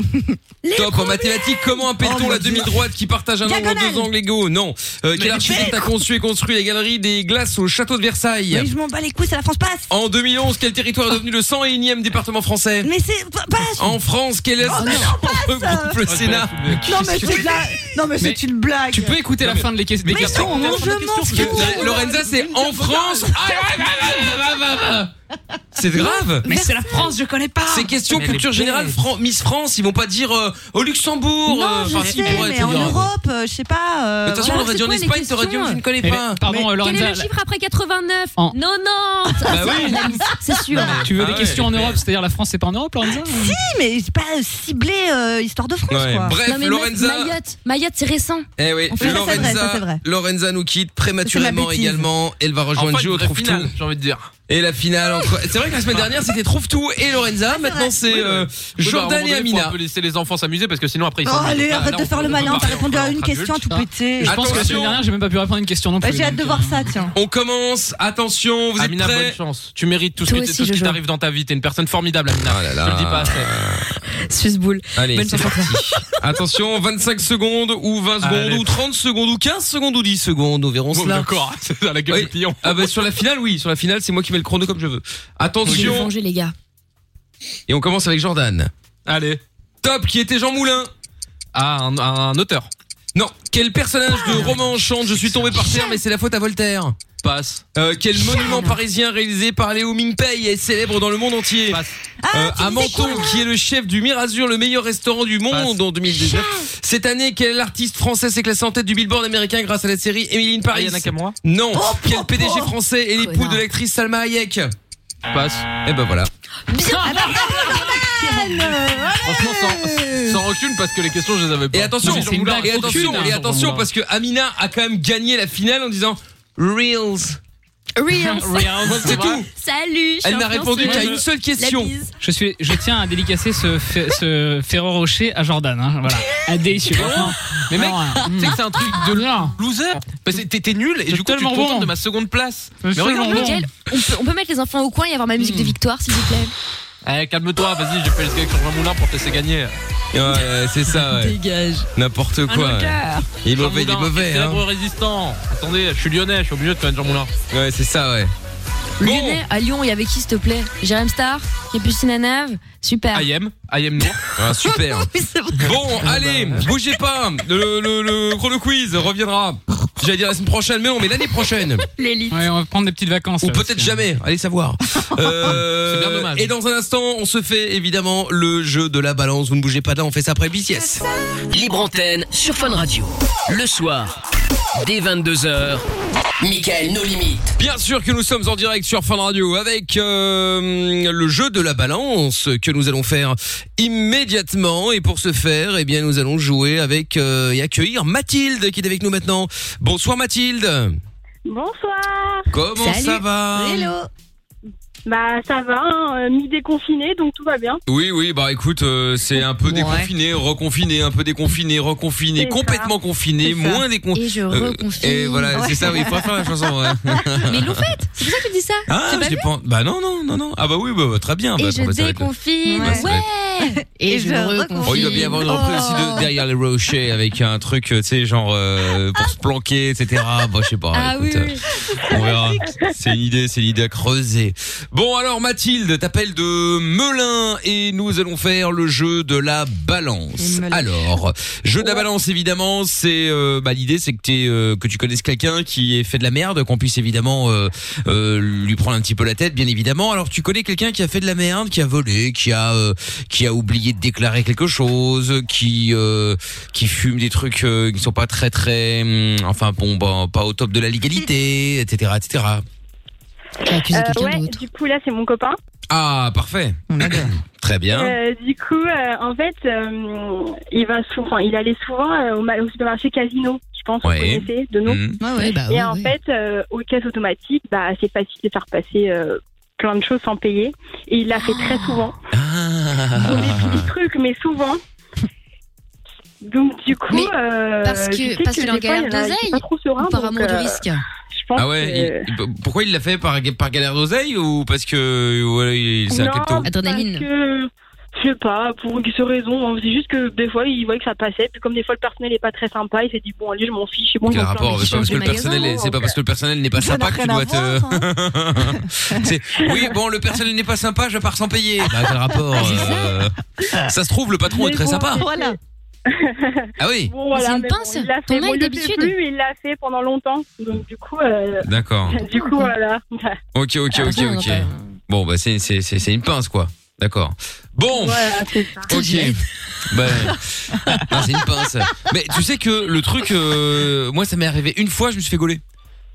Speaker 2: Top en mathématiques, comment
Speaker 6: Oh,
Speaker 2: appelle-t-on
Speaker 6: mon
Speaker 2: la
Speaker 6: Dieu.
Speaker 2: demi-droite qui partage un nombre
Speaker 6: Diagonale.
Speaker 2: deux angles égaux Non. Euh, quel architecte a conçu et construit la galerie des glaces au château de Versailles
Speaker 6: Oui, je m'en bats les couilles, c'est la France passe.
Speaker 2: En 2011, quel territoire est devenu le 101e département français
Speaker 6: Mais c'est passe. Oh,
Speaker 2: En France, quel est regroupe le Sénat
Speaker 6: Non mais c'est de la... Non mais c'est une blague.
Speaker 3: Tu peux écouter la fin de les questions.
Speaker 2: mais
Speaker 3: des questions.
Speaker 6: on mange
Speaker 2: La- Lorenza, c'est en France. C'est grave.
Speaker 3: Mais c'est la France, je connais pas.
Speaker 2: Ces questions
Speaker 5: Mais elle est
Speaker 2: culture générale,
Speaker 5: bête.
Speaker 2: Fran- Miss France, ils vont pas dire euh, au Luxembourg. euh,
Speaker 6: Non, je
Speaker 2: enfin, si,
Speaker 6: sais,
Speaker 2: ils pourraient
Speaker 6: mais
Speaker 2: te
Speaker 6: en
Speaker 2: dire.
Speaker 6: Europe, euh, je sais pas.
Speaker 2: De
Speaker 6: euh,
Speaker 2: toute façon, on
Speaker 4: Voilà,
Speaker 2: aurait dit
Speaker 4: c'est
Speaker 2: en
Speaker 4: quoi les
Speaker 2: Espagne, t'aurais dit
Speaker 4: questions
Speaker 2: je ne connais
Speaker 3: Elle est-
Speaker 2: pas.
Speaker 3: Pardon, euh,
Speaker 4: Quel est
Speaker 3: Lorenza.
Speaker 4: le chiffre après 89
Speaker 3: En-
Speaker 4: 90
Speaker 2: Bah oui.
Speaker 4: C'est sûr.
Speaker 3: Tu veux
Speaker 2: Ah
Speaker 3: des
Speaker 2: ouais,
Speaker 3: questions en
Speaker 2: mais-
Speaker 3: Europe, c'est-à-dire la France, c'est pas en Europe, Lorenza
Speaker 6: Oui, mais c'est pas ciblé euh, histoire de France,
Speaker 2: Ouais,
Speaker 6: quoi.
Speaker 4: Non
Speaker 2: Bref,
Speaker 4: mais
Speaker 2: Lorenza.
Speaker 4: meuf, Mayotte, Mayotte c'est récent.
Speaker 2: Eh oui,
Speaker 6: On fait ça, c'est
Speaker 2: Lorenza,
Speaker 6: vrai, ça, c'est vrai.
Speaker 2: Lorenza nous quitte prématurément
Speaker 6: C'est ma bêtise.
Speaker 2: également. Elle va rejoindre
Speaker 5: Enfin, une
Speaker 2: Joe
Speaker 5: vraie
Speaker 2: Trouve
Speaker 5: finale,
Speaker 2: Tout.
Speaker 5: j'ai envie de dire.
Speaker 2: Et la finale entre. C'est vrai que la semaine dernière c'était Trouve Tout et
Speaker 6: Ah,
Speaker 2: Lorenza. Maintenant c'est euh,
Speaker 5: Oui, bah, à un
Speaker 2: Jordan
Speaker 5: moment
Speaker 2: et
Speaker 5: donné, faut
Speaker 2: Amina.
Speaker 5: Un peu laisser les enfants s'amuser parce que sinon après ils
Speaker 6: Oh,
Speaker 5: s'ennuient.
Speaker 6: allez,
Speaker 5: Là,
Speaker 6: arrête
Speaker 5: là,
Speaker 6: de
Speaker 5: on
Speaker 6: faire
Speaker 5: peut-
Speaker 6: le
Speaker 5: on peut
Speaker 6: malin,
Speaker 5: parler
Speaker 6: t'as
Speaker 5: en-
Speaker 6: répondu à
Speaker 5: en
Speaker 6: une
Speaker 5: adulte,
Speaker 6: question à tout
Speaker 5: hein.
Speaker 6: péter.
Speaker 3: Je pense que la
Speaker 2: Attention.
Speaker 3: semaine dernière, j'ai même pas pu répondre à une question non
Speaker 6: Bah,
Speaker 3: plus.
Speaker 6: J'ai hâte
Speaker 3: donc,
Speaker 6: de
Speaker 3: euh,
Speaker 6: voir ça, tiens.
Speaker 2: On commence. Attention, vous êtes
Speaker 5: Amina,
Speaker 2: prêts
Speaker 5: bonne chance. Tu mérites tout ce
Speaker 4: Toi
Speaker 5: qui- tout
Speaker 4: aussi,
Speaker 5: ce qui
Speaker 4: Jojo.
Speaker 5: t'arrive dans ta vie. T'es une personne formidable, Amina.
Speaker 2: Ah là là.
Speaker 5: Je te le dis pas assez.
Speaker 4: Suisse-boule.
Speaker 2: Allez,
Speaker 4: Bonne
Speaker 2: c'est
Speaker 4: chance à
Speaker 2: parti. Attention, 25 secondes ou 20 secondes
Speaker 5: Allez.
Speaker 2: ou 30 secondes ou 15 secondes ou 10 secondes, nous verrons
Speaker 5: Bon,
Speaker 2: cela.
Speaker 5: D'accord, c'est à la gueule
Speaker 2: Oui.
Speaker 5: du client.
Speaker 2: Ah bah sur la finale, oui, sur la finale, c'est moi qui mets le chrono comme je veux.
Speaker 4: Je vais me
Speaker 2: Attention,
Speaker 4: venger les gars.
Speaker 2: et on commence avec Jordan.
Speaker 5: Allez.
Speaker 2: Top, qui était Jean Moulin
Speaker 5: Ah, un, un auteur. Ah.
Speaker 2: Non, quel personnage de roman chante Je suis tombé par terre, mais c'est la faute à Voltaire
Speaker 5: Passe.
Speaker 2: Euh, Quel monument parisien réalisé par Léo Mingpei est célèbre dans le monde entier
Speaker 5: Passe.
Speaker 2: Euh, à Menton, qui est le chef du Mirazur, le meilleur restaurant du monde
Speaker 5: Passe.
Speaker 2: en 2019. Cette année, quel artiste français s'est classé en tête du Billboard américain grâce à la série Emily in Paris
Speaker 5: Ayana Kamura.
Speaker 2: Non. quel PDG français est l'époux
Speaker 4: Connard.
Speaker 2: Eh de l'actrice Salma Hayek
Speaker 5: Passe.
Speaker 2: Eh ben voilà.
Speaker 4: Bien
Speaker 5: Franchement, sans, sans rancune, parce que les questions, je les avais pas.
Speaker 2: Et attention, et attention, et attention, parce que Amina a quand même gagné la finale en disant Reels.
Speaker 4: Reels.
Speaker 2: Reels, c'est tout.
Speaker 4: Salut.
Speaker 2: Elle n'a
Speaker 4: champion,
Speaker 2: répondu
Speaker 4: hein, c'est
Speaker 2: qu'à
Speaker 4: moi.
Speaker 2: une seule question.
Speaker 4: La bise.
Speaker 3: Je, suis, je tiens à dédicacer ce, fe- ce Ferrero Rocher à Jordan. Hein, voilà. Un délicieux. franchement.
Speaker 5: Mais mec,
Speaker 3: Non, hein.
Speaker 5: tu sais que c'est un truc de loser. Bah, Parce que t'étais nul et du coup, tu te
Speaker 3: tellement
Speaker 5: contentes
Speaker 3: bon.
Speaker 5: de ma seconde place.
Speaker 3: C'est
Speaker 5: Mais regarde,
Speaker 4: Mickaël, on peut, on peut mettre les enfants au coin et avoir ma musique de
Speaker 2: Hmm.
Speaker 4: victoire, s'il vous plaît.
Speaker 5: Eh, calme-toi, vas-y, j'ai fait le skate sur Jean Moulin pour te laisser gagner.
Speaker 2: Ouais, ouais, c'est ça, ouais.
Speaker 4: Dégage.
Speaker 2: N'importe quoi. ouais. Il est
Speaker 5: Jean
Speaker 2: mauvais, il est
Speaker 5: Moulin,
Speaker 2: mauvais, hein.
Speaker 5: célèbre résistant. Attendez, je suis lyonnais, je suis obligé de connaître Jean Moulin.
Speaker 2: Ouais, c'est ça, ouais.
Speaker 4: Lyonnais, à Lyon, il y avait qui, s'il te plaît Jérém Star, Capucine Nave, super.
Speaker 5: IM, IM Nour.
Speaker 2: Ah, super. Bon, allez, bougez pas. Le, le, le chrono quiz reviendra. J'allais dire la semaine prochaine, mais non, mais l'année prochaine.
Speaker 4: L'élite.
Speaker 3: Ouais, on va prendre des petites vacances.
Speaker 2: Ou peut-être jamais, allez savoir. Euh,
Speaker 5: C'est bien dommage.
Speaker 2: Et dans un instant, on se fait évidemment le jeu de la balance. Vous ne bougez pas là, on fait ça après BTS.
Speaker 1: Libre antenne sur Fun Radio. Le soir, dès 22h, Michael No Limites.
Speaker 2: Bien sûr que nous sommes en direct sur Fun Radio avec euh, le jeu de la balance que nous allons faire immédiatement et pour ce faire, eh bien nous allons jouer avec euh, et accueillir Mathilde qui est avec nous maintenant. Bonsoir Mathilde.
Speaker 12: Bonsoir.
Speaker 2: Comment Salut. ça va Hello.
Speaker 12: Bah ça va, hein, euh, mi-déconfiné donc tout va bien.
Speaker 2: Oui oui, bah écoute, euh, c'est un peu
Speaker 12: Ouais.
Speaker 2: déconfiné, reconfiné, un peu déconfiné, reconfiné,
Speaker 12: C'est ça.
Speaker 2: complètement confiné,
Speaker 12: C'est ça.
Speaker 2: moins déconfiné.
Speaker 12: Et je reconfine.
Speaker 2: et voilà,
Speaker 12: Ouais.
Speaker 2: c'est ça, oui, il faut faire la chanson. ouais.
Speaker 4: Mais Loufette, c'est pour ça que tu dis ça.
Speaker 2: Ah,
Speaker 4: C'est pas
Speaker 2: j'ai
Speaker 4: vu
Speaker 2: pas- bah non non non non. Ah bah oui, bah, bah, très bien.
Speaker 4: Et
Speaker 2: bah,
Speaker 4: je
Speaker 2: bah, ça va être-
Speaker 4: déconfine.
Speaker 2: Ouais, ça va être-
Speaker 4: Ouais. Et, je, reconfine. Oh.
Speaker 2: Oh, il doit bien y avoir une reprise aussi de derrière les rochers avec un truc, euh, tu sais, genre euh, pour se planquer, etc. Bon, je sais pas.
Speaker 4: Ah oui,
Speaker 2: écoute, euh, on verra. C'est une idée, c'est une idée à creuser. Bon, alors Mathilde, t'appelles de Melun et nous allons faire le jeu de la balance. Alors, jeu de la balance, évidemment, c'est euh, bah, l'idée, c'est que t'es, euh, que tu connaisses quelqu'un qui ait fait de la merde, qu'on puisse évidemment euh, euh, lui prendre un petit peu la tête, bien évidemment. Alors, tu connais quelqu'un qui a fait de la merde, qui a volé, qui a euh, qui a oublié de déclarer quelque chose, qui euh, qui fume des trucs euh, qui sont pas très très, hum, enfin bon, bah, pas au top de la légalité, etc., etc.
Speaker 12: Euh, ouais, du coup là c'est mon copain.
Speaker 2: Ah, parfait. Très bien.
Speaker 12: Euh, du coup euh, en fait euh, il va souvent, il allait souvent euh, au, ma- au supermarché Casino, je pense
Speaker 2: Ouais.
Speaker 12: vous connaissez de nom.
Speaker 2: Mhm.
Speaker 4: Ouais, ouais, bah
Speaker 12: Et
Speaker 4: ouais,
Speaker 12: en
Speaker 4: ouais.
Speaker 12: fait euh, aux caisses automatiques, bah c'est facile de faire passer euh, plein de choses sans payer et il l'a fait très souvent.
Speaker 2: Ah.
Speaker 12: Des trucs mais souvent. Donc du coup, euh,
Speaker 4: parce
Speaker 12: je
Speaker 4: que-
Speaker 12: sais
Speaker 4: parce qu'il
Speaker 12: des
Speaker 4: en
Speaker 12: fois, il y
Speaker 4: galère
Speaker 12: en a qui
Speaker 4: d'oseille
Speaker 12: sont pas trop sereins,
Speaker 4: ou par
Speaker 12: donc,
Speaker 4: amour du
Speaker 12: euh,
Speaker 4: risque
Speaker 12: Je pense
Speaker 2: Ah ouais,
Speaker 12: que-
Speaker 2: il- il- pourquoi il l'a fait par, par galère d'oseille ou parce que voilà, il c'est un
Speaker 12: Non,
Speaker 2: klepto
Speaker 12: parce que, Je sais pas, pour X raison. C'est juste que des fois, il voyait que ça passait. Puis comme des fois, le personnel est pas très sympa, il s'est dit bon, allez, je m'en fiche. C'est bon,
Speaker 2: Quel
Speaker 12: ils ont plein
Speaker 2: rapport
Speaker 12: de
Speaker 2: C'est pas
Speaker 12: choses
Speaker 2: parce que le
Speaker 12: au magasin,
Speaker 2: personnel est- c'est pas parce que le personnel n'est pas
Speaker 12: Ça n'a
Speaker 2: sympa que tu
Speaker 12: rien à
Speaker 2: dois te C'est- oui bon le personnel n'est pas sympa je pars sans payer bah, quel rapport euh, ça se trouve le patron est
Speaker 12: Mais
Speaker 2: très
Speaker 12: bon,
Speaker 2: sympa
Speaker 12: c'est-
Speaker 2: ah oui
Speaker 12: Bon, voilà,
Speaker 4: C'est une
Speaker 12: mais bon,
Speaker 4: pince,
Speaker 12: il l'a fait.
Speaker 4: ton mec
Speaker 12: Bon, il le fait
Speaker 4: d'habitude.
Speaker 12: plus, mais il l'a fait pendant longtemps. Donc du coup, euh,
Speaker 2: D'accord.
Speaker 12: du coup, voilà.
Speaker 2: ok ok ok ok bon bah c'est c'est c'est c'est une pince quoi d'accord bon
Speaker 12: Voilà, c'est ça.
Speaker 2: Ok. Ben, non, Ah, c'est une pince. Mais tu sais que le truc, euh, moi, ça m'est arrivé une fois, je me suis fait gauler.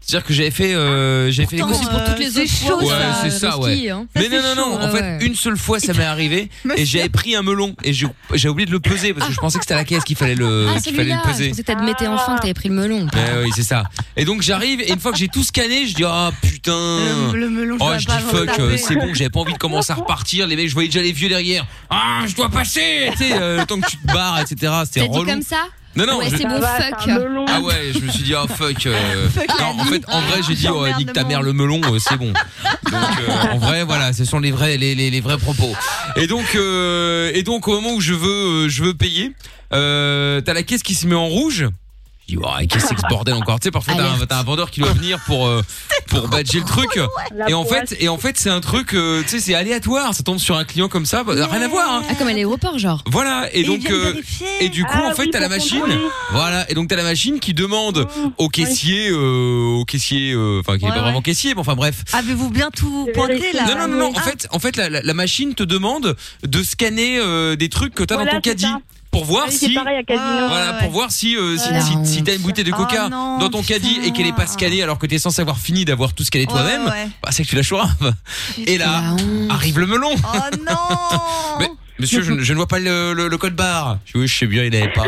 Speaker 2: C'est-à-dire que j'avais fait, euh, j'avais fait les
Speaker 4: Pourtant,
Speaker 2: courses.
Speaker 4: c'est pour toutes les
Speaker 6: c'est
Speaker 4: autres
Speaker 6: chaud,
Speaker 4: fois,
Speaker 2: ouais,
Speaker 4: ça,
Speaker 2: c'est ça,
Speaker 4: risqué,
Speaker 2: ouais.
Speaker 4: hein.
Speaker 2: Mais
Speaker 4: Ça,
Speaker 2: non,
Speaker 4: c'est
Speaker 2: non, non.
Speaker 4: chaud,
Speaker 2: En
Speaker 4: ouais,
Speaker 2: fait,
Speaker 4: ouais.
Speaker 2: une seule fois, ça m'est arrivé et j'avais pris un melon et j'ai j'ai oublié de le peser parce que je pensais que c'était à la caisse qu'il fallait le,
Speaker 4: Ah,
Speaker 2: euh, qu'il fallait
Speaker 4: celui-là,
Speaker 2: le
Speaker 4: je
Speaker 2: peser.
Speaker 4: pensais que t'admettais enfin que t'avais pris le melon.
Speaker 2: Eh oui, c'est ça. Et donc j'arrive et une fois que j'ai tout scanné, je dis ah putain.
Speaker 4: Le- le melon, je
Speaker 2: Oh,
Speaker 4: dois
Speaker 2: je
Speaker 4: pas
Speaker 2: dis
Speaker 4: me
Speaker 2: fuck,
Speaker 4: retaper.
Speaker 2: euh, c'est bon, j'avais pas envie de commencer à repartir. Les mecs, je voyais déjà les vieux derrière. Ah, je dois passer. Tu sais, euh, le temps que tu te barres, etc. C'était
Speaker 4: T'as dit
Speaker 2: relou.
Speaker 4: comme ça
Speaker 2: Non, non,
Speaker 4: Ouais,
Speaker 2: je-
Speaker 4: Bah, c'est bon,
Speaker 12: Ça va,
Speaker 4: fuck.
Speaker 12: bah, c'est un melon.
Speaker 2: Ah ouais, je me suis dit ah fuck. euh, non, en fait, en vrai, j'ai dit oh, nique ta mère le melon, euh, c'est bon. Donc euh, en vrai, voilà, ce sont les vrais, les, les, les vrais propos. Et donc, euh, et donc au moment où je veux, euh, je veux payer, euh, t'as la caisse qui se met en rouge. Je dis ouais, qu'est-ce que c'est que ce bordel encore Tu sais, parfois t'as un, t'as un vendeur qui doit venir pour euh, pour badger le truc. Et en fait, et en fait, c'est un truc, euh, tu sais, c'est aléatoire. Ça tombe sur un client comme ça, bah, rien à voir. hein.
Speaker 4: Ah, comme à l'aéroport, genre.
Speaker 2: Voilà et,
Speaker 4: Et
Speaker 2: donc
Speaker 4: il vient de
Speaker 2: euh,
Speaker 4: vérifier.
Speaker 2: et du coup
Speaker 4: Ah
Speaker 2: en fait
Speaker 4: oui,
Speaker 2: t'as la
Speaker 4: pour Oh,
Speaker 2: machine
Speaker 4: contrôler.
Speaker 2: voilà et donc t'as la machine qui demande au caissier euh, au caissier euh, enfin qui est
Speaker 6: Ouais,
Speaker 2: pas
Speaker 6: ouais.
Speaker 2: vraiment caissier mais enfin bref
Speaker 6: Avez-vous bien tout pointé là
Speaker 2: non non non, non, en fait en fait la, la, la machine te demande de scanner euh, des trucs que t'as
Speaker 6: Voilà,
Speaker 2: dans ton
Speaker 6: c'est
Speaker 2: caddie
Speaker 6: ça.
Speaker 2: pour voir
Speaker 6: Oui, c'est
Speaker 2: si
Speaker 6: pareil à Casino.
Speaker 2: voilà
Speaker 6: Ouais,
Speaker 2: pour
Speaker 6: ouais.
Speaker 2: voir si euh, si,
Speaker 6: Ouais.
Speaker 2: si, si t'as une bouteille de
Speaker 6: Oh
Speaker 2: coca
Speaker 6: non,
Speaker 2: dans ton caddie et qu'elle est pas scannée alors que t'es censé avoir fini d'avoir tout scanné
Speaker 6: Ouais,
Speaker 2: toi-même
Speaker 6: ouais.
Speaker 2: bah c'est que tu la chourave et là arrive le melon
Speaker 6: Oh, non
Speaker 2: mais, Monsieur, je, je ne vois pas le, le- le code barre. Je, oui, je sais bien, il n'avait pas.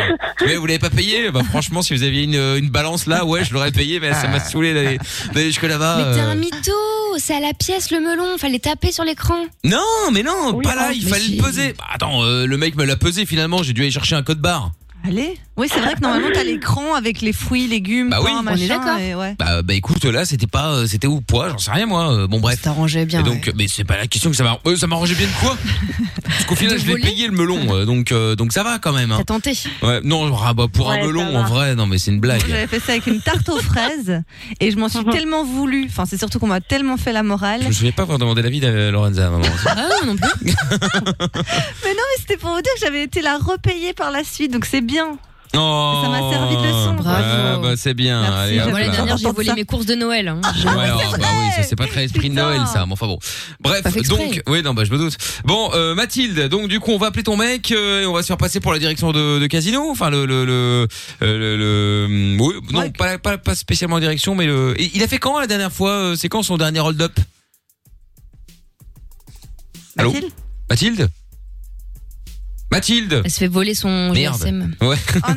Speaker 2: Oui, vous l'avez pas payé Bah franchement, si vous aviez une, une balance là, ouais, je l'aurais payé, mais ça m'a saoulé d'aller d'aller jusque là-bas.
Speaker 4: Mais t'es
Speaker 2: euh.
Speaker 4: un mytho, c'est à la pièce le melon, fallait taper sur l'écran.
Speaker 2: Non, mais non,
Speaker 4: Oui,
Speaker 2: pas là,
Speaker 4: ah,
Speaker 2: il
Speaker 4: mais
Speaker 2: fallait
Speaker 4: si.
Speaker 2: le peser. Bah, attends, euh, le mec me l'a pesé finalement, j'ai dû aller chercher un code barre.
Speaker 6: Allez Oui, c'est vrai que normalement, t'as l'écran avec les fruits, légumes,
Speaker 2: Bah oui.
Speaker 6: pain,
Speaker 2: On est
Speaker 6: machin,
Speaker 2: d'accord.
Speaker 6: et ouais.
Speaker 2: Bah, bah écoute, là c'était pas, euh, c'était au poids, j'en sais rien moi. euh, Bon bref.
Speaker 4: T'arrangeais bien.
Speaker 2: Et donc, mais c'est pas la question que ça m'a, euh, ça m'arrangeait bien de quoi Parce qu'au final, je l'ai payé le melon, euh, donc euh, donc ça va quand même. hein.
Speaker 4: T'as tenté.
Speaker 2: Ouais, non, ah, bah, pour
Speaker 6: Ouais,
Speaker 2: un
Speaker 6: ça
Speaker 2: melon
Speaker 6: va.
Speaker 2: en vrai, non mais c'est une blague.
Speaker 6: J'avais fait ça avec une tarte aux fraises et je m'en
Speaker 4: Mhm.
Speaker 6: suis tellement voulu. Enfin, c'est surtout qu'on m'a tellement fait la morale.
Speaker 2: Je me souviens pas avoir demandé l'avis de Lorenza à un moment.
Speaker 4: Ah non, non plus.
Speaker 6: Mais non, mais c'était pour vous dire que j'avais été la repayer par la suite, donc c'est bien.
Speaker 2: Oh, ça m'a servi de leçon.
Speaker 4: Bravo.
Speaker 2: bah, c'est bien. Allez, hop
Speaker 4: Moi, la
Speaker 2: là.
Speaker 4: dernière, j'ai volé mes courses de Noël. hein. J'ai-
Speaker 2: Ouais, alors, bah oui, ça c'est pas très esprit de Noël ça, mais enfin bon. Bref,
Speaker 4: Pas fait exprès.
Speaker 2: donc, oui, non, bah je me doute. Bon, euh, Mathilde, donc du coup on va appeler ton mec euh, et on va se faire passer pour la direction de, de casino, enfin le le le, euh, le- le- oui, non pas, pas pas spécialement en direction, mais le. et il a fait quand la dernière fois euh, C'est quand son dernier hold up Allô Mathilde Mathilde
Speaker 4: Elle se fait voler son
Speaker 2: Merde.
Speaker 4: GSM.
Speaker 2: Ouais.
Speaker 4: Ah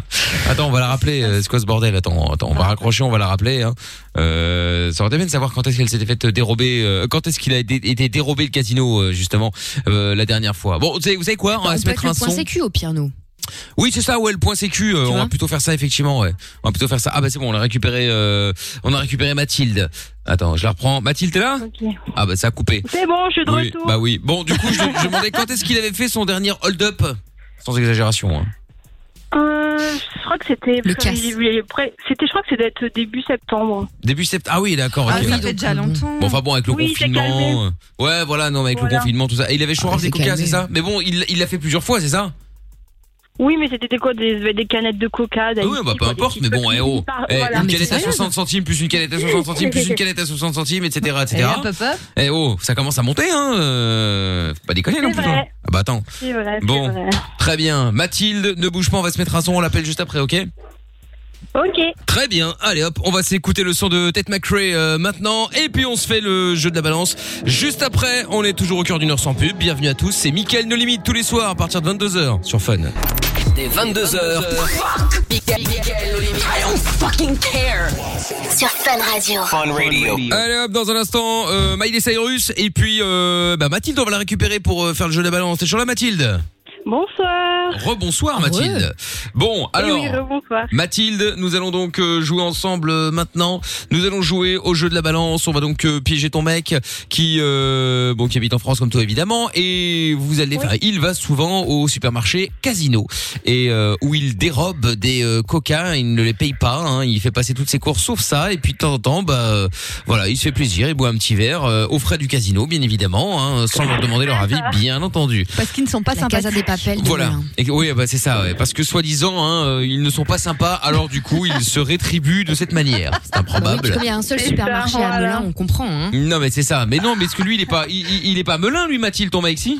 Speaker 2: attends, on va la rappeler. euh, C'est quoi ce bordel Attends, attends, on
Speaker 4: Ah.
Speaker 2: va raccrocher, on va la rappeler. Hein. Euh, ça aurait été bien de savoir quand est-ce qu'elle s'était faite dérober. euh, quand est-ce qu'il a été, été dérobé le casino euh, justement euh, la dernière fois. Bon, vous savez, vous savez quoi On
Speaker 4: Bah,
Speaker 2: va
Speaker 4: on
Speaker 2: se
Speaker 4: peut
Speaker 2: mettre
Speaker 4: être le
Speaker 2: un
Speaker 4: point
Speaker 2: son.
Speaker 4: sécu au pire, nous.
Speaker 2: Oui, c'est ça. Ouais, le point sécu. euh, on va plutôt faire ça effectivement. Ouais. On va plutôt faire ça. Ah bah c'est bon, on a récupéré. euh, on a récupéré Mathilde. Attends, je la reprends. Mathilde, t'es là Ah bah ça a coupé.
Speaker 12: C'est bon, je suis de
Speaker 2: Oui,
Speaker 12: retour.
Speaker 2: bah oui. Bon, du coup, je, je demandais quand est-ce qu'il avait fait son dernier hold-up Sans exagération. Hein.
Speaker 12: Euh, je crois que c'était.
Speaker 4: Le
Speaker 12: enfin,
Speaker 4: casse.
Speaker 12: il- il- après- C'était, je crois que c'était d'être début septembre.
Speaker 2: Début septembre. Ah oui, d'accord.
Speaker 12: Ah
Speaker 2: ok.
Speaker 12: oui, ça fait déjà longtemps.
Speaker 2: Bon, enfin bon, avec le
Speaker 12: Oui, c'est
Speaker 2: confinement. euh, Ouais, voilà, non, mais avec le
Speaker 12: Voilà.
Speaker 2: confinement, tout ça. Et il avait choix
Speaker 12: Après,
Speaker 2: des
Speaker 12: c'est
Speaker 2: coca,
Speaker 12: calmé.
Speaker 2: c'est ça Mais bon, il il l'a fait plusieurs fois, c'est ça Ah,
Speaker 12: Oui, mais c'était des quoi des, des canettes de coca.
Speaker 2: Oui, bah peu importe, mais bon, eh oh. Eh, Une canette à 60 centimes, plus une canette à 60 centimes, plus une canette à 60 centimes, etc. etc.
Speaker 4: Ah,
Speaker 2: Eh oh, ça commence à monter, hein euh, Faut pas déconner non
Speaker 12: C'est
Speaker 2: plus. hein.
Speaker 12: vrai.
Speaker 2: Ah bah attends. Bon. Très bien. Mathilde, ne bouge pas, on va se mettre un son, on l'appelle juste après, ok
Speaker 12: Ok.
Speaker 2: Très bien. Allez hop, on va s'écouter le son de Ted McRae euh, maintenant et puis on se fait le jeu de la balance. Juste après, on est toujours au cœur d'une heure sans pub. Bienvenue à tous, c'est Mickaël No Limite tous les soirs à partir de 22h sur Fun.
Speaker 1: Dès 22h. Fuck Mickaël, Mickaël, Olivier. I don't fucking care.
Speaker 11: Sur Fun Radio.
Speaker 2: Allez hop, dans un instant, euh, Miley Cyrus et puis euh, bah, Mathilde, on va la récupérer pour euh, faire le jeu de la balance. T'es sur la Mathilde
Speaker 12: Bonsoir.
Speaker 2: Rebonsoir Mathilde. Bon, alors...
Speaker 12: Eh oui, rebonsoir.
Speaker 2: Mathilde, nous allons donc euh, jouer ensemble euh, maintenant. Nous allons jouer au jeu de la balance. On va donc euh, piéger ton mec qui euh, bon qui habite en France comme toi évidemment et vous allez enfin, il va souvent au supermarché Casino et euh, où il dérobe des euh, coca, il ne les paye pas, hein. il fait passer toutes ses courses sauf ça et puis de temps en temps bah euh, voilà, il se fait plaisir, il boit un petit verre euh, aux frais du casino bien évidemment hein, sans leur demander leur avis bien entendu.
Speaker 6: Parce qu'ils ne sont pas sympas.
Speaker 4: des papels.
Speaker 2: Voilà. Et, oui, bah, c'est ça. ouais. Parce que soi-disant, hein, euh, ils ne sont pas sympas. Alors du coup, ils se rétribuent de cette manière. C'est
Speaker 4: Ah bah
Speaker 2: improbable.
Speaker 4: Comme il y a un seul supermarché à
Speaker 12: voilà.
Speaker 4: Melun, on comprend. hein.
Speaker 2: Non, mais c'est ça. Mais non, mais est-ce que lui, il est pas, il, il- il est pas melun, lui, Mathilde, ton mec si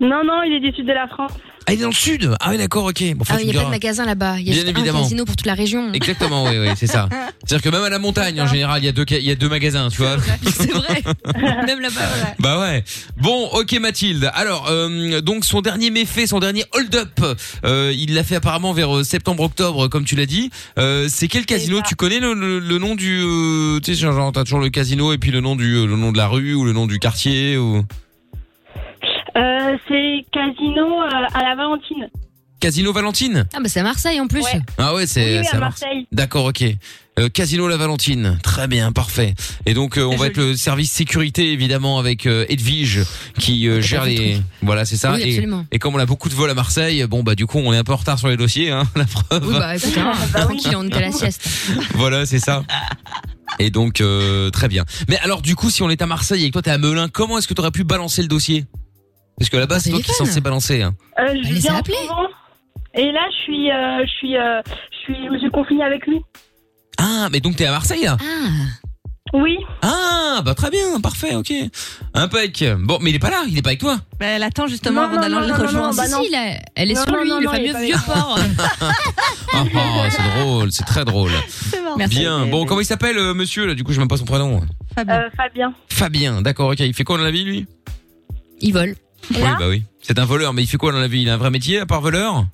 Speaker 12: Non, non, il est du sud de la France.
Speaker 2: Ah, il est dans le sud. Ah oui, d'accord, ok. Bon, enfin,
Speaker 4: Ah,
Speaker 2: tu
Speaker 4: il n'y a pas de
Speaker 2: me diras.
Speaker 4: magasin là-bas. Il y a
Speaker 2: Bien
Speaker 4: juste
Speaker 2: évidemment.
Speaker 4: un casino pour toute la région.
Speaker 2: Exactement, oui, oui, c'est ça. C'est-à-dire que même à la montagne, en général, il y a deux, ca- il y a deux magasins, tu vois.
Speaker 4: Même là-bas.
Speaker 2: Bah ouais. Bon, ok Mathilde. Alors, euh, donc son dernier méfait, son dernier hold-up, euh, il l'a fait apparemment vers euh, septembre-octobre, comme tu l'as dit. Euh, c'est quel casino Tu connais le, le- le nom du... euh, tu sais, genre, t'as toujours le casino et puis le nom, du, euh, le nom de la rue ou le nom du quartier ou...
Speaker 12: Euh, c'est casino euh, à la Valentine.
Speaker 2: Casino Valentine
Speaker 4: Ah, bah c'est à Marseille en plus.
Speaker 2: Ah ouais, c'est...
Speaker 12: Oui, oui,
Speaker 2: c'est
Speaker 12: à
Speaker 2: Marseille.
Speaker 12: Marseille.
Speaker 2: D'accord, ok. Euh, Casino La Valentine, très bien, parfait. Et donc euh, on va être le service sécurité évidemment avec euh, Edwige qui euh, gère
Speaker 5: fait le
Speaker 2: les.
Speaker 5: truc.
Speaker 2: Voilà, c'est ça.
Speaker 5: Oui,
Speaker 2: et,
Speaker 5: absolument.
Speaker 2: et comme on a beaucoup de vols à Marseille, bon bah du coup on est un peu en retard sur les dossiers, hein, la preuve.
Speaker 4: Oui, bah écoute, hein, tranquille, on était à la sieste.
Speaker 2: voilà, c'est ça. Et donc euh, très bien. Mais alors du coup, si on est à Marseille et que toi t'es à Melun, comment est-ce que t'aurais pu balancer le dossier Parce que
Speaker 5: Ah,
Speaker 2: là-bas c'est toi qui est
Speaker 12: téléphone.
Speaker 2: censé balancer. hein.
Speaker 12: Euh,
Speaker 4: Bah,
Speaker 12: je viens en souvent. Et là, je suis, euh, je suis, euh, je suis, je me suis confinée avec lui.
Speaker 2: Ah, mais donc t'es à Marseille là
Speaker 12: Oui.
Speaker 2: Ah, bah très bien, parfait, ok. Impec. Bon, mais il est pas là, il est pas avec toi.
Speaker 6: Bah, elle attend justement avant d'aller le rejoindre.
Speaker 4: Si, si, là, elle est sur lui, le fameux vieux port.
Speaker 2: Euh. Ah, ah, c'est drôle, c'est très drôle.
Speaker 4: marrant.
Speaker 2: Bien. Bon, comment il s'appelle, euh, monsieur là Du coup, je sais même
Speaker 4: Euh,
Speaker 2: pas son prénom.
Speaker 12: Euh, Fabien. Fabien.
Speaker 2: Fabien, d'accord, ok. Il fait quoi dans la vie, lui
Speaker 4: Il vole.
Speaker 2: Oui, bah oui. C'est un voleur, mais il fait quoi dans la vie Il a un vrai métier à part voleur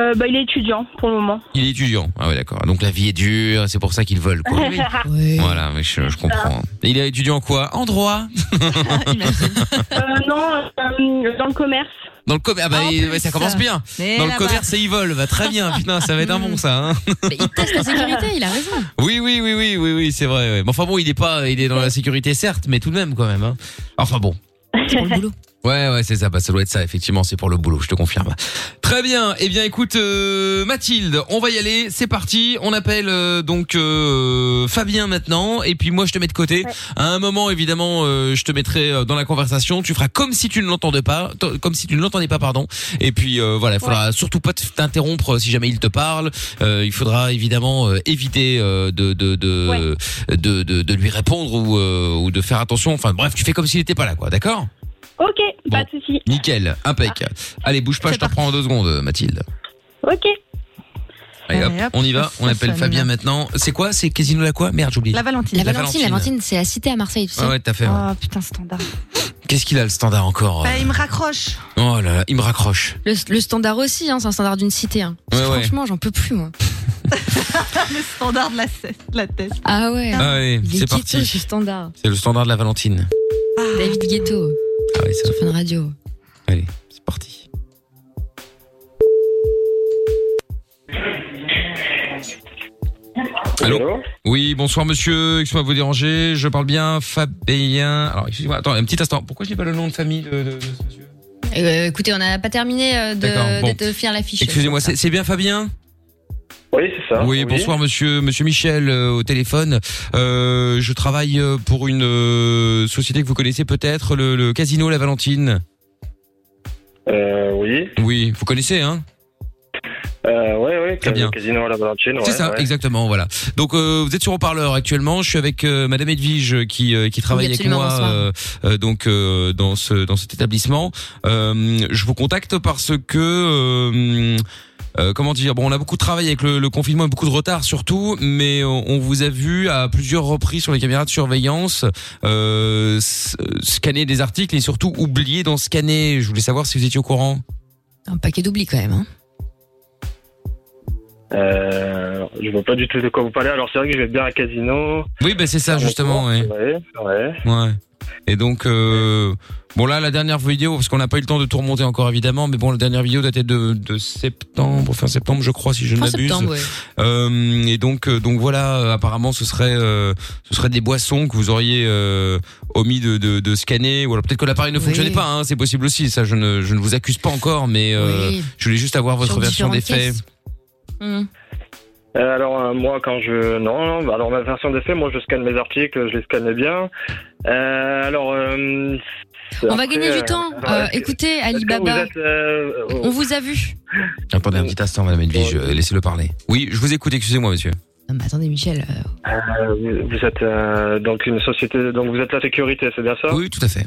Speaker 12: Euh, bah, il est étudiant pour le moment.
Speaker 2: Il est étudiant. Ah ouais, d'accord. Donc la vie est dure, c'est pour ça qu'il vole, quoi. Voilà, mais je, je comprends. Et il est étudiant en quoi En droit
Speaker 12: Euh, non, euh, dans le commerce.
Speaker 2: Dans le commerce, ah bah, il- ouais, ça commence bien.
Speaker 12: Mais
Speaker 2: Dans le
Speaker 12: là-bas.
Speaker 2: commerce, et il vole. Bah, très bien, putain, ça va être un bon ça. hein.
Speaker 4: Teste la sécurité, il a raison.
Speaker 2: oui, oui, oui, oui, oui, oui, c'est vrai. ouais. Mais enfin bon, il est pas, il est dans la sécurité certes, mais tout de même quand même. hein. Enfin bon. Ouais, ouais, c'est ça. Bah, ça doit être ça. Effectivement, c'est pour le boulot. Je te confirme. Très bien. Eh bien, écoute, euh, Mathilde, on va y aller. C'est parti. On appelle euh, donc euh, Fabien maintenant. Et puis moi, je te mets de côté. À un moment, évidemment, euh, je te mettrai euh, dans la conversation. Tu feras comme si tu ne l'entendais pas, t- comme si tu ne l'entendais pas, pardon. Et puis euh, voilà, il faudra surtout pas t'interrompre euh, si jamais il te parle. Euh, il faudra évidemment euh, éviter euh, de de de, de de de lui répondre ou euh, ou de faire attention. Enfin bref, tu fais comme s'il n'était pas là, quoi. D'accord.
Speaker 12: Ok, pas de souci.
Speaker 2: Nickel, impec.
Speaker 4: Ah.
Speaker 2: Allez, bouge pas, je te reprends en deux secondes, Mathilde.
Speaker 12: Ok.
Speaker 2: Allez, hop,
Speaker 4: Allez, hop,
Speaker 2: on y va,
Speaker 4: ça
Speaker 2: on appelle
Speaker 4: sonne.
Speaker 2: Fabien maintenant. C'est quoi C'est Casino la quoi Merde, j'oublie.
Speaker 4: La Valentine. La Valentine, c'est la cité à Marseille, tu sais.
Speaker 2: Ah ouais, t'as fait, ouais.
Speaker 4: Ah,
Speaker 13: putain, standard.
Speaker 2: Qu'est-ce qu'il a le standard encore euh
Speaker 4: Bah, il me raccroche.
Speaker 2: Oh là là, il me raccroche.
Speaker 4: Le, le standard aussi, hein, c'est un standard d'une cité. hein.
Speaker 2: Ouais, ouais.
Speaker 4: Franchement, j'en peux plus, moi.
Speaker 13: le standard de la, cesse- de la tête.
Speaker 4: Ah ouais.
Speaker 2: Ah ouais,
Speaker 4: Il est
Speaker 2: c'est
Speaker 4: ghetto,
Speaker 2: parti.
Speaker 4: ce standard.
Speaker 2: C'est le standard de la Valentine.
Speaker 4: David Ghetto.
Speaker 2: Ah ouais, c'est
Speaker 4: Sur Fun Radio.
Speaker 2: Allez, Allô, Oui, bonsoir monsieur, excusez-moi de vous déranger, je parle bien Fabien. Alors, excusez-moi, attends, un petit instant, pourquoi je n'ai pas le nom de famille de, de- de ce monsieur
Speaker 4: Euh, écoutez, on n'a pas terminé euh, de,
Speaker 2: D'accord, bon.
Speaker 4: de te faire l'affiche.
Speaker 2: Excusez-moi, c'est c'est bien Fabien
Speaker 10: Oui, c'est ça.
Speaker 2: Oui, bonsoir monsieur, monsieur Michel euh, au téléphone. Euh, je travaille euh, pour une euh, société que vous connaissez peut-être, le, le Casino La Valentine.
Speaker 10: Euh, oui.
Speaker 2: Oui, vous connaissez, hein
Speaker 10: Euh, ouais, ouais,
Speaker 2: Très bien.
Speaker 10: Casino à la Valentine.
Speaker 2: C'est
Speaker 10: ouais,
Speaker 2: ça,
Speaker 10: ouais.
Speaker 2: exactement, voilà. Donc euh, vous êtes sur haut-parleur actuellement, je suis avec euh, madame Edwige euh, qui euh, qui travaille avec
Speaker 10: absolument,
Speaker 2: moi
Speaker 10: bonsoir.
Speaker 2: euh, euh, donc euh, dans ce dans cet établissement. Euh, je vous contacte parce que euh, euh, comment dire Bon, on a beaucoup de travail avec le, le confinement et beaucoup de retard surtout, mais on, on vous a vu à plusieurs reprises sur les caméras de surveillance euh, s- euh, scanner des articles et surtout oublier d'en scanner. Je voulais savoir si vous étiez au courant.
Speaker 4: Un paquet d'oubli quand même. Hein.
Speaker 10: Euh, je vois pas du tout de quoi vous parlez. Alors, c'est vrai que je vais bien à Casino.
Speaker 2: Oui, ben c'est ça justement. Ouais.
Speaker 10: Ouais, ouais.
Speaker 2: Ouais. Et donc, euh, bon là, la dernière vidéo, parce qu'on n'a pas eu le temps de tout remonter encore évidemment, mais bon, la dernière vidéo datait de, de septembre, fin septembre, je crois, si je ne
Speaker 5: Fin
Speaker 2: m'abuse.
Speaker 5: septembre, ouais.
Speaker 2: Euh, et donc, euh, donc voilà, euh, apparemment, ce serait, euh, ce serait des boissons que vous auriez euh, omis de, de, de scanner, ou alors peut-être que l'appareil ne
Speaker 5: Oui.
Speaker 2: fonctionnait pas, hein, c'est possible aussi. Ça, je ne, je ne vous accuse pas encore, mais euh,
Speaker 5: Oui.
Speaker 2: je voulais juste avoir votre
Speaker 5: Sur
Speaker 2: version des
Speaker 5: différentes
Speaker 2: faits.
Speaker 5: caisses.
Speaker 10: Euh, alors euh, moi quand je non, non, alors ma version des faits moi je scanne mes articles je les scanne bien Euh, alors euh,
Speaker 4: On va
Speaker 10: après,
Speaker 4: gagner
Speaker 10: euh,
Speaker 4: du temps.
Speaker 10: alors,
Speaker 4: Euh, bah,
Speaker 10: est-ce que-
Speaker 4: écoutez,
Speaker 10: est-ce que vous
Speaker 4: Alibaba,
Speaker 10: êtes, euh,
Speaker 4: on vous a vu.
Speaker 2: Attendez un petit instant, Madame Edwige, euh, laissez-le parler. Oui, je vous écoute, excusez-moi, monsieur.
Speaker 4: Non, mais attendez, Michel. euh,
Speaker 10: euh, vous- vous êtes euh, donc une société donc vous êtes la sécurité c'est bien ça
Speaker 2: oui tout à fait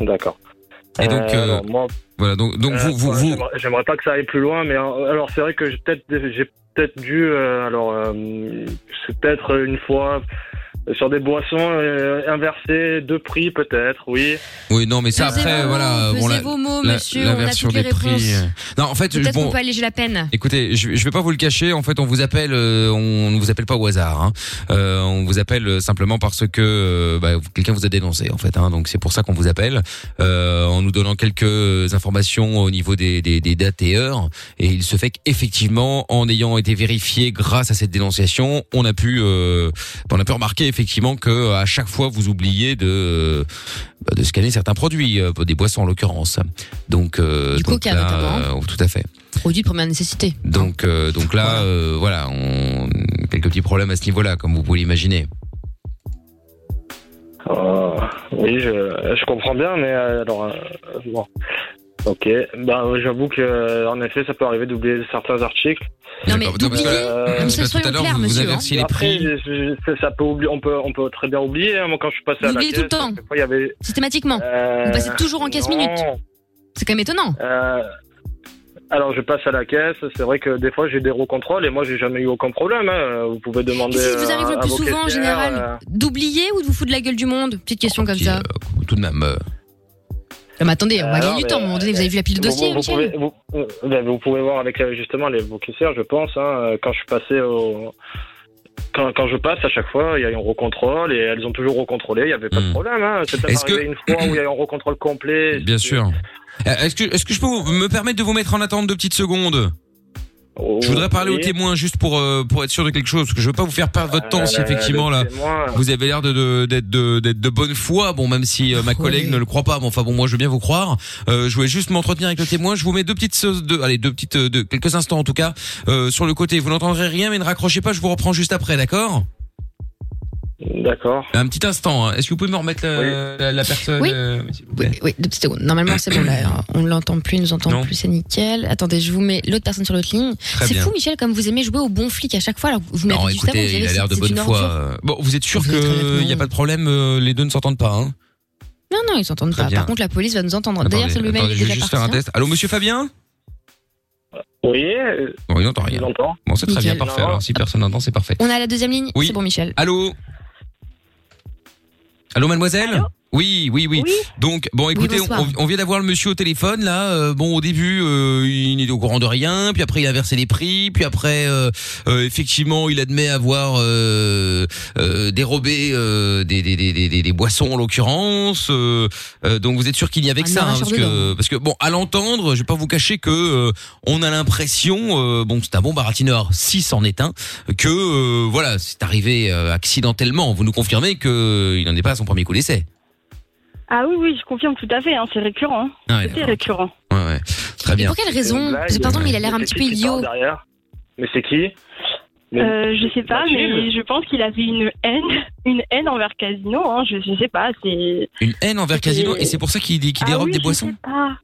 Speaker 10: d'accord
Speaker 2: Et donc,
Speaker 10: Euh,
Speaker 2: euh,
Speaker 10: alors, moi,
Speaker 2: Voilà, donc, donc
Speaker 10: euh,
Speaker 2: vous, vous,
Speaker 10: ouais,
Speaker 2: vous,
Speaker 10: j'aimerais- j'aimerais pas que ça aille plus loin mais euh, alors c'est vrai que j'ai peut-être j'ai peut-être dû euh, alors euh, c'est peut-être une fois sur des boissons euh, inverser deux prix peut-être oui
Speaker 2: Oui, non, mais ça
Speaker 10: Pesez
Speaker 2: après,
Speaker 10: vos
Speaker 2: voilà.
Speaker 10: mots,
Speaker 2: bon,
Speaker 10: pesez
Speaker 2: la-
Speaker 4: vos mots,
Speaker 2: la-
Speaker 4: monsieur,
Speaker 2: la
Speaker 4: on a
Speaker 2: version
Speaker 4: toutes les
Speaker 2: des prix.
Speaker 4: réponses.
Speaker 2: euh, Non, en fait,
Speaker 4: Peut-être
Speaker 2: bon.
Speaker 4: qu'on peut alléger la peine.
Speaker 2: Écoutez, je, je vais pas vous le cacher. En fait, on vous appelle, euh, on ne vous appelle pas au hasard. hein. Euh, on vous appelle euh, simplement parce que euh, bah, quelqu'un vous a dénoncé, en fait. hein. donc c'est pour ça qu'on vous appelle, euh, en nous donnant quelques informations au niveau des, des, des dates et heures. Et il se fait qu'effectivement, en ayant été vérifié grâce à cette dénonciation, on a pu, euh, on a pu remarquer effectivement que euh, à chaque fois vous oubliez de euh, bah, de scanner certains produits, euh, des boissons en l'occurrence. Donc, euh,
Speaker 4: Du
Speaker 2: donc
Speaker 4: coca,
Speaker 2: là,
Speaker 4: notamment.
Speaker 2: euh, tout à fait.
Speaker 4: Produit de première nécessité.
Speaker 2: Donc, euh, donc là, euh, voilà, on... quelques petits problèmes à ce niveau-là, comme vous pouvez l'imaginer.
Speaker 10: Oh, oui, je, je comprends bien, mais euh, alors, euh, bon. Ok, ben, euh, j'avoue que euh, en effet, ça peut arriver d'oublier certains articles.
Speaker 4: Non mais
Speaker 10: d'oublier,
Speaker 4: comme ça, soyons clairs, monsieur, hein.
Speaker 10: Après, je- je- ça peut oublier, on peut, on peut très bien oublier. hein. Moi, quand je suis passé
Speaker 4: Vous
Speaker 10: à la
Speaker 4: oubliez tout le
Speaker 10: caisse,
Speaker 4: temps.
Speaker 10: des fois, il y avait.
Speaker 4: Systématiquement.
Speaker 10: Euh,
Speaker 4: on passait toujours en caisse minute.
Speaker 10: non.
Speaker 4: C'est quand même étonnant.
Speaker 10: Euh, alors, je passe à la caisse. C'est vrai que des fois, j'ai des recontrôles et moi, j'ai jamais eu aucun problème. hein. Vous pouvez demander.
Speaker 4: Qu'est-ce qui vous arrive
Speaker 10: à-
Speaker 4: le
Speaker 10: à
Speaker 4: plus
Speaker 10: vos
Speaker 4: souvent en
Speaker 10: caissières,
Speaker 4: général
Speaker 10: euh,
Speaker 2: euh,
Speaker 4: D'oublier ou de vous foutre de la gueule du monde Petite question comme ça.
Speaker 2: Tout de même, euh,
Speaker 4: Non, mais attendez, on va
Speaker 10: Euh,
Speaker 4: gagner
Speaker 10: non,
Speaker 4: du
Speaker 10: mais,
Speaker 4: temps. À un moment donné, vous avez vu la pile de dossier,
Speaker 10: vous, vous, pouvez,
Speaker 4: Michel
Speaker 10: vous, euh, ben, vous pouvez voir avec euh, justement les bookingsers, je pense. hein, euh, quand je suis passé au. Quand, quand je passe, à chaque fois, il y a eu un recontrôle et elles ont toujours recontrôlé, il n'y avait pas de problème. Hein. C'est peut-être
Speaker 2: Hmm. Est-ce
Speaker 10: arrivé une fois où il y a eu un recontrôle complet.
Speaker 2: Bien sûr. Euh, Est-ce que, est-ce que je peux vous- me permettre de vous mettre en attente deux petites secondes je voudrais parler aux
Speaker 10: oui.
Speaker 2: témoins juste pour euh, pour être sûr de quelque chose parce que je veux pas vous faire perdre votre temps si
Speaker 10: Euh,
Speaker 2: effectivement
Speaker 10: le
Speaker 2: là
Speaker 10: témoin.
Speaker 2: vous avez l'air de de- d'être de, d'être de bonne foi bon même si euh, ma collègue ne le croit pas bon enfin bon moi je veux bien vous croire Euh, je voulais juste m'entretenir avec le témoin je vous mets deux petites se- deux allez deux petites euh, deux- quelques instants en tout cas euh, sur le côté vous n'entendrez rien mais ne raccrochez pas je vous reprends juste après d'accord
Speaker 10: D'accord.
Speaker 2: Un petit instant. hein. Est-ce que vous pouvez me remettre la, la- la personne
Speaker 4: Oui.
Speaker 2: euh,
Speaker 4: Oui, oui, deux petites secondes. Normalement, c'est bon, là, euh, on l'entend plus, il nous entend plus, c'est nickel. Attendez, je vous mets l'autre personne sur l'autre ligne.
Speaker 2: Très
Speaker 4: C'est
Speaker 2: bien.
Speaker 4: fou, Michel, comme vous aimez jouer au bon flic à chaque fois. Alors, vous m'avez
Speaker 2: Non,
Speaker 4: dit juste avant, vous
Speaker 2: écoutez,
Speaker 4: avez
Speaker 2: il a
Speaker 4: cette
Speaker 2: l'air de
Speaker 4: petite
Speaker 2: bonne
Speaker 4: d'une
Speaker 2: foi.
Speaker 4: ordure.
Speaker 2: Euh, Bon, vous êtes sûr qu'il n'y a pas de problème, euh, les deux ne s'entendent pas, hein
Speaker 4: Non, non, ils s'entendent
Speaker 2: Très
Speaker 4: pas.
Speaker 2: bien.
Speaker 4: Par contre, la police va nous entendre. D'ailleurs,
Speaker 2: Attendez,
Speaker 4: c'est le mail
Speaker 2: attendez,
Speaker 4: il est hein.
Speaker 2: Je
Speaker 4: déjà
Speaker 2: vais juste
Speaker 4: parti.
Speaker 2: faire un test. Allô, monsieur Fabien
Speaker 10: Oui.
Speaker 2: Bon, il n'entend rien. Bon, c'est très bien, parfait. Alors, si personne n'entend, c'est parfait.
Speaker 4: On a la deuxième ligne.
Speaker 2: Oui.
Speaker 4: C'est bon, Michel.
Speaker 2: Allô Allô, mademoiselle oui, oui, oui, Donc, bon, écoutez,
Speaker 4: bonsoir.
Speaker 2: on, on vient d'avoir le monsieur au téléphone, là. Euh, bon, au début, euh, il n'était au courant de rien, puis après, il a versé les prix, puis après, euh, euh, effectivement, il admet avoir euh, euh, dérobé euh, des, des, des, des, des- des boissons, en l'occurrance. Euh, euh, donc, vous êtes sûr qu'il n'y
Speaker 12: Ah,
Speaker 2: avait que
Speaker 5: Un
Speaker 2: ça, hein,
Speaker 5: arracheur
Speaker 2: parce
Speaker 5: de dents.
Speaker 2: que euh, parce que bon, à l'entendre, je vais pas vous cacher que euh, on a l'impression, euh, bon, c'est un bon baratineur, si c'en est un, que euh, voilà, c'est arrivé euh, accidentellement. Vous nous confirmez que euh, il n'en est pas à son premier coup d'essai.
Speaker 12: Ah oui, oui, je confirme tout à fait, hein, c'est récurrent.
Speaker 2: Ah ouais,
Speaker 12: C'était récurrent.
Speaker 2: Ouais, ouais, très bien.
Speaker 4: Pour quelle raison Parce que, Pardon, mais il a l'air un petit peu idiot.
Speaker 10: Mais c'est qui Mais-
Speaker 12: Euh, je sais pas,
Speaker 10: Mathilde
Speaker 12: mais je pense qu'il avait une haine, une haine envers Casino, hein, je, je sais pas, c'est...
Speaker 2: Une haine envers Casino,
Speaker 12: Et-
Speaker 2: et c'est pour ça qu'il qu'il
Speaker 12: Ah
Speaker 2: dérobe
Speaker 12: oui,
Speaker 2: des
Speaker 12: je
Speaker 2: boissons.
Speaker 12: sais pas.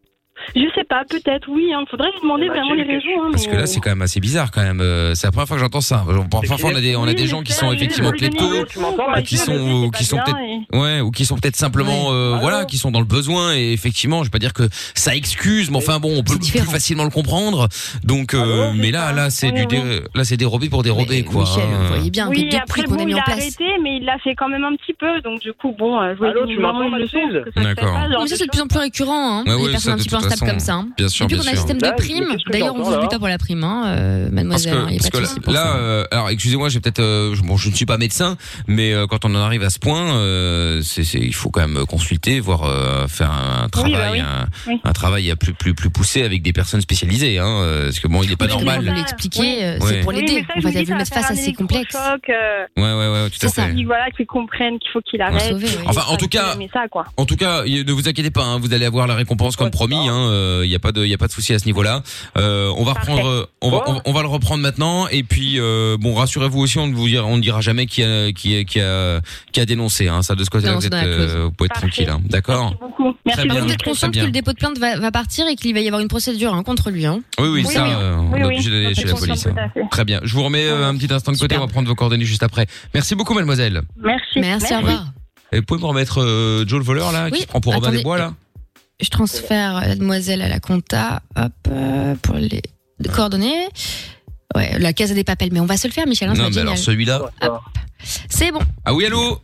Speaker 12: Je sais pas, peut-être, oui, hein, faudrait lui demander vraiment les raisons. hein,
Speaker 2: Parce
Speaker 12: mais,
Speaker 2: que
Speaker 12: euh,
Speaker 2: là, c'est quand même assez bizarre, quand même. Euh, C'est la première fois que j'entends ça. Genre, Parfois, on a des, on a
Speaker 12: Oui,
Speaker 2: des
Speaker 12: mais
Speaker 2: gens qui
Speaker 12: ça,
Speaker 2: sont
Speaker 12: oui,
Speaker 2: effectivement
Speaker 12: oui, je
Speaker 2: kleptos,
Speaker 12: l'ai dit, tu m'entends,
Speaker 2: ou qui
Speaker 12: Mathieu, je
Speaker 2: sont,
Speaker 12: sais
Speaker 2: ou
Speaker 12: que
Speaker 2: qui
Speaker 12: c'est
Speaker 2: sont
Speaker 12: pas
Speaker 2: peut-être,
Speaker 12: bien, Bah
Speaker 2: ouais, ou qui sont peut-être simplement, euh, voilà, qui sont dans le besoin. Et effectivement, je vais pas dire que ça excuse, mais enfin bon, on peut plus facilement le comprendre.
Speaker 12: Ah
Speaker 2: Donc, euh, mais là, là, c'est du, dé-
Speaker 12: hein.
Speaker 2: là, c'est dérobé pour dérober, quoi. hein.
Speaker 4: bien,
Speaker 12: oui,
Speaker 4: des deux
Speaker 12: après,
Speaker 4: prix qu'on
Speaker 12: bon,
Speaker 4: a mis
Speaker 12: il
Speaker 4: en
Speaker 12: a
Speaker 4: place.
Speaker 12: arrêté, mais il l'a fait quand même un petit peu, donc du coup, bon, euh, je voulais lui demander une leçon, parce que ça se fait
Speaker 2: D'accord.
Speaker 12: pas, genre,
Speaker 4: Non, mais ça, c'est de plus en plus récurrent, hein.
Speaker 2: Ouais, ouais,
Speaker 4: les personnes
Speaker 2: ça,
Speaker 4: un
Speaker 2: de
Speaker 4: petit peu
Speaker 2: toute
Speaker 4: instables
Speaker 2: façon.
Speaker 4: comme ça. hein.
Speaker 2: Bien sûr,
Speaker 4: Depuis
Speaker 2: bien
Speaker 4: qu'on a un
Speaker 2: sûr.
Speaker 4: système de
Speaker 2: Là,
Speaker 4: primes,
Speaker 2: qu'est-ce que
Speaker 4: d'ailleurs, on
Speaker 2: t'entends,
Speaker 4: vous oublie
Speaker 2: là
Speaker 4: pas pour la prime, hein, euh, mademoiselle. hein, y a pas de
Speaker 2: parce
Speaker 4: souci
Speaker 2: que
Speaker 4: pour
Speaker 2: là,
Speaker 4: ça.
Speaker 2: euh, alors excusez-moi, j'ai peut-être, euh, je- bon, je ne suis pas médecin, mais euh, quand on en arrive à ce point, euh, c'est, c'est- il faut quand même consulter, voir euh, faire un
Speaker 5: Oui,
Speaker 2: travail,
Speaker 5: bah oui.
Speaker 2: Un,
Speaker 5: Oui.
Speaker 2: un travail à plus plus plus poussé avec des personnes spécialisées, hein, euh, parce que bon, il n'est pas
Speaker 4: Oui,
Speaker 2: normal.
Speaker 4: Vous l'expliquer, euh, c'est
Speaker 2: Ouais.
Speaker 4: pour
Speaker 12: Oui,
Speaker 4: l'aider.
Speaker 12: mais ça,
Speaker 4: On
Speaker 12: je
Speaker 4: va
Speaker 12: me dis,
Speaker 4: le
Speaker 12: ça
Speaker 4: mettre
Speaker 12: va
Speaker 4: face à
Speaker 12: faire
Speaker 4: ses complexes.
Speaker 12: choc, euh,
Speaker 2: Ouais, ouais, ouais, tout à fait.
Speaker 12: dit, voilà, qu'il comprenne qu'il faut qu'il arrête.
Speaker 2: Enfin, en tout cas-
Speaker 12: Mais ça, quoi.
Speaker 2: En tout cas, y- ne vous inquiétez pas, hein, vous allez avoir la récompense comme promis. Il hein, euh, y a pas de, y a pas de souci à ce niveau-là. Euh, on va reprendre, euh, on va, on, va- on va le reprendre maintenant. Et puis, euh, bon, rassurez-vous aussi, on ne vous dira, on ne dira jamais qui a, qui a, qui a, qui a dénoncé. Hein, ça de ce côté-là,
Speaker 4: Non,
Speaker 2: vous,
Speaker 4: c'est
Speaker 2: êtes,
Speaker 4: dans la
Speaker 2: euh,
Speaker 4: clause.
Speaker 2: vous pouvez être tranquille. hein, D'accord. Très
Speaker 4: Alors,
Speaker 2: bien,
Speaker 4: Vous êtes
Speaker 2: très
Speaker 4: consciente que
Speaker 2: bien.
Speaker 4: le dépôt de plainte va, va partir et qu'il va y avoir une procédure hein, contre lui. Hein.
Speaker 2: Oui, oui, ça, euh, on
Speaker 4: Oui,
Speaker 2: est
Speaker 4: oui,
Speaker 2: obligé d'aller
Speaker 4: on
Speaker 2: chez la
Speaker 4: fait
Speaker 2: police.
Speaker 4: confiance,
Speaker 2: hein.
Speaker 4: tout à fait.
Speaker 2: Très bien. Je vous remets euh, un petit instant de côté. On va prendre vos coordonnées juste après. Merci beaucoup, mademoiselle.
Speaker 4: Merci. Merci, au
Speaker 2: Oui.
Speaker 4: revoir.
Speaker 2: Et vous pouvez me remettre euh, Joe le voleur là, qui
Speaker 4: Oui,
Speaker 2: se prend pour Robin des
Speaker 4: attendez.
Speaker 2: Bois là.
Speaker 4: Je transfère la demoiselle à la compta. Hop, euh, pour les coordonnées. Ouais, la case des papels. Mais on va se le faire, Michel. hein, ça
Speaker 2: non,
Speaker 4: va être
Speaker 2: mais alors
Speaker 4: génial.
Speaker 2: celui-là.
Speaker 4: C'est bon.
Speaker 2: Ah oui, allô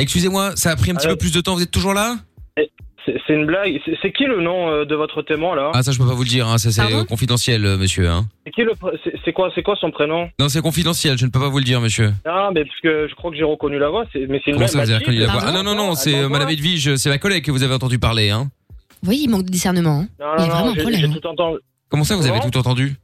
Speaker 2: Excusez-moi, ça a pris un petit
Speaker 10: Allô
Speaker 2: peu plus de temps, vous êtes toujours là
Speaker 10: Eh, C'est c'est une blague. C'est- C'est qui le nom euh, de votre témoin là
Speaker 2: Ah ça je peux pas vous le dire, hein, ça c'est euh, confidentiel euh, monsieur. hein.
Speaker 10: C'est qui le pr- c'est- C'est quoi C'est quoi son prénom
Speaker 2: Non c'est confidentiel, je ne peux pas vous le dire monsieur.
Speaker 10: Ah mais parce que je crois que j'ai reconnu la voix. c'est- Mais c'est une blague.
Speaker 2: Comment ça vous avez reconnu la voix Ah
Speaker 10: Mathilde
Speaker 2: non, non, non, c'est euh, Madame Edwige, c'est ma collègue que vous avez entendu parler. Hein.
Speaker 4: Oui, il manque de discernement. hein.
Speaker 10: Non,
Speaker 4: il y a
Speaker 10: non,
Speaker 4: vraiment
Speaker 10: non,
Speaker 4: un
Speaker 10: j'ai-
Speaker 4: problème.
Speaker 10: j'ai tout entendu.
Speaker 2: Comment ça vous avez
Speaker 10: Comment
Speaker 2: tout entendu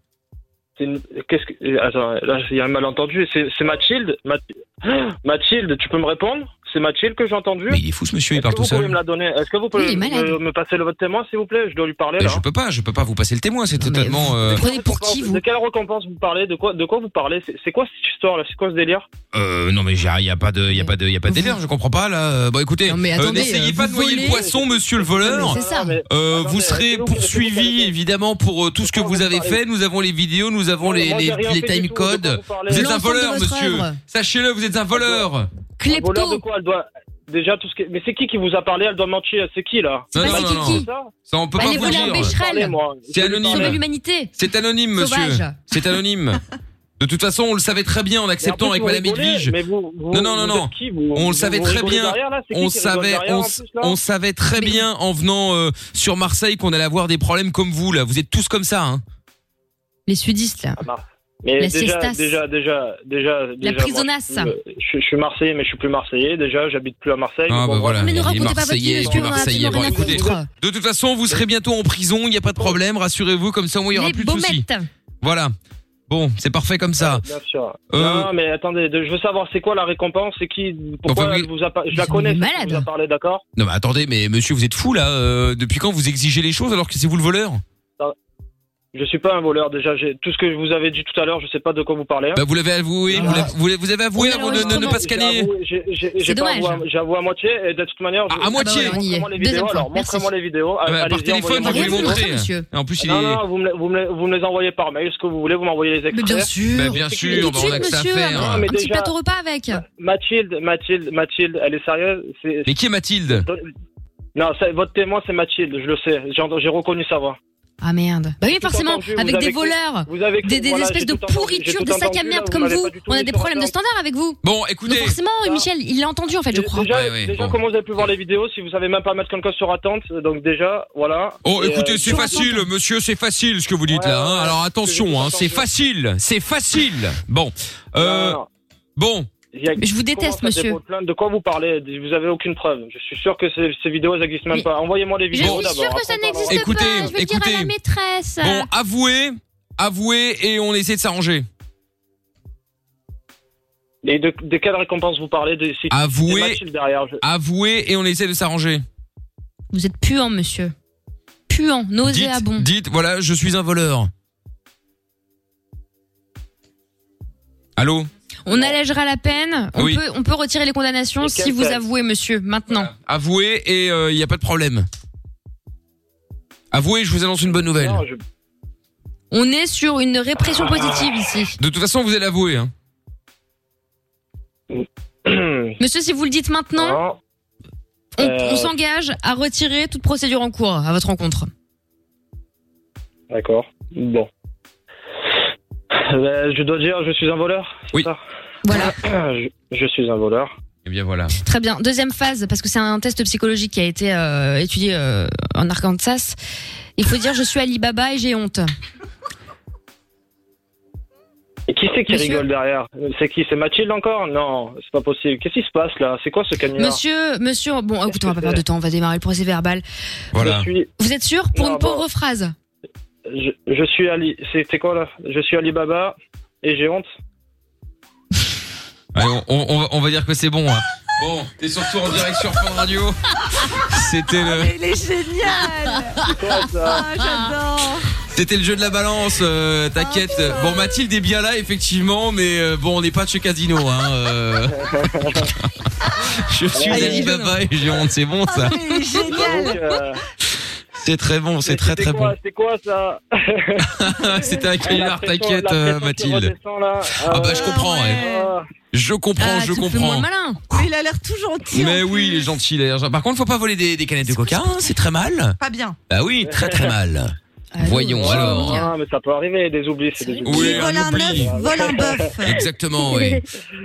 Speaker 10: C'est une- Qu'est-ce que euh, Attends, là il y a un malentendu. C'est c'est Mathilde. Math- Mathilde, tu peux me répondre C'est Mathilde que j'ai entendu. Mais
Speaker 2: il est fou ce monsieur, il parle
Speaker 10: Est-ce que
Speaker 2: tout
Speaker 10: vous pouvez
Speaker 2: seul.
Speaker 10: me la donner Est-ce que vous pouvez
Speaker 4: Oui, il est malade.
Speaker 10: me, me passer le votre témoin s'il vous plaît Je dois lui parler
Speaker 2: Mais
Speaker 10: là.
Speaker 2: je peux pas, je peux pas vous passer le témoin, c'est totalement... euh,
Speaker 10: pour qui vous De quelle récompense vous parlez De quoi De quoi vous parlez C'est- C'est quoi cette histoire là C'est quoi ce délire
Speaker 2: euh, non mais il y a pas de, y a pas de, y a pas de délire, je comprends pas là. Euh, Bon écoutez, euh,
Speaker 5: attendez,
Speaker 2: n'essayez
Speaker 5: euh,
Speaker 2: pas
Speaker 5: vous
Speaker 2: de noyer le
Speaker 5: volez-
Speaker 2: poisson, monsieur le voleur.
Speaker 5: Non, mais c'est ça.
Speaker 2: Euh, vous serez poursuivi évidemment pour euh, tout ce que vous avez fait. Nous avons les vidéos, nous avons les,
Speaker 5: moi, j'ai
Speaker 2: les,
Speaker 5: rien
Speaker 2: les
Speaker 5: fait du
Speaker 2: time
Speaker 5: tout, de quoi
Speaker 2: codes.
Speaker 5: vous parlez
Speaker 2: Vous êtes un
Speaker 5: L'ensemble de
Speaker 2: voleur,
Speaker 5: votre
Speaker 2: monsieur.
Speaker 5: œuvre.
Speaker 2: Sachez-le, vous êtes un voleur.
Speaker 10: Un voleur de quoi Elle doit déjà tout ce qui- Mais c'est qui qui vous a parlé Elle doit mentir. C'est qui là
Speaker 2: Non, non, non, non. Ça, on peut
Speaker 4: Bah,
Speaker 2: pas
Speaker 4: les
Speaker 2: vous le
Speaker 4: voleurs
Speaker 2: dire.
Speaker 4: Bécherel.
Speaker 2: C'est
Speaker 4: Sauver
Speaker 2: anonyme.
Speaker 4: l'humanité.
Speaker 2: C'est anonyme,
Speaker 4: Sauvage.
Speaker 2: monsieur. C'est anonyme. De toute façon, on le savait très bien en acceptant
Speaker 14: plus,
Speaker 2: avec
Speaker 14: vous
Speaker 2: Madame
Speaker 14: rigolez,
Speaker 2: Edwige.
Speaker 14: mais vous- vous-
Speaker 2: non, non, non,
Speaker 14: vous
Speaker 2: non.
Speaker 14: êtes qui, vous
Speaker 2: on
Speaker 14: Vous-
Speaker 2: le savait
Speaker 14: vous
Speaker 2: très
Speaker 14: rigolez
Speaker 2: bien.
Speaker 14: derrière, là C'est qui
Speaker 2: on
Speaker 14: qui rigole
Speaker 2: savait,
Speaker 14: derrière,
Speaker 2: on,
Speaker 14: en
Speaker 2: s-
Speaker 14: plus, là
Speaker 2: on savait très bien en venant euh, sur Marseille qu'on allait avoir des problèmes comme vous là. Vous êtes tous comme ça. Hein.
Speaker 4: Les sudistes,
Speaker 14: Ah,
Speaker 4: là.
Speaker 14: bah.
Speaker 10: Mais
Speaker 4: La
Speaker 10: déjà,
Speaker 4: siestasse.
Speaker 10: déjà, déjà, déjà, déjà, moi,
Speaker 4: prisonnasse.
Speaker 10: je, suis plus- je, je suis marseillais, mais je suis plus marseillais. Déjà, j'habite plus à Marseille.
Speaker 2: Ah, bah voilà.
Speaker 10: ne
Speaker 2: Il est Marseillais, il est Marseillais. Bon, écoutez, de toute façon, vous serez bientôt en prison. Il n'y a pas de problème. Rassurez-vous, comme ça, au moins, il n'y aura plus de soucis. Voilà. Bon, c'est parfait comme ça.
Speaker 10: Bien sûr.
Speaker 2: Euh,
Speaker 10: Non, mais attendez, de- je veux savoir c'est quoi la récompense, c'est qui, pourquoi elle vous a, pas- je la connais, celle qui vous a parlé, d'accord
Speaker 2: Non mais attendez, mais monsieur, vous êtes fou là. euh, depuis quand vous exigez les choses alors que c'est vous le voleur
Speaker 10: Je suis pas un voleur. Déjà, j'ai tout ce que je vous avez dit tout à l'heure, je sais pas de quoi vous parlez. hein.
Speaker 2: Bah, vous l'avez avoué, vous l'avez- vous l'avez- vous avez avoué avant de de ne pas scanner.
Speaker 10: J'ai pas avoué à- j'ai avoué à moitié et de toute manière. je-
Speaker 2: à moitié. Ah bah voilà, on y
Speaker 10: Montrez-moi
Speaker 2: est.
Speaker 10: les
Speaker 2: Deuxième
Speaker 10: vidéos.
Speaker 2: fois.
Speaker 10: Alors,
Speaker 2: Merci.
Speaker 10: montrez-moi les vidéos.
Speaker 2: Ah bah,
Speaker 10: Allez-y,
Speaker 2: par téléphone,
Speaker 10: envoyez-moi
Speaker 2: vous
Speaker 10: les
Speaker 2: pouvez
Speaker 10: vidéos.
Speaker 2: montrer. Monsieur. Et en plus, il
Speaker 10: non,
Speaker 2: est-
Speaker 10: Non, vous me, les- vous, me, les- vous me les envoyez par mail, ce que vous voulez, vous m'envoyez les extraits.
Speaker 4: bien sûr.
Speaker 2: Bah, bien sûr,
Speaker 4: Tout
Speaker 2: bah,
Speaker 4: de
Speaker 2: on
Speaker 4: suite,
Speaker 2: a que ça à
Speaker 4: monsieur,
Speaker 2: faire.
Speaker 10: Non,
Speaker 4: un
Speaker 10: mais
Speaker 4: petit
Speaker 10: déjà- Bah.
Speaker 4: plateau repas avec.
Speaker 10: Mathilde, Mathilde, Mathilde, elle est sérieuse c'est-
Speaker 2: Mais qui est Mathilde
Speaker 10: Non, ça- votre témoin, c'est Mathilde, je le sais. J'ai ent- j'ai reconnu sa voix.
Speaker 4: Ah merde. Bah oui, forcément,
Speaker 10: entendu, vous
Speaker 4: avec
Speaker 10: avez
Speaker 4: des
Speaker 10: cru-
Speaker 4: voleurs,
Speaker 10: vous avez cru-
Speaker 4: des, des
Speaker 10: voilà,
Speaker 4: espèces
Speaker 10: j'ai
Speaker 4: de
Speaker 10: tout entendu, j'ai
Speaker 4: pourriture,
Speaker 10: tout
Speaker 4: des sacs à
Speaker 10: entendu, là,
Speaker 4: merde
Speaker 10: vous
Speaker 4: comme
Speaker 10: m'avez
Speaker 4: vous.
Speaker 10: pas du tout
Speaker 4: On a
Speaker 10: mis
Speaker 4: des
Speaker 10: sur
Speaker 4: problèmes de standard avec vous.
Speaker 2: Bon, écoutez.
Speaker 4: Donc forcément, Michel, il l'a entendu en fait, je crois.
Speaker 10: Ah. Déjà, déjà,
Speaker 4: Déjà,
Speaker 10: comment vous avez pu voir les vidéos si vous savez même pas mettre quelqu'un sur attente Donc, déjà, voilà.
Speaker 2: Oh,
Speaker 10: Et,
Speaker 2: écoutez,
Speaker 10: euh,
Speaker 2: c'est facile, monsieur, c'est facile ce que vous dites
Speaker 10: Ouais,
Speaker 2: là. hein.
Speaker 10: ouais,
Speaker 2: Alors
Speaker 10: ouais,
Speaker 2: attention, hein, c'est facile, c'est facile. Bon, euh,
Speaker 10: Non, non.
Speaker 2: bon.
Speaker 10: Il y a-
Speaker 4: Je vous déteste,
Speaker 10: Comment ça, des
Speaker 4: monsieur.
Speaker 10: pots de plainte De quoi vous parlez Vous avez aucune preuve. Je suis sûr que ces, ces vidéos, elles n'existent même pas. Envoyez-moi les
Speaker 4: Je
Speaker 10: vidéos
Speaker 4: suis
Speaker 10: d'abord.
Speaker 4: sûre que ça
Speaker 10: après, on parlera.
Speaker 4: n'existe pas. Bah, Je vais le dire à la
Speaker 2: écoutez.
Speaker 4: maîtresse.
Speaker 2: Bon, avouez, avouez et on essaie de s'arranger.
Speaker 10: Et de, de quelle récompense vous parlez de, si,
Speaker 2: Avouez.
Speaker 10: c'est Mathilde derrière. je-
Speaker 2: Avouez et on essaie de s'arranger.
Speaker 4: Vous êtes puant, monsieur. Puant, nauséabond.
Speaker 2: Dites, voilà, je suis un voleur. Allô
Speaker 4: On allégera la peine. On,
Speaker 2: Oui.
Speaker 4: peut, on peut retirer les condamnations
Speaker 2: Et
Speaker 4: si
Speaker 2: quelle
Speaker 4: vous
Speaker 2: peine
Speaker 4: avouez, monsieur, maintenant.
Speaker 2: Avouez et euh, il n'y a pas de problème. Avouez, je vous annonce une bonne nouvelle.
Speaker 4: On est sur une répression
Speaker 10: Ah.
Speaker 4: positive ici.
Speaker 2: De toute façon, vous allez avouer. Hein.
Speaker 4: Monsieur, si vous le dites
Speaker 10: Ah.
Speaker 4: maintenant, on,
Speaker 10: Euh,
Speaker 4: on s'engage à retirer toute procédure en cours à votre rencontre.
Speaker 10: D'accord. Bon. Euh, je dois dire, je suis un voleur. Oui.
Speaker 4: Voilà.
Speaker 10: Je, je suis un voleur.
Speaker 2: Eh bien voilà.
Speaker 4: Très bien. Deuxième phase, parce que c'est un test psychologique qui a été euh, étudié euh, en Arkansas. Il faut dire je suis Alibaba et j'ai honte.
Speaker 10: Et qui c'est qui
Speaker 4: Monsieur-
Speaker 10: rigole derrière C'est qui C'est Mathilde encore Non, c'est pas possible. Qu'est-ce qui se passe là C'est quoi ce canular
Speaker 4: Monsieur, monsieur, bon, écoutez, on va pas perdre de temps, on va démarrer le procès verbal.
Speaker 10: Voilà. Je suis,
Speaker 4: Vous êtes sûr pour
Speaker 10: Non,
Speaker 4: une pauvre phrase
Speaker 10: je, je suis Ali. C'est c'est quoi là Je suis Alibaba et j'ai honte.
Speaker 2: Allez, on, on- on va, on va dire que c'est bon. hein. Bon, t'es surtout en direct sur Fun Radio. C'était le,
Speaker 6: Ah, Il est génial Ah, j'adore
Speaker 2: c'était le jeu de la balance. euh, T'inquiète. Bon, Mathilde est bien là effectivement, mais euh, bon, on n'est pas de chez Casino. Hein, euh. Je suis
Speaker 5: Ah, il est
Speaker 2: Alibaba et j'ai honte. C'est bon ça.
Speaker 6: Il est génial
Speaker 7: euh,
Speaker 2: C'est très bon. C'est très très
Speaker 10: C'est quoi,
Speaker 2: bon.
Speaker 10: C'est quoi ça
Speaker 2: C'était un
Speaker 10: La
Speaker 2: canular.
Speaker 10: pression-
Speaker 2: T'inquiète,
Speaker 10: la pression
Speaker 2: euh,
Speaker 10: qui
Speaker 2: Mathilde.
Speaker 10: redescend, là.
Speaker 2: Ah bah je comprends. ouais. Je
Speaker 6: Ah,
Speaker 2: comprends. Je comprends.
Speaker 4: malin
Speaker 6: Mais il a l'air tout gentil
Speaker 2: Mais oui, il est gentil. il est gentil. Par contre, faut pas voler des, des canettes de coca. hein, C'est très mal.
Speaker 6: Pas bien
Speaker 2: Bah oui, très très mal. Voyons alors.
Speaker 10: Ah, mais ça peut arriver, des oublis, c'est des oublis.
Speaker 2: Oui, un oubli.
Speaker 6: Vole un bœuf
Speaker 2: Exactement, oui.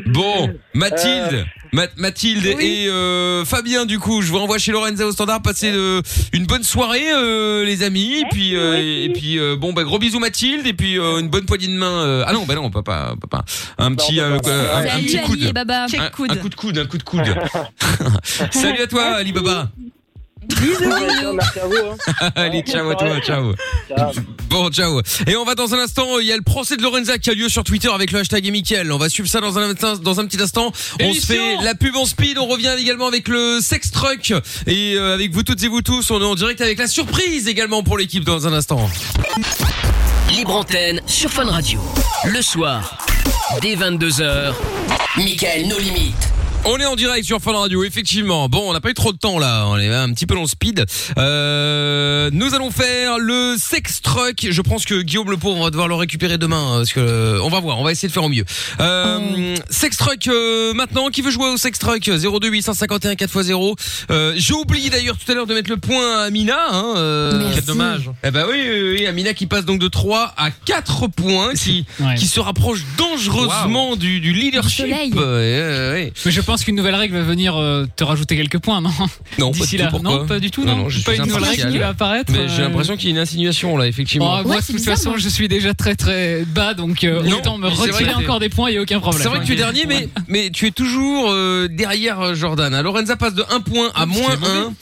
Speaker 2: Bon, Mathilde, Ma- Mathilde et euh, Fabien, du coup, je vous renvoie chez Lorenza au standard. Passez euh, une bonne soirée, euh, les amis. Et puis, euh, et puis euh, bon, bah, gros bisous, Mathilde. Et puis, euh, une bonne poignée de main. euh, Ah non, bah non, papa, papa. Un petit, euh, euh, un, un
Speaker 4: bah, Salut
Speaker 2: petit
Speaker 4: Ali
Speaker 2: coude.
Speaker 4: et Baba.
Speaker 2: Un, un coup de coude, un coup de coude. Salut à toi, Ali Baba.
Speaker 10: Merci à vous. hein.
Speaker 2: Allez, ciao à toi, ciao. Bon, ciao. Et on va dans un instant, euh, il y a le procès de Lorenza qui a lieu sur Twitter avec le hashtag Mickaël. On va suivre ça dans un, instant- dans un petit instant. On se fait la pub en speed. On revient également avec le sex truck. Et euh, avec vous toutes et vous tous, on est en direct avec la surprise également pour l'équipe dans un instant.
Speaker 1: Libre antenne sur Fun Radio. Le soir, dès 22h, Michael No Limites.
Speaker 2: On est en direct sur Fun Radio, effectivement. Bon, on n'a pas eu trop de temps là, on est un petit peu dans le speed. Euh, nous allons faire le sex truck. Je pense que Guillaume le pauvre va devoir le récupérer demain, hein, parce que euh, on va voir, on va essayer de faire au mieux. Euh, Sex truck euh, maintenant, qui veut jouer au sex truck 02 851 4x0. Euh, J'ai oublié d'ailleurs tout à l'heure de mettre le point à Amina. Hein, euh,
Speaker 5: Merci. Quel dommage.
Speaker 2: Eh ben oui, oui, oui, Amina qui passe donc de 3 à 4 points, qui,
Speaker 3: Ouais.
Speaker 2: qui se rapproche dangereusement du, du leadership.
Speaker 3: Du soleil.
Speaker 2: Ah bah, Ouais, ouais, ouais.
Speaker 3: Mais je pense qu'une nouvelle règle va venir euh, te rajouter quelques points, non
Speaker 2: Non,
Speaker 3: D'ici
Speaker 2: pas
Speaker 3: là,
Speaker 2: du tout, pourquoi
Speaker 3: non, pas du tout, non.
Speaker 2: je
Speaker 3: pas
Speaker 2: suis
Speaker 3: une nouvelle
Speaker 2: impartial.
Speaker 3: règle qui va apparaître.
Speaker 2: Mais j'ai
Speaker 3: euh,
Speaker 2: l'impression qu'il y a une insinuation là, effectivement.
Speaker 3: Oh, moi, de toute façon,
Speaker 4: hein.
Speaker 3: je suis déjà très très bas, donc euh,
Speaker 2: Non,
Speaker 3: autant me
Speaker 2: mais c'est vrai
Speaker 3: retirer
Speaker 2: que t'es-
Speaker 3: encore des points, il n'y a aucun problème.
Speaker 2: C'est vrai que tu es dernier, mais, mais tu es toujours euh, derrière euh, Jordan. hein. Lorenza passe de 1
Speaker 3: Ah,
Speaker 2: point à moins 1.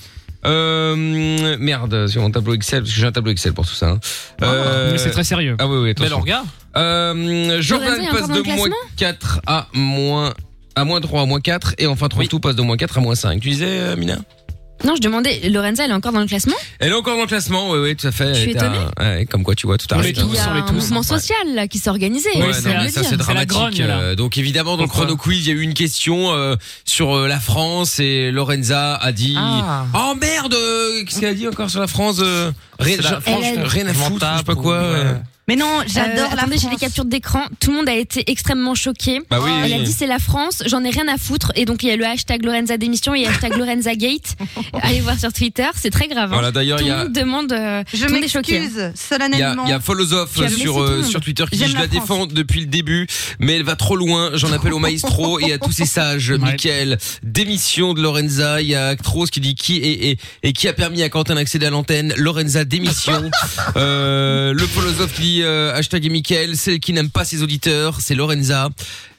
Speaker 2: Euh, merde, sur mon tableau Excel, parce que j'ai un tableau Excel pour tout ça. hein. Euh,
Speaker 3: Ah, mais c'est très sérieux.
Speaker 2: Ah oui, oui, attention.
Speaker 3: Bel regard.
Speaker 2: Euh, Jordan
Speaker 3: Lorenza est encore
Speaker 2: passe
Speaker 3: dans le
Speaker 2: de moins
Speaker 3: classement
Speaker 2: 4 à moins, à moins 3 à moins 4. Et enfin, 3 tout passe de moins 4 à moins 5. Tu disais, euh, Mina
Speaker 4: Non, je demandais, Lorenza, elle est encore dans le classement
Speaker 2: Elle est encore dans le classement, oui, oui, tout à fait.
Speaker 4: Je suis
Speaker 2: Elle était à- ouais, comme quoi, tu vois, tout
Speaker 4: On
Speaker 2: arrive. hein.
Speaker 4: Il y a un mouvement social là, qui s'est organisé. on
Speaker 2: Ouais, non,
Speaker 4: peut
Speaker 2: mais
Speaker 4: le
Speaker 2: ça
Speaker 4: dire.
Speaker 2: c'est dramatique. Euh, donc évidemment dans le chrono quiz il y a eu une question euh, sur euh, la France et Lorenza a dit
Speaker 5: Ah.
Speaker 2: oh merde euh, qu'est-ce qu'elle a dit encore sur la France euh, rien,
Speaker 5: C'est la
Speaker 2: je-
Speaker 5: France,
Speaker 2: franchement,
Speaker 5: euh,
Speaker 2: rien à foutre je sais pas quoi. euh.
Speaker 4: Mais non,
Speaker 6: j'adore la
Speaker 4: Attendez, j'ai les captures d'écran. Tout le monde a été extrêmement choqué.
Speaker 2: Bah oui.
Speaker 4: Elle a dit c'est la France, j'en ai rien à foutre. Et donc il y a le hashtag Lorenza démission et hashtag Lorenza Gate. Allez voir sur Twitter, c'est très grave. hein.
Speaker 2: Voilà, d'ailleurs,
Speaker 4: tout
Speaker 2: il y a-
Speaker 4: le monde demande. euh,
Speaker 6: Je
Speaker 4: tout le monde est choqué.
Speaker 6: m'excuse
Speaker 2: Il y a,
Speaker 6: solennellement.
Speaker 2: il y a Folosoph
Speaker 6: Tu as blessé
Speaker 2: sur,
Speaker 6: tout le
Speaker 2: euh,
Speaker 6: monde.
Speaker 2: sur Twitter qui dit,
Speaker 6: J'aime
Speaker 2: je la,
Speaker 6: France.
Speaker 2: défends depuis le début, mais elle va trop loin. J'en appelle au maestro et à tous ces sages. Michael, démission de Lorenza. Il y a Actros qui dit qui et, et, et qui a permis à Quentin d'accéder à l'antenne. Lorenza, démission. euh, le Folosoph qui dit euh, hashtag et Michael, celle qui n'aime pas ses auditeurs, c'est Lorenza,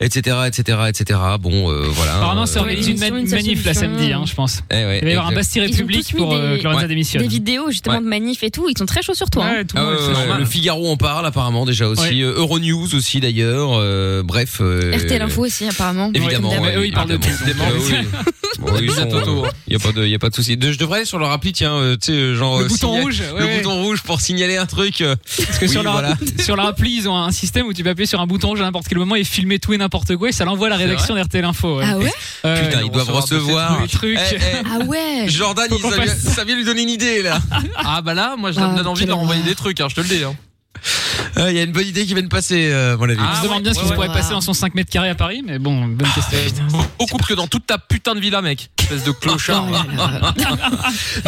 Speaker 2: etc., etc., etc. Bon, euh, voilà.
Speaker 3: Apparemment, ça
Speaker 2: Euh,
Speaker 3: organise une, ma-
Speaker 4: une
Speaker 3: manif là
Speaker 4: solution.
Speaker 3: samedi, hein, je pense.
Speaker 2: Eh ouais,
Speaker 3: Il va y avoir un
Speaker 2: exact.
Speaker 3: Bastille
Speaker 4: Ils ont
Speaker 3: République
Speaker 4: tous mis
Speaker 3: pour euh,
Speaker 4: des-
Speaker 3: que Lorenza
Speaker 2: Ouais.
Speaker 3: démissionne.
Speaker 4: Des vidéos justement
Speaker 2: Ouais.
Speaker 4: de manifs et tout, ils sont très chauds sur toi. hein.
Speaker 2: Ah ouais, ouais, le Figaro en parle apparemment déjà aussi. Euh, Euronews aussi d'ailleurs. euh, bref. euh,
Speaker 4: RTL Info aussi apparemment.
Speaker 2: Évidemment.
Speaker 4: Ouais,
Speaker 2: ouais,
Speaker 4: évidemment.
Speaker 5: ah,
Speaker 2: évidemment. Euh, oui. Bon, ils
Speaker 5: Bisous à
Speaker 2: sont,
Speaker 5: Toto.
Speaker 2: euh, y a pas de, y a pas de souci. De- Je devrais aller sur leur appli, tiens, euh, tu sais, euh, genre
Speaker 3: Le
Speaker 2: euh,
Speaker 3: bouton
Speaker 2: signa-
Speaker 3: rouge,
Speaker 2: le
Speaker 3: ouais.
Speaker 2: bouton rouge pour signaler un truc. euh,
Speaker 3: Parce que
Speaker 2: oui,
Speaker 3: sur, leur,
Speaker 2: voilà.
Speaker 3: sur leur appli, ils ont un système où tu peux appuyer sur un bouton rouge à n'importe quel moment et filmer tout et n'importe quoi et ça l'envoie à la
Speaker 2: C'est
Speaker 3: rédaction
Speaker 2: vrai
Speaker 3: d'RTL Info. Euh,
Speaker 4: Ah ouais
Speaker 2: Putain, ils doivent recevoir.
Speaker 3: des trucs.
Speaker 2: Eh, eh,
Speaker 4: Ah ouais.
Speaker 2: Jordan,
Speaker 5: Faut
Speaker 2: il-
Speaker 5: qu'on
Speaker 2: ça, vient,
Speaker 5: fasse-
Speaker 2: ça vient lui donner une idée là.
Speaker 5: Ah bah là, moi, je
Speaker 2: Ah,
Speaker 5: me donne envie de
Speaker 2: quelle
Speaker 5: leur envoyer des trucs, hein, je te le dis. hein.
Speaker 2: Il Euh, y a une bonne idée qui vient de passer. euh, à mon avis.
Speaker 3: on
Speaker 5: Ah
Speaker 3: se demande bien ce qui se pourrait passer dans son 5 mètres carrés à Paris, mais bon, bonne
Speaker 5: Ah,
Speaker 3: question.
Speaker 5: Au couple que dans toute ta putain de villa, mec. Espèce de clochard.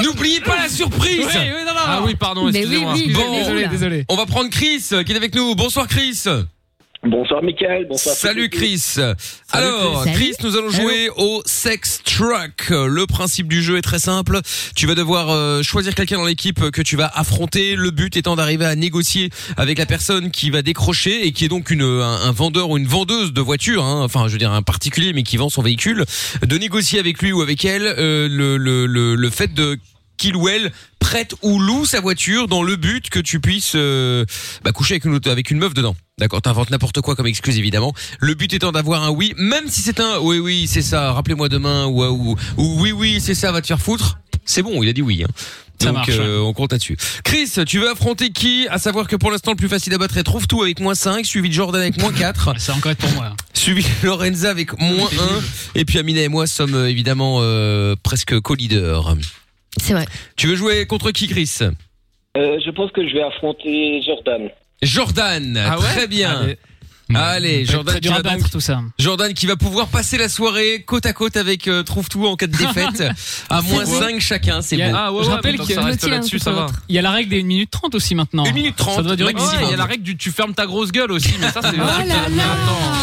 Speaker 2: N'oubliez pas la surprise.
Speaker 5: Oui, oui, non, non, Ah non. oui, pardon, Mais oui, excusez-moi. oui,
Speaker 2: Bon,
Speaker 5: désolé, désolé.
Speaker 2: On va prendre Chris euh, qui est avec nous. Bonsoir Chris.
Speaker 14: Bonsoir Michael, bonsoir.
Speaker 2: Salut Chris. Alors
Speaker 14: Chris.
Speaker 2: Chris, nous allons jouer au Sex Truck. Le principe du jeu est très simple. Tu vas devoir euh, choisir quelqu'un dans l'équipe que tu vas affronter. Le but étant d'arriver à négocier avec la personne qui va décrocher et qui est donc une un, un vendeur ou une vendeuse de voiture. hein. Enfin, je veux dire un particulier mais qui vend son véhicule. De négocier avec lui ou avec elle euh, le, le, le, le fait de qu'il ou elle prête ou loue sa voiture dans le but que tu puisses euh, bah, coucher avec une, autre- avec une meuf dedans. D'accord, t'inventes n'importe quoi comme excuse évidemment. Le but étant d'avoir un oui, même si c'est un oui oui c'est ça, rappelez-moi demain ou, ou, ou oui oui c'est ça, va te faire foutre. C'est bon, il a dit oui. hein.
Speaker 3: Ça
Speaker 2: Donc
Speaker 3: marche,
Speaker 2: euh,
Speaker 5: hein.
Speaker 2: on compte là-dessus. Chris, tu veux affronter qui À savoir que pour l'instant le plus facile à battre est trouve tout avec moins 5, suivi de Jordan avec moins 4.
Speaker 3: Ça encore être pour
Speaker 5: hein.
Speaker 3: moi.
Speaker 2: Suivi de Lorenza avec moins 1. Et puis Amina et moi sommes euh, évidemment euh, presque co-leaders.
Speaker 4: C'est vrai.
Speaker 2: Tu veux jouer contre qui, Chris
Speaker 14: Euh, je pense que je vais affronter Jordan.
Speaker 2: Jordan.
Speaker 3: Ah
Speaker 2: très bien. Allez, Jordan,
Speaker 3: très dur
Speaker 2: qui
Speaker 3: à
Speaker 2: va
Speaker 3: battre
Speaker 2: donc-
Speaker 3: tout ça.
Speaker 2: Jordan qui va pouvoir passer la soirée côte à côte avec euh, Trouve tout en cas de défaite à moins
Speaker 3: C'est beau.
Speaker 2: 5 chacun, c'est
Speaker 3: Il y a- Ah,
Speaker 2: beau.
Speaker 3: je rappelle qu'il y a- Il y a la règle des 1 minute 30 aussi maintenant. 1 minute
Speaker 5: 30,
Speaker 3: Ça doit durer
Speaker 5: ouais,
Speaker 3: maximum.
Speaker 5: Il y a la règle du tu fermes ta grosse gueule aussi, mais ça c'est.
Speaker 3: Oh là
Speaker 5: hein.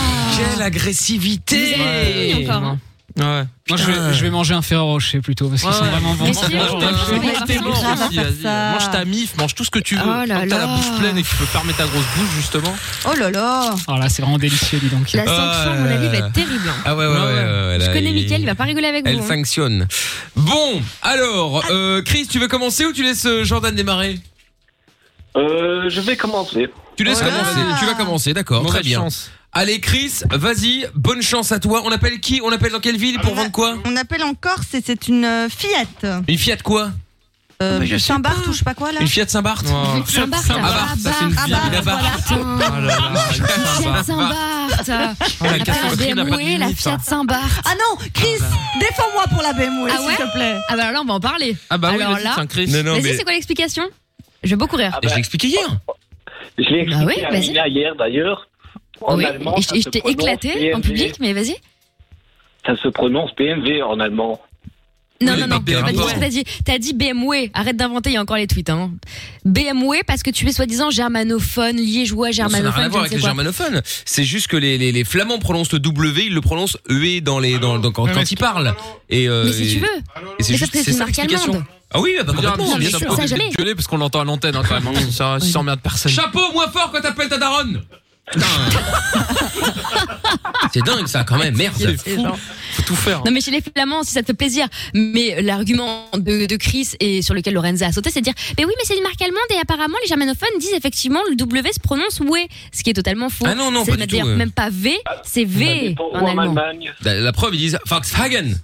Speaker 2: Quelle agressivité
Speaker 5: Vous avez
Speaker 3: Ouais.
Speaker 5: encore, hein.
Speaker 2: Ouais.
Speaker 3: Moi, je vais, je vais manger un fer à rocher plutôt parce qu'ils sont
Speaker 5: Ouais.
Speaker 3: vraiment bons.
Speaker 5: Mais si,
Speaker 3: Mange
Speaker 5: on
Speaker 3: ta-
Speaker 5: peut
Speaker 3: mange
Speaker 5: faire
Speaker 3: ta-
Speaker 5: des
Speaker 3: mange
Speaker 5: choses
Speaker 3: ta-
Speaker 5: aussi, vas-y. Mange ta mif, mange tout ce que tu veux. Quand
Speaker 3: Oh là
Speaker 5: t'as la
Speaker 3: là.
Speaker 5: bouche pleine et que tu peux fermer ta grosse bouche justement.
Speaker 6: Oh là là
Speaker 3: Oh là, c'est vraiment délicieux, dis donc.
Speaker 4: La sanction, à mon avis, va être terrible. hein.
Speaker 2: Ah ouais, ouais, ouais. ouais,
Speaker 4: Je
Speaker 2: là,
Speaker 4: connais
Speaker 2: il-
Speaker 4: Mickaël, il va pas rigoler avec
Speaker 2: Elle
Speaker 4: vous. hein. Ah.
Speaker 2: sanctionne. Bon, alors, euh, Chris, tu veux commencer ou tu laisses euh, Jordan démarrer
Speaker 14: Euh, je vais commencer.
Speaker 2: Tu laisses
Speaker 14: Ouais.
Speaker 2: commencer. Tu vas commencer, d'accord.
Speaker 5: Mauvaise
Speaker 2: Très bien.
Speaker 5: chance.
Speaker 2: Allez, Chris, vas-y. Bonne chance à toi. On appelle qui On appelle dans quelle ville pour vendre quoi
Speaker 6: On appelle en Corse et c'est une euh, Fiat.
Speaker 2: Une Fiat quoi
Speaker 6: euh,
Speaker 2: Mais je sais
Speaker 6: Saint-Barth ou je sais pas quoi là
Speaker 2: Une Fiat Saint-Barth
Speaker 6: Saint-Barth. Saint-Barth.
Speaker 2: ça c'est une
Speaker 6: Ah,
Speaker 2: ville.
Speaker 6: bah,
Speaker 2: Il a Barth. Ah là là, il a
Speaker 4: Oh
Speaker 2: Saint-Barth.
Speaker 4: Saint-Barth.
Speaker 2: Ah, la
Speaker 4: la
Speaker 2: carrosserie n'a pas de
Speaker 4: BMW, la
Speaker 2: limite,
Speaker 4: Fiat
Speaker 2: hein. bah.
Speaker 4: Saint-Barth.
Speaker 6: Ah non, Chris, défends-moi pour la BMW,
Speaker 4: ah
Speaker 6: s'il
Speaker 4: ouais
Speaker 6: te plaît.
Speaker 4: Ah bah là, on va en parler.
Speaker 6: Ah bah oui,
Speaker 4: Alors
Speaker 6: vas-y,
Speaker 4: là,
Speaker 6: tiens, Chris.
Speaker 2: Non, non,
Speaker 4: vas-y,
Speaker 2: mais-
Speaker 4: c'est quoi l'explication Je vais beaucoup rire.
Speaker 7: bah,
Speaker 2: Je l'ai expliqué hier.
Speaker 7: Ah, Je l'ai
Speaker 4: Bah
Speaker 7: expliqué
Speaker 4: oui,
Speaker 7: à
Speaker 4: vas-y.
Speaker 7: Mila hier d'ailleurs. En
Speaker 4: oui,
Speaker 7: allemand,
Speaker 4: et
Speaker 7: ça
Speaker 4: je, et
Speaker 7: se
Speaker 4: je t'ai
Speaker 7: prononce
Speaker 4: éclaté en
Speaker 7: PMV.
Speaker 4: public, mais vas-y.
Speaker 7: Ça se prononce PMV en allemand.
Speaker 4: Non, non, non,
Speaker 7: pas
Speaker 4: c'est pas du tout
Speaker 7: rapport.
Speaker 4: ce que t'as dit. T'as dit BMW. Arrête d'inventer, il y a encore les tweets. Hein. BMW parce que tu es soi-disant germanophone, liégeois,
Speaker 2: Non, Ça n'a rien à
Speaker 4: germanophone, je ne
Speaker 2: voir avec
Speaker 4: sais
Speaker 2: les
Speaker 4: quoi.
Speaker 2: germanophones. C'est juste que les, les, les flamands prononcent le W, ils le prononcent EE dans les, dans, dans- quand, quand ils parlent. Et, euh,
Speaker 4: Mais si tu
Speaker 2: et-
Speaker 4: veux.
Speaker 2: Et c'est
Speaker 4: Mais ça,
Speaker 2: juste
Speaker 4: c'est
Speaker 2: c'est
Speaker 4: une
Speaker 2: ça
Speaker 4: marque
Speaker 2: l'explication.
Speaker 4: allemande.
Speaker 2: Ah oui, bah,
Speaker 5: Regarde,
Speaker 2: complètement,
Speaker 5: il
Speaker 2: bien
Speaker 5: vient
Speaker 2: sûr.
Speaker 5: un peu
Speaker 4: ça,
Speaker 5: de
Speaker 4: jamais.
Speaker 5: gueuler parce qu'on l'entend à l'antenne hein, quand même. Ça, ça emmerde personne.
Speaker 2: Chapeau moins fort quand t'appelles ta daronne. C'est dingue ça quand même, merde.
Speaker 4: C'est genre-
Speaker 2: Faut tout faire. hein.
Speaker 4: Non mais chez les flamands si ça te fait plaisir mais l'argument de, de Chris et sur lequel Lorenza a sauté c'est de dire mais oui mais c'est une marque allemande et apparemment les germanophones disent effectivement le W se prononce ouais ce qui est totalement faux
Speaker 2: Ah non, non,
Speaker 4: c'est
Speaker 2: pas du
Speaker 4: d'ailleurs
Speaker 2: tout, euh.
Speaker 4: même pas V c'est V en allemand
Speaker 2: La, la preuve, ils disent Volkswagen.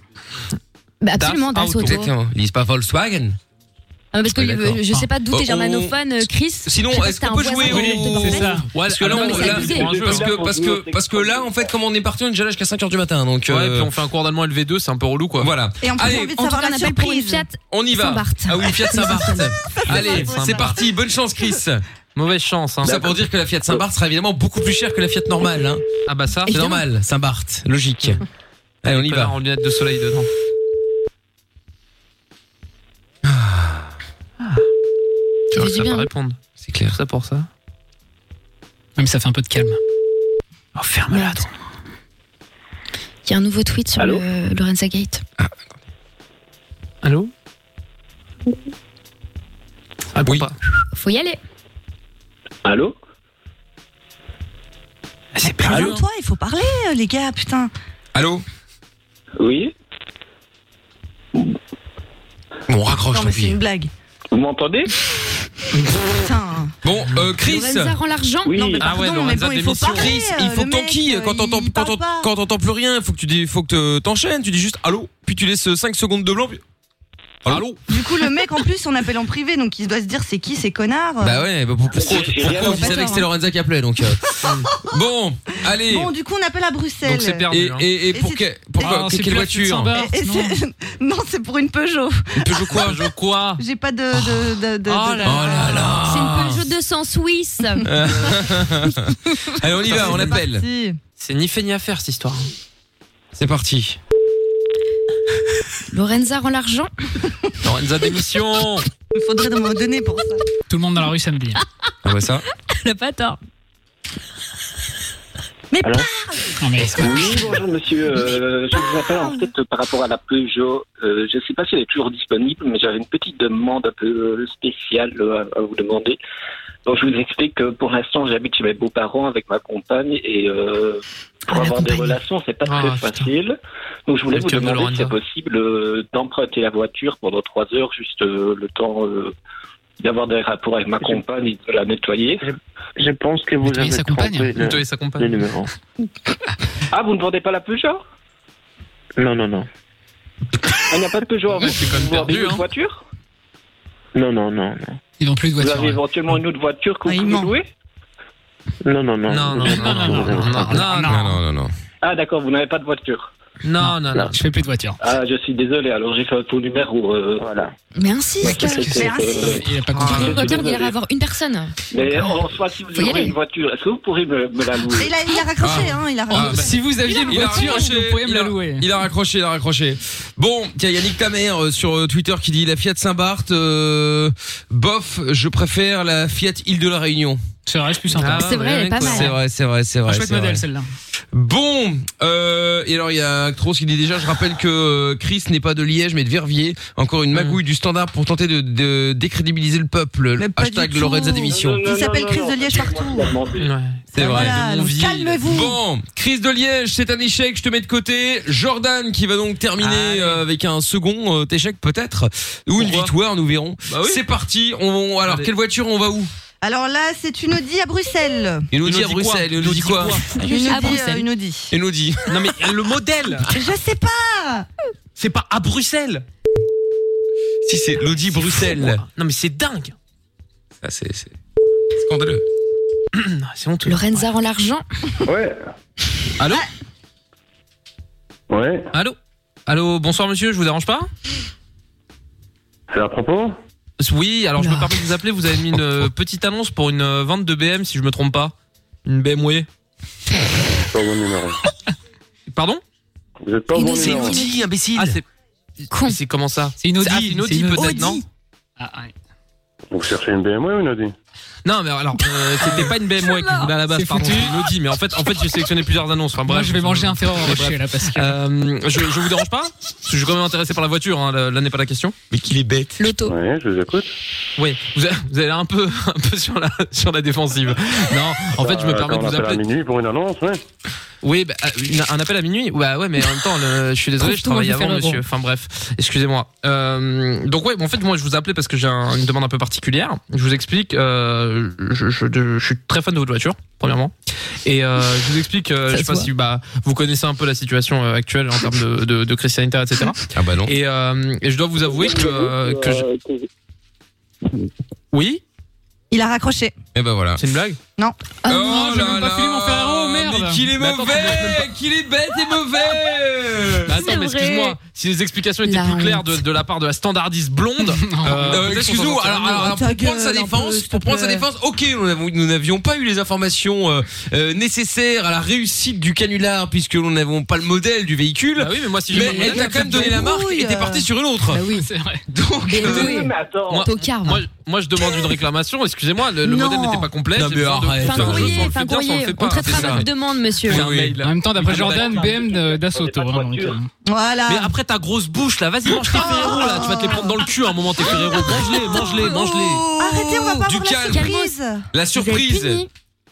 Speaker 4: Bah, absolument
Speaker 2: Das
Speaker 4: Das Auto
Speaker 2: Exactement. Ils disent pas Volkswagen.
Speaker 4: Ah, parce que
Speaker 2: Ah,
Speaker 4: euh,
Speaker 2: d'accord.
Speaker 4: je sais pas d'où
Speaker 2: Bon,
Speaker 4: t'es
Speaker 2: on-
Speaker 4: germanophone euh, Chris
Speaker 2: Sinon,
Speaker 4: Je sais pas
Speaker 2: est-ce
Speaker 4: si t'as
Speaker 2: qu'on peut
Speaker 4: un
Speaker 2: jouer
Speaker 4: voisin de
Speaker 2: au...
Speaker 4: Bordeaux.
Speaker 2: Parce que là,
Speaker 4: Ah, non,
Speaker 2: on-
Speaker 4: mais c'est
Speaker 2: là-
Speaker 4: abusé.
Speaker 2: parce que parce que parce que là, en fait, comme on est parti, on est déjà là jusqu'à 5 h du matin, donc. euh,
Speaker 5: Ouais, puis on fait un cours d'allemand LV2, c'est un peu relou quoi.
Speaker 2: Voilà.
Speaker 6: Et en plus, j'ai
Speaker 2: Allez,
Speaker 6: envie de
Speaker 4: en tout
Speaker 6: savoir
Speaker 4: cas,
Speaker 6: la
Speaker 4: on appelle pour une
Speaker 6: surprise.
Speaker 4: Fiat
Speaker 2: on y va.
Speaker 4: Saint-Barth.
Speaker 2: Ah oui, Fiat Saint-Barth. Allez,
Speaker 5: Saint-Barth.
Speaker 2: c'est parti. Bonne chance, Chris. Mauvaise chance.
Speaker 5: hein.
Speaker 2: Tout ça pour dire que la Fiat Saint-Barth sera évidemment beaucoup plus chère que la Fiat normale. hein.
Speaker 5: Ah bah ça,
Speaker 2: C'est normal, Saint-Barth, logique. Allez, on y va.
Speaker 5: En lunettes de soleil dedans.
Speaker 2: Tu
Speaker 5: vois, ça va répondre.
Speaker 2: C'est clair.
Speaker 5: Ça pour ça.
Speaker 3: mais ça fait un peu de calme.
Speaker 5: Oh, ferme-la, toi.
Speaker 4: il y a un nouveau tweet sur le Lorenza Gate
Speaker 5: Allô oui. pas.
Speaker 4: faut y aller
Speaker 7: Allô
Speaker 5: C'est
Speaker 6: pas toi, il faut parler, euh, les gars, putain.
Speaker 2: Allô
Speaker 7: Oui
Speaker 2: On raccroche,
Speaker 6: non, mais c'est une blague.
Speaker 7: Vous m'entendez
Speaker 6: Putain.
Speaker 2: Bon, euh, Chris.
Speaker 6: Lorenza rend l'argent. Oui. Non, mais
Speaker 2: ah ouais,
Speaker 6: pardon,
Speaker 2: Lorenza
Speaker 6: mais bon, il faut
Speaker 2: démission.
Speaker 6: parler,
Speaker 2: Chris,
Speaker 6: euh,
Speaker 2: il faut
Speaker 6: le
Speaker 2: que t'en
Speaker 6: mec,
Speaker 2: quilles. Quand t'entends, quand t'entends- quand t'entends plus rien, faut que tu dis, faut que te- t'enchaînes. Tu dis juste allô, puis tu laisses 5 secondes de blanc. Puis... Allô.
Speaker 6: Du coup, le mec, en plus, on appelle en privé, donc il doit se dire c'est qui ces connards euh.
Speaker 2: Bah ouais, bah pour- pourquoi,
Speaker 6: J'ai- j'ai
Speaker 2: pourquoi
Speaker 6: rien
Speaker 2: on disait
Speaker 6: à
Speaker 2: que
Speaker 6: faire, hein.
Speaker 2: c'était Lorenza qui appelait donc. euh, bon, allez.
Speaker 6: Bon, du coup, on appelle à Bruxelles.
Speaker 2: Donc c'est perdu, Et- hein. et- et pour
Speaker 6: c'est-
Speaker 2: que- pourquoi-
Speaker 6: et-
Speaker 2: que-
Speaker 6: Ah, c'est
Speaker 2: quelle
Speaker 6: plus la
Speaker 2: voiture
Speaker 6: Saint-Barth, Et- et c'est- Non, c'est pour une Peugeot.
Speaker 2: Une Peugeot quoi Oh. Peugeot
Speaker 5: quoi
Speaker 6: J'ai pas de. de, de, de- de-
Speaker 4: c'est une Peugeot 200 Suisse
Speaker 3: Euh,
Speaker 2: allez, on y va, on appelle.
Speaker 5: C'est ni fait ni à faire cette histoire.
Speaker 2: C'est parti.
Speaker 4: Lorenza rend l'argent
Speaker 5: Lorenza démission.
Speaker 6: Il faudrait de me donner pour ça.
Speaker 3: Tout le monde dans la rue samedi.
Speaker 2: On voit ça.
Speaker 4: elle a pas tort
Speaker 6: Mais
Speaker 7: Alors
Speaker 3: Non, mais c'est pas-
Speaker 7: Oui, bonjour monsieur. Euh, je vous appelle
Speaker 6: Ah,
Speaker 7: en fait par rapport à la Peugeot. Euh, je ne sais pas si elle est toujours disponible, mais j'avais une petite demande un peu spéciale euh, à, à vous demander. Donc je vous explique que pour l'instant j'habite chez mes beaux-parents avec ma compagne et euh,
Speaker 2: Ah,
Speaker 7: pour avoir des relations c'est pas très facile. Donc je voulais
Speaker 5: Le
Speaker 7: vous
Speaker 5: cœur de
Speaker 7: demander si c'est
Speaker 5: Lorenza.
Speaker 7: possible euh, d'emprunter la voiture pendant trois heures, juste euh, le temps euh, d'avoir des rapports avec ma compagne et de la nettoyer.
Speaker 10: Je pense que vous
Speaker 7: Nettoyer
Speaker 10: avez
Speaker 7: sa compagne.
Speaker 10: trompé le,
Speaker 7: Nettoyer sa compagne.
Speaker 10: le numéro.
Speaker 7: Ah vous ne vendez pas la Peugeot
Speaker 10: Non, non, non.
Speaker 7: Il n'y a pas de Peugeot. Vous
Speaker 5: c'est quand même
Speaker 7: vous vendez
Speaker 5: perdu,
Speaker 7: une autre
Speaker 5: hein.
Speaker 7: voiture
Speaker 10: Non, non, non, non.
Speaker 3: Ils n'ont plus de
Speaker 7: Vous
Speaker 3: voiture.
Speaker 7: avez éventuellement une autre voiture
Speaker 4: Ah,
Speaker 7: que vous pouvez louer
Speaker 10: Non, non, non.
Speaker 5: Non, non, non, non, non, non, non, non,
Speaker 2: non, non.
Speaker 7: Ah d'accord, vous n'avez pas de voiture.
Speaker 5: Non, non, non.
Speaker 3: Je fais plus de voiture.
Speaker 7: Ah, je suis désolé, alors j'ai fait un faux numéro. euh,
Speaker 10: Voilà.
Speaker 4: mais insiste
Speaker 7: c'est- euh,
Speaker 3: Il a pas
Speaker 7: Ah,
Speaker 3: compris.
Speaker 7: je suis
Speaker 4: Regarde, il
Speaker 7: désolé.
Speaker 4: irait avoir une personne
Speaker 7: Mais euh, en soi, si
Speaker 4: Faut
Speaker 7: vous
Speaker 4: y
Speaker 7: aurez
Speaker 4: aller.
Speaker 7: une voiture, est-ce que vous pourrez me, me la
Speaker 6: Mais
Speaker 7: louer
Speaker 6: Ah, il a, il a raccroché,
Speaker 2: Ah.
Speaker 6: hein, il a raccroché.
Speaker 3: Si vous aviez une
Speaker 2: Il a
Speaker 3: voiture,
Speaker 2: raccroché,
Speaker 3: vous pourriez me
Speaker 2: il
Speaker 3: la
Speaker 2: a-
Speaker 3: louer.
Speaker 2: Il a raccroché, il a raccroché. Bon, tiens, Yannick ta mère euh, sur euh, Twitter qui dit la Fiat Saint-Barth, euh, bof, je préfère la Fiat Île de la Réunion.
Speaker 3: C'est vrai, c'est plus sympa.
Speaker 2: Ah,
Speaker 4: C'est vrai, elle est pas mal.
Speaker 2: C'est vrai, c'est vrai, c'est vrai.
Speaker 3: Un chouette
Speaker 2: c'est vrai.
Speaker 3: modèle celle-là.
Speaker 2: Bon, euh, et alors il y a Actros qui dit déjà, je rappelle que euh, Chris n'est pas de Liège mais de Verviers. Encore
Speaker 3: Hmm.
Speaker 2: une magouille du standard pour tenter de, de décrédibiliser le peuple. Hashtag Lorenza démission.
Speaker 6: Il s'appelle Chris de Liège partout.
Speaker 2: C'est vrai.
Speaker 6: Voilà, alors calmez-vous.
Speaker 2: Bon, Chris de Liège, c'est un échec, je te mets de côté. Jordan qui va donc
Speaker 3: Ah,
Speaker 2: terminer euh, avec un second euh, échec peut-être ou une victoire, nous verrons.
Speaker 3: Bah
Speaker 2: C'est parti. On, alors quelle voiture on va où
Speaker 6: Alors là, c'est une Audi à Bruxelles.
Speaker 2: Il nous dit à Bruxelles, il nous dit quoi
Speaker 6: Une Audi,
Speaker 4: À
Speaker 6: euh,
Speaker 4: Bruxelles.
Speaker 6: une Audi.
Speaker 2: Il nous dit.
Speaker 5: Non mais le modèle,
Speaker 6: Je sais pas
Speaker 5: c'est pas à Bruxelles.
Speaker 2: Si c'est Lodi Bruxelles.
Speaker 5: Non mais c'est dingue.
Speaker 2: Ça, c'est c'est scandaleux. bah. Ah,
Speaker 5: C'est honteux.
Speaker 4: Lorenza rend l'argent.
Speaker 8: Ouais.
Speaker 5: Allô
Speaker 8: Ouais.
Speaker 5: Allô Allô, bonsoir monsieur, je vous dérange pas
Speaker 8: C'est à propos
Speaker 5: Oui, alors je me permets de vous appeler, vous avez mis une euh, petite annonce pour une euh, vente de BM si je me trompe pas. Une BMW.
Speaker 8: C'est pas au bon numéro.
Speaker 5: Pardon
Speaker 8: Vous êtes pas au bon
Speaker 5: C'est
Speaker 8: numéro.
Speaker 5: une Audi, imbécile. Ah, c'est Mais c'est comment ça Ah, C'est une Audi, une Audi peut-être, non
Speaker 8: Vous cherchez une BMW ou une Audi
Speaker 5: Non, mais alors, euh, c'était pas une BMW que je voulais à la base,
Speaker 8: C'est
Speaker 5: pardon,
Speaker 8: foutu.
Speaker 5: c'était une Audi, mais en fait, en fait j'ai sélectionné plusieurs annonces. Enfin, bref,
Speaker 3: Moi, je vais manger un Ferrero
Speaker 5: Bref.
Speaker 3: Rocher, là, parce que-
Speaker 5: Euh, je, je vous dérange pas Parce que Je suis quand même intéressé par la voiture, hein, là là n'est pas la question.
Speaker 2: Mais qu'il est bête.
Speaker 4: L'auto.
Speaker 8: Ouais, je vous écoute.
Speaker 5: Oui, vous avez, vous avez l'air un peu, un peu sur, la, sur la défensive. Non, en fait, je me
Speaker 8: Bah,
Speaker 5: permets de
Speaker 8: quand on
Speaker 5: vous
Speaker 8: appelle
Speaker 5: appeler.
Speaker 8: à minuit pour une annonce, ouais.
Speaker 5: Oui, bah, une- un appel à minuit. Bah ouais, mais en même temps, le- je suis désolé, je
Speaker 8: Trouve-toi
Speaker 5: travaille
Speaker 8: du
Speaker 5: avant,
Speaker 8: Ferrero.
Speaker 5: monsieur. Enfin bref, excusez-moi. Euh, donc ouais, bon, en fait, moi, je vous appelais parce que j'ai un- une demande un peu particulière. Je vous explique. euh, je, je- je- je suis très fan de votre voiture, premièrement, et euh, je vous explique.
Speaker 2: Ça
Speaker 5: euh, je sais
Speaker 2: se
Speaker 5: pas
Speaker 2: voit.
Speaker 5: si bah vous connaissez un peu la situation euh, actuelle en termes de, de, de crise sanitaire, etc.
Speaker 2: Ah bah non.
Speaker 5: Et, euh, et je dois vous avouer que, euh, que je- oui.
Speaker 6: Il a raccroché.
Speaker 2: Et ben voilà.
Speaker 5: C'est une blague
Speaker 6: Non.
Speaker 2: Oh
Speaker 5: j'ai même pas fini mon
Speaker 2: Ah,
Speaker 5: Ferrero, merde Mais qu'il est mauvais Eh, Qu'il est bête et mauvais Bah
Speaker 2: C'est
Speaker 5: Attends, mais
Speaker 2: vrai.
Speaker 5: excuse-moi, si les explications étaient plus claires de, de la part de la standardiste blonde...
Speaker 2: Euh,
Speaker 5: peut-être qu'on s'en
Speaker 2: Excuse-nous,
Speaker 5: sortirait
Speaker 2: alors,
Speaker 5: mieux.
Speaker 2: alors, alors, pour prendre sa défense, pour prendre sa défense, ok, nous n'avons- nous n'avions pas eu les informations euh, euh, nécessaires à la réussite du canular puisque nous n'avons pas le modèle du véhicule.
Speaker 5: oui, mais moi, si j'ai pas le
Speaker 2: elle
Speaker 5: modèle,
Speaker 2: t'a quand même donné la marque et t'es parti sur une autre.
Speaker 3: Bah
Speaker 4: Bah oui,
Speaker 5: c'est vrai.
Speaker 2: Donc, euh,
Speaker 5: Moi, moi, je- moi, je demande une réclamation, excusez-moi, le, le
Speaker 4: Non.
Speaker 5: modèle n'était pas complet.
Speaker 2: Non,
Speaker 5: j'ai
Speaker 2: mais
Speaker 5: besoin de-
Speaker 2: arrête.
Speaker 5: faire
Speaker 4: Enfin,
Speaker 5: un jeu
Speaker 4: courrier,
Speaker 5: sur le
Speaker 4: enfin,
Speaker 5: futur,
Speaker 4: courrier.
Speaker 5: on le fait pas,
Speaker 4: On traitera
Speaker 5: c'est ça.
Speaker 4: votre demande, monsieur.
Speaker 5: Oui, oui.
Speaker 3: En même temps, d'après Jordan, BM de- d'Assoto. hein, donc, euh.
Speaker 6: Voilà.
Speaker 5: Mais après ta grosse bouche là, vas-y mange tes Ferrero là, tu vas te les prendre dans le cul à un moment tes Ferrero. Mange-les, mange-les, mange-les.
Speaker 6: Arrêtez, on va pas
Speaker 5: Du
Speaker 6: avoir la
Speaker 5: calme.
Speaker 6: surprise.
Speaker 2: La surprise.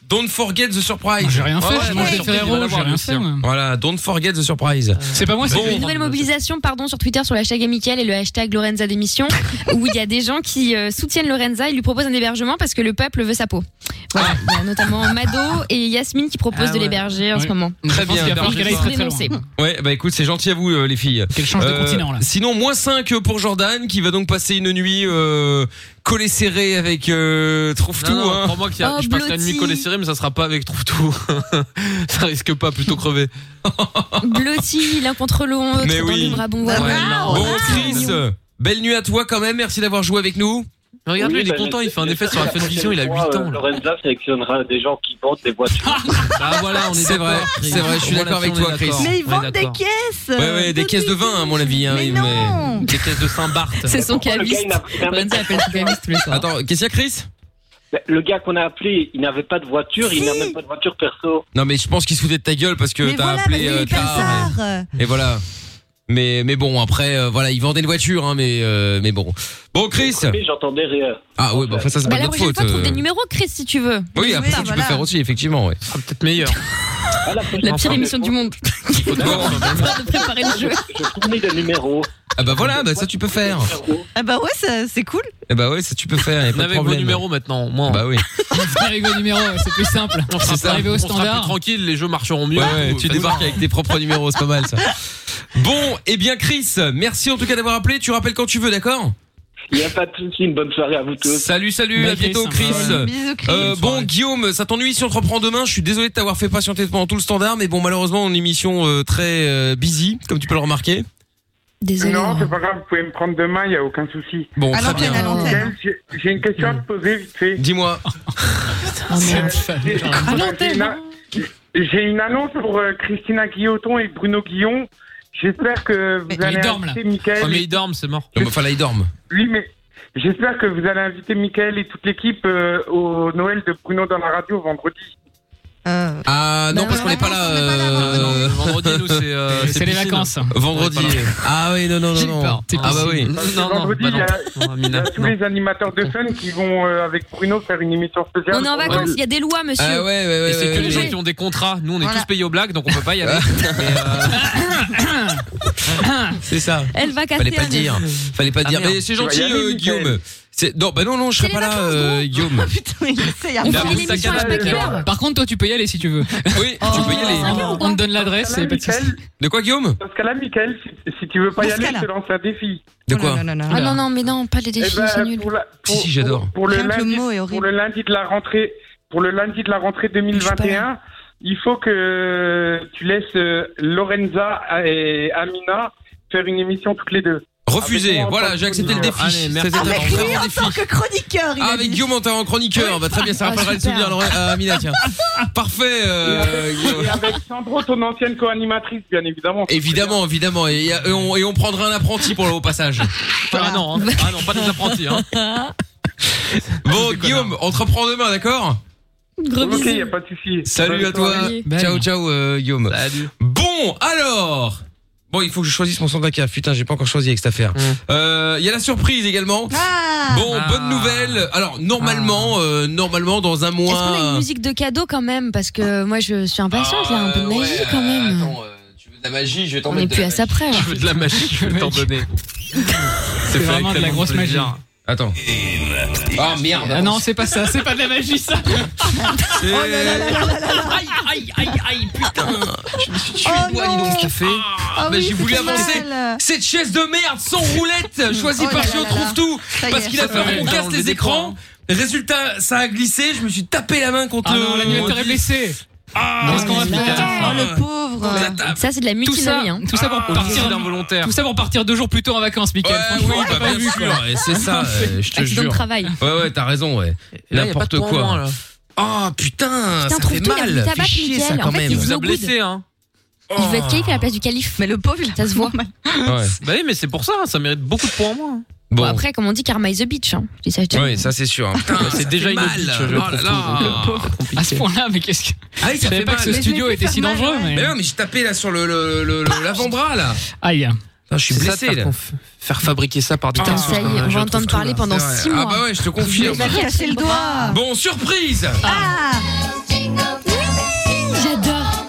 Speaker 2: Don't forget the surprise. J'ai
Speaker 3: rien fait, je mange des Ferrero, j'ai rien fait, moi.
Speaker 2: Voilà, don't forget the surprise.
Speaker 3: C'est pas moi,
Speaker 4: Il y a une nouvelle mobilisation pardon sur Twitter sur le hashtag Amical et le hashtag Lorenza démission où il y a des gens qui euh, soutiennent Lorenza et lui proposent un hébergement parce que le peuple veut sa peau. Voilà,
Speaker 2: Ah.
Speaker 4: il y a notamment Mado et Yasmine qui proposent de l'héberger en ce moment.
Speaker 2: Très
Speaker 3: pense
Speaker 2: bien.
Speaker 3: qu'il va falloir
Speaker 2: Berger.
Speaker 3: qu'elle aille très, très
Speaker 4: Dénoncer.
Speaker 2: Ouais, bah écoute, c'est gentil à vous euh, les filles.
Speaker 3: Qu'elle change de continent, là.
Speaker 2: Sinon, moins 5 pour Jordan qui va donc passer une nuit euh, collée serrée avec euh, trouve tout.
Speaker 5: Non, non,
Speaker 2: hein.
Speaker 5: Crois-moi qu'il y a, je passe la nuit collée serrée, mais ça sera pas avec trouve tout. ça risque pas, plutôt crever.
Speaker 4: Blotti l'un contre l'autre
Speaker 2: Mais
Speaker 4: dans
Speaker 2: oui.
Speaker 4: le bras bon voilà. Ah,
Speaker 2: Bon Chris, belle nuit à toi quand même. Merci d'avoir joué avec nous.
Speaker 5: Regarde-le,
Speaker 14: Oui,
Speaker 5: il est
Speaker 14: bah,
Speaker 5: content, il fait un
Speaker 14: j'espère
Speaker 5: effet
Speaker 14: que
Speaker 5: sur la
Speaker 14: la
Speaker 5: Funvision, il a 8
Speaker 14: prochaine fois,
Speaker 5: ans.
Speaker 14: euh, Lorenza sélectionnera des gens qui vendent des voitures.
Speaker 5: Ah voilà, on est
Speaker 2: C'est vrai,
Speaker 5: d'accord, Chris.
Speaker 2: c'est vrai, je suis
Speaker 5: Voilà,
Speaker 2: d'accord avec
Speaker 5: on est
Speaker 2: toi, Chris.
Speaker 5: d'accord.
Speaker 6: Mais ils
Speaker 5: On est
Speaker 6: vendent des
Speaker 5: d'accord.
Speaker 6: caisses.
Speaker 2: Ouais, ouais, des caisses de vin à mon avis. Hein, mais
Speaker 5: Des caisses de Saint-Barth.
Speaker 4: C'est son hein.
Speaker 14: Pourquoi le gars,
Speaker 4: caviste.
Speaker 14: il n'a pris la même
Speaker 4: Lorenza appelle son caviste tous les soirs.
Speaker 2: Attends, qu'est-ce qu'il y a Chris
Speaker 14: Le gars qu'on a appelé, il n'avait pas de voiture, il n'a même pas de voiture perso.
Speaker 2: Non mais je pense qu'il se foutait de ta gueule parce que
Speaker 14: Mais
Speaker 2: t'as
Speaker 14: voilà, parce
Speaker 2: appelé
Speaker 14: qu'il
Speaker 2: euh,
Speaker 14: est comme
Speaker 2: tard,
Speaker 14: ça.
Speaker 2: mais- Et voilà. Mais mais bon après euh, voilà ils vendaient une voiture hein mais euh, mais bon bon Chris
Speaker 14: Mais J'entendais rien.
Speaker 2: ah ouais bah enfin, ça c'est
Speaker 4: Bah, la
Speaker 2: pas notre
Speaker 4: prochaine
Speaker 2: faute
Speaker 4: fois, trouve
Speaker 2: euh.
Speaker 4: des numéros, Chris, si tu veux.
Speaker 2: oui après ça, tu peux faire aussi effectivement ouais
Speaker 4: Ah,
Speaker 5: peut-être meilleur
Speaker 8: Ah,
Speaker 4: La pire émission du monde.
Speaker 2: bah,
Speaker 4: de préparer le jeu.
Speaker 14: Je fournis des numéros.
Speaker 2: ah bah voilà bah ça tu peux faire
Speaker 6: Ah bah ouais, ça- c'est cool.
Speaker 2: ah bah ouais ça tu peux faire y a pas de
Speaker 5: avec vos
Speaker 2: problème
Speaker 5: numéros maintenant, moi.
Speaker 2: bah oui
Speaker 3: Arrivé au euh, numéro, c'est plus simple. On
Speaker 2: C'est
Speaker 3: sera
Speaker 2: ça.
Speaker 3: arrivé
Speaker 2: On
Speaker 3: au
Speaker 2: sera plus
Speaker 3: standard.
Speaker 5: Tranquille, les jeux marcheront mieux.
Speaker 2: Ouais, ouais,
Speaker 5: Vous
Speaker 2: tu
Speaker 5: faites
Speaker 2: débarques
Speaker 5: voir.
Speaker 2: avec tes propres numéros c'est pas mal ça bon et bien Chris merci en tout cas d'avoir appelé tu rappelles quand tu veux d'accord
Speaker 14: Il n'y a pas de souci, une bonne soirée à vous tous.
Speaker 2: Salut, salut, à bientôt Chris. Euh, bon Guillaume, ça t'ennuie si on te reprend demain Je suis désolé de t'avoir fait patienter pendant tout le standard, mais bon malheureusement on est une émission euh, très euh, busy, comme tu peux le remarquer.
Speaker 4: Désolé.
Speaker 8: Non, c'est pas grave, vous pouvez me prendre demain, il n'y a aucun souci.
Speaker 2: Bon, très bien.
Speaker 8: Michael, j'ai- J'ai une question à te poser vite fait.
Speaker 2: Dis-moi.
Speaker 8: J'ai- j'ai une a- J'ai une annonce pour euh, Christina Guilloton et Bruno Guillon. J'espère que vous
Speaker 5: Mais
Speaker 8: allez
Speaker 5: il dorme là.
Speaker 8: inviter Michael.
Speaker 2: Oh,
Speaker 5: Ouais, mais il dorme, c'est mort.
Speaker 2: Non, mais Enfin là il dorme.
Speaker 8: Oui, mais j'espère que vous allez inviter Michael et toute l'équipe euh, au Noël de Bruno dans la radio vendredi.
Speaker 4: Euh.
Speaker 2: Ah
Speaker 4: Bah,
Speaker 2: non parce qu'on n'est pas là. euh,
Speaker 5: Vendredi, nous, c'est. euh,
Speaker 3: C'est les
Speaker 5: piscine.
Speaker 3: vacances.
Speaker 2: Vendredi. Ah oui non non non.
Speaker 3: J'ai
Speaker 2: non.
Speaker 3: peur, t'es
Speaker 2: Ah bah oui. Oh,
Speaker 8: Parce que
Speaker 5: Non, non,
Speaker 8: vendredi,
Speaker 5: bah
Speaker 8: il y a,
Speaker 5: non.
Speaker 8: il y a tous les animateurs de Fun qui vont euh, avec Bruno faire une émission spéciale.
Speaker 4: On est en vacances, il y a des lois, monsieur.
Speaker 2: Ah ouais ouais ouais.
Speaker 5: Et c'est
Speaker 2: ouais,
Speaker 5: que
Speaker 2: ouais.
Speaker 5: les gens qui ont des contrats. Nous, on est
Speaker 4: Voilà.
Speaker 5: tous payés aux blagues, donc on peut pas y aller. Mais, euh,
Speaker 2: C'est ça.
Speaker 4: Elle va casser
Speaker 2: Fallait pas
Speaker 4: un
Speaker 2: le dire.
Speaker 4: œuf.
Speaker 2: Fallait pas le
Speaker 5: Ah,
Speaker 2: dire.
Speaker 5: merde.
Speaker 2: Mais c'est
Speaker 5: Tu vas y
Speaker 2: gentil
Speaker 5: aller,
Speaker 2: euh,
Speaker 5: Mickaël.
Speaker 2: Guillaume. C'est- Non bah non non je serai pas là euh, Guillaume.
Speaker 6: Putain, il essaie. hein.
Speaker 2: Il a
Speaker 4: On
Speaker 2: mon
Speaker 4: finit l'émission,
Speaker 2: sac
Speaker 4: je
Speaker 2: à
Speaker 4: sais pas
Speaker 2: dos.
Speaker 4: quelle heure.
Speaker 3: Par contre, toi, tu peux y aller si tu veux.
Speaker 2: Oui, tu peux y aller.
Speaker 4: Oh, Cinq heures ou quoi
Speaker 3: On te donne donne l'adresse. et pas de soucis.
Speaker 2: De quoi, Guillaume
Speaker 8: Dans ce cas-là, Mickaël, si, si tu veux pas
Speaker 4: Dans
Speaker 8: y
Speaker 4: ce
Speaker 8: aller, je te
Speaker 4: cas-là.
Speaker 8: lance un défi.
Speaker 2: De quoi
Speaker 4: Ah non, non, mais non, pas les défis,
Speaker 8: Eh ben,
Speaker 4: c'est nul.
Speaker 8: pour la-
Speaker 2: Si, si, j'adore.
Speaker 8: Pour le,
Speaker 4: Rien que le
Speaker 8: lundi,
Speaker 4: mot est
Speaker 8: pour le lundi de la rentrée, pour le lundi de la rentrée 2021, il faut que tu laisses euh, Lorenza et Amina faire une émission toutes les deux.
Speaker 2: Refusé.
Speaker 8: Avec moi en
Speaker 2: Voilà,
Speaker 8: tant que
Speaker 2: j'ai accepté le défi.
Speaker 8: chroniqueur.
Speaker 2: Allez, merci. Ah, C'était Avec
Speaker 4: Ah,
Speaker 2: un lui grand en défi. tant
Speaker 6: que chroniqueur.
Speaker 2: Ah, avec Guillaume en en chroniqueur, bah, très bien, ça
Speaker 8: Ah,
Speaker 2: rappellera le
Speaker 8: super.
Speaker 2: souvenir à Laurent- à Amina, tiens. Parfait. euh, Guillaume.
Speaker 8: Et avec Sandro, ton ancienne co-animatrice, bien évidemment.
Speaker 2: Évidemment, évidemment, et, y a- et on, et on prendra un apprenti pour le au passage. Ah non, hein. ah non, pas des apprentis. Hein. Bon, Guillaume, on te reprend demain, d'accord
Speaker 8: Gros Ok, bisous. y a pas de souci.
Speaker 2: Salut
Speaker 8: Bonne
Speaker 2: à toi.
Speaker 8: soirée.
Speaker 2: Ciao, ciao, euh, Guillaume. Bon, alors. Bon, il faut que je choisisse mon son de la cave. Putain, j'ai pas encore choisi avec cette affaire. Euh, Il y a la surprise également. Bon,
Speaker 3: Ah.
Speaker 2: bonne nouvelle. Alors, normalement, euh, normalement, dans un mois.
Speaker 4: Est-ce qu'on a une musique de cadeau quand même Parce que moi je suis impatiente, il y a un peu de magie quand même.
Speaker 2: de la magie, je vais t'en
Speaker 4: On est
Speaker 2: mettre.
Speaker 4: plus à ça près.
Speaker 5: Je veux de la magie, je vais t'en donner.
Speaker 2: C'est
Speaker 3: vraiment de la grosse magie.
Speaker 2: Attends. Ah merde.
Speaker 3: Ah non, c'est pas ça, c'est pas de la magie ça.
Speaker 12: Oh
Speaker 2: Aïe, aïe, aïe, aïe, putain. Je me suis tué le doigt, dis donc. Café.
Speaker 3: Ah
Speaker 2: mais
Speaker 3: oui,
Speaker 2: Bah, j'ai voulu
Speaker 3: c'était
Speaker 2: avancer.
Speaker 4: euh,
Speaker 3: mal.
Speaker 2: Cette chaise de merde sans roulette, choisie
Speaker 3: Oh là
Speaker 2: par
Speaker 3: là
Speaker 2: Chio
Speaker 3: là
Speaker 2: trouve
Speaker 3: là.
Speaker 2: tout,
Speaker 3: Ça y est,
Speaker 2: parce qu'il a
Speaker 3: ça y
Speaker 2: fait
Speaker 3: est.
Speaker 2: qu'on casse
Speaker 3: On
Speaker 2: les
Speaker 3: les
Speaker 2: écrans. Résultat, ça a glissé. Je me suis tapé la main contre
Speaker 3: Ah
Speaker 2: le.
Speaker 3: non, l'animateur est blessé.
Speaker 2: Ah,
Speaker 3: Qu'est-ce qu'on va faire
Speaker 2: putain.
Speaker 4: pauvre. Ça c'est de la
Speaker 3: Tout ça,
Speaker 4: mutinerie. hein.
Speaker 3: tout ça
Speaker 2: Ah.
Speaker 3: pour partir d'involontaire. Tout ça pour partir deux jours plus tôt en vacances, Michael.
Speaker 2: oui, bah, bien sûr, et c'est ça, euh, je te
Speaker 3: Ah,
Speaker 4: Accident de
Speaker 2: jure.
Speaker 4: travail.
Speaker 2: Ouais, ouais, t'as raison, ouais.
Speaker 5: là, y a pas
Speaker 2: N'importe
Speaker 5: de point en moins,
Speaker 2: quoi.
Speaker 5: là.
Speaker 2: Ah putain,
Speaker 4: Putain,
Speaker 2: ça fait
Speaker 4: trouve-tout, il a mis
Speaker 2: mal.
Speaker 4: le tabac,
Speaker 2: Fait chier, ça
Speaker 4: Mickaël. En
Speaker 2: quand
Speaker 4: fait,
Speaker 2: même.
Speaker 4: il vous embrouille.
Speaker 5: hein.
Speaker 4: Il veut être cake à la place du calife. Mais le pauvre, ça se voit.
Speaker 5: Bah oui, mais c'est pour ça, ça mérite beaucoup de points en moins.
Speaker 4: Bon, après, comme on dit, karma is a bitch. Hein. Je dis ça, je dis rien.
Speaker 2: Oui, ça c'est sûr. hein. Putain,
Speaker 5: Ouais,
Speaker 2: ça
Speaker 5: c'est déjà
Speaker 2: fait
Speaker 5: une
Speaker 2: mal.
Speaker 5: bitch, je
Speaker 2: Oh là
Speaker 5: trouve,
Speaker 2: là.
Speaker 5: donc, euh,
Speaker 3: À ce point-là, mais qu'est-ce que.
Speaker 2: Ah oui,
Speaker 3: Je
Speaker 2: ça
Speaker 3: savais
Speaker 2: fait
Speaker 3: pas
Speaker 2: mal.
Speaker 3: que ce studio était si dangereux, mais.
Speaker 2: Mais non, mais j'ai tapé là sur le le- le- le- l'avant-bras là.
Speaker 3: Aïe.
Speaker 2: je suis
Speaker 5: C'est ça,
Speaker 2: blessé,
Speaker 5: faire
Speaker 2: là.
Speaker 5: qu'on f- Faire fabriquer ça par des
Speaker 2: Putain,
Speaker 5: personnes.
Speaker 2: ça y est, on va
Speaker 5: je
Speaker 2: entendre
Speaker 5: retrouve
Speaker 2: parler
Speaker 5: tout,
Speaker 2: pendant
Speaker 5: c'est vrai.
Speaker 2: six mois.
Speaker 5: Ah bah ouais, je te confirme.
Speaker 4: Il a cassé le doigt.
Speaker 2: Bon, surprise.
Speaker 4: Ah J'adore.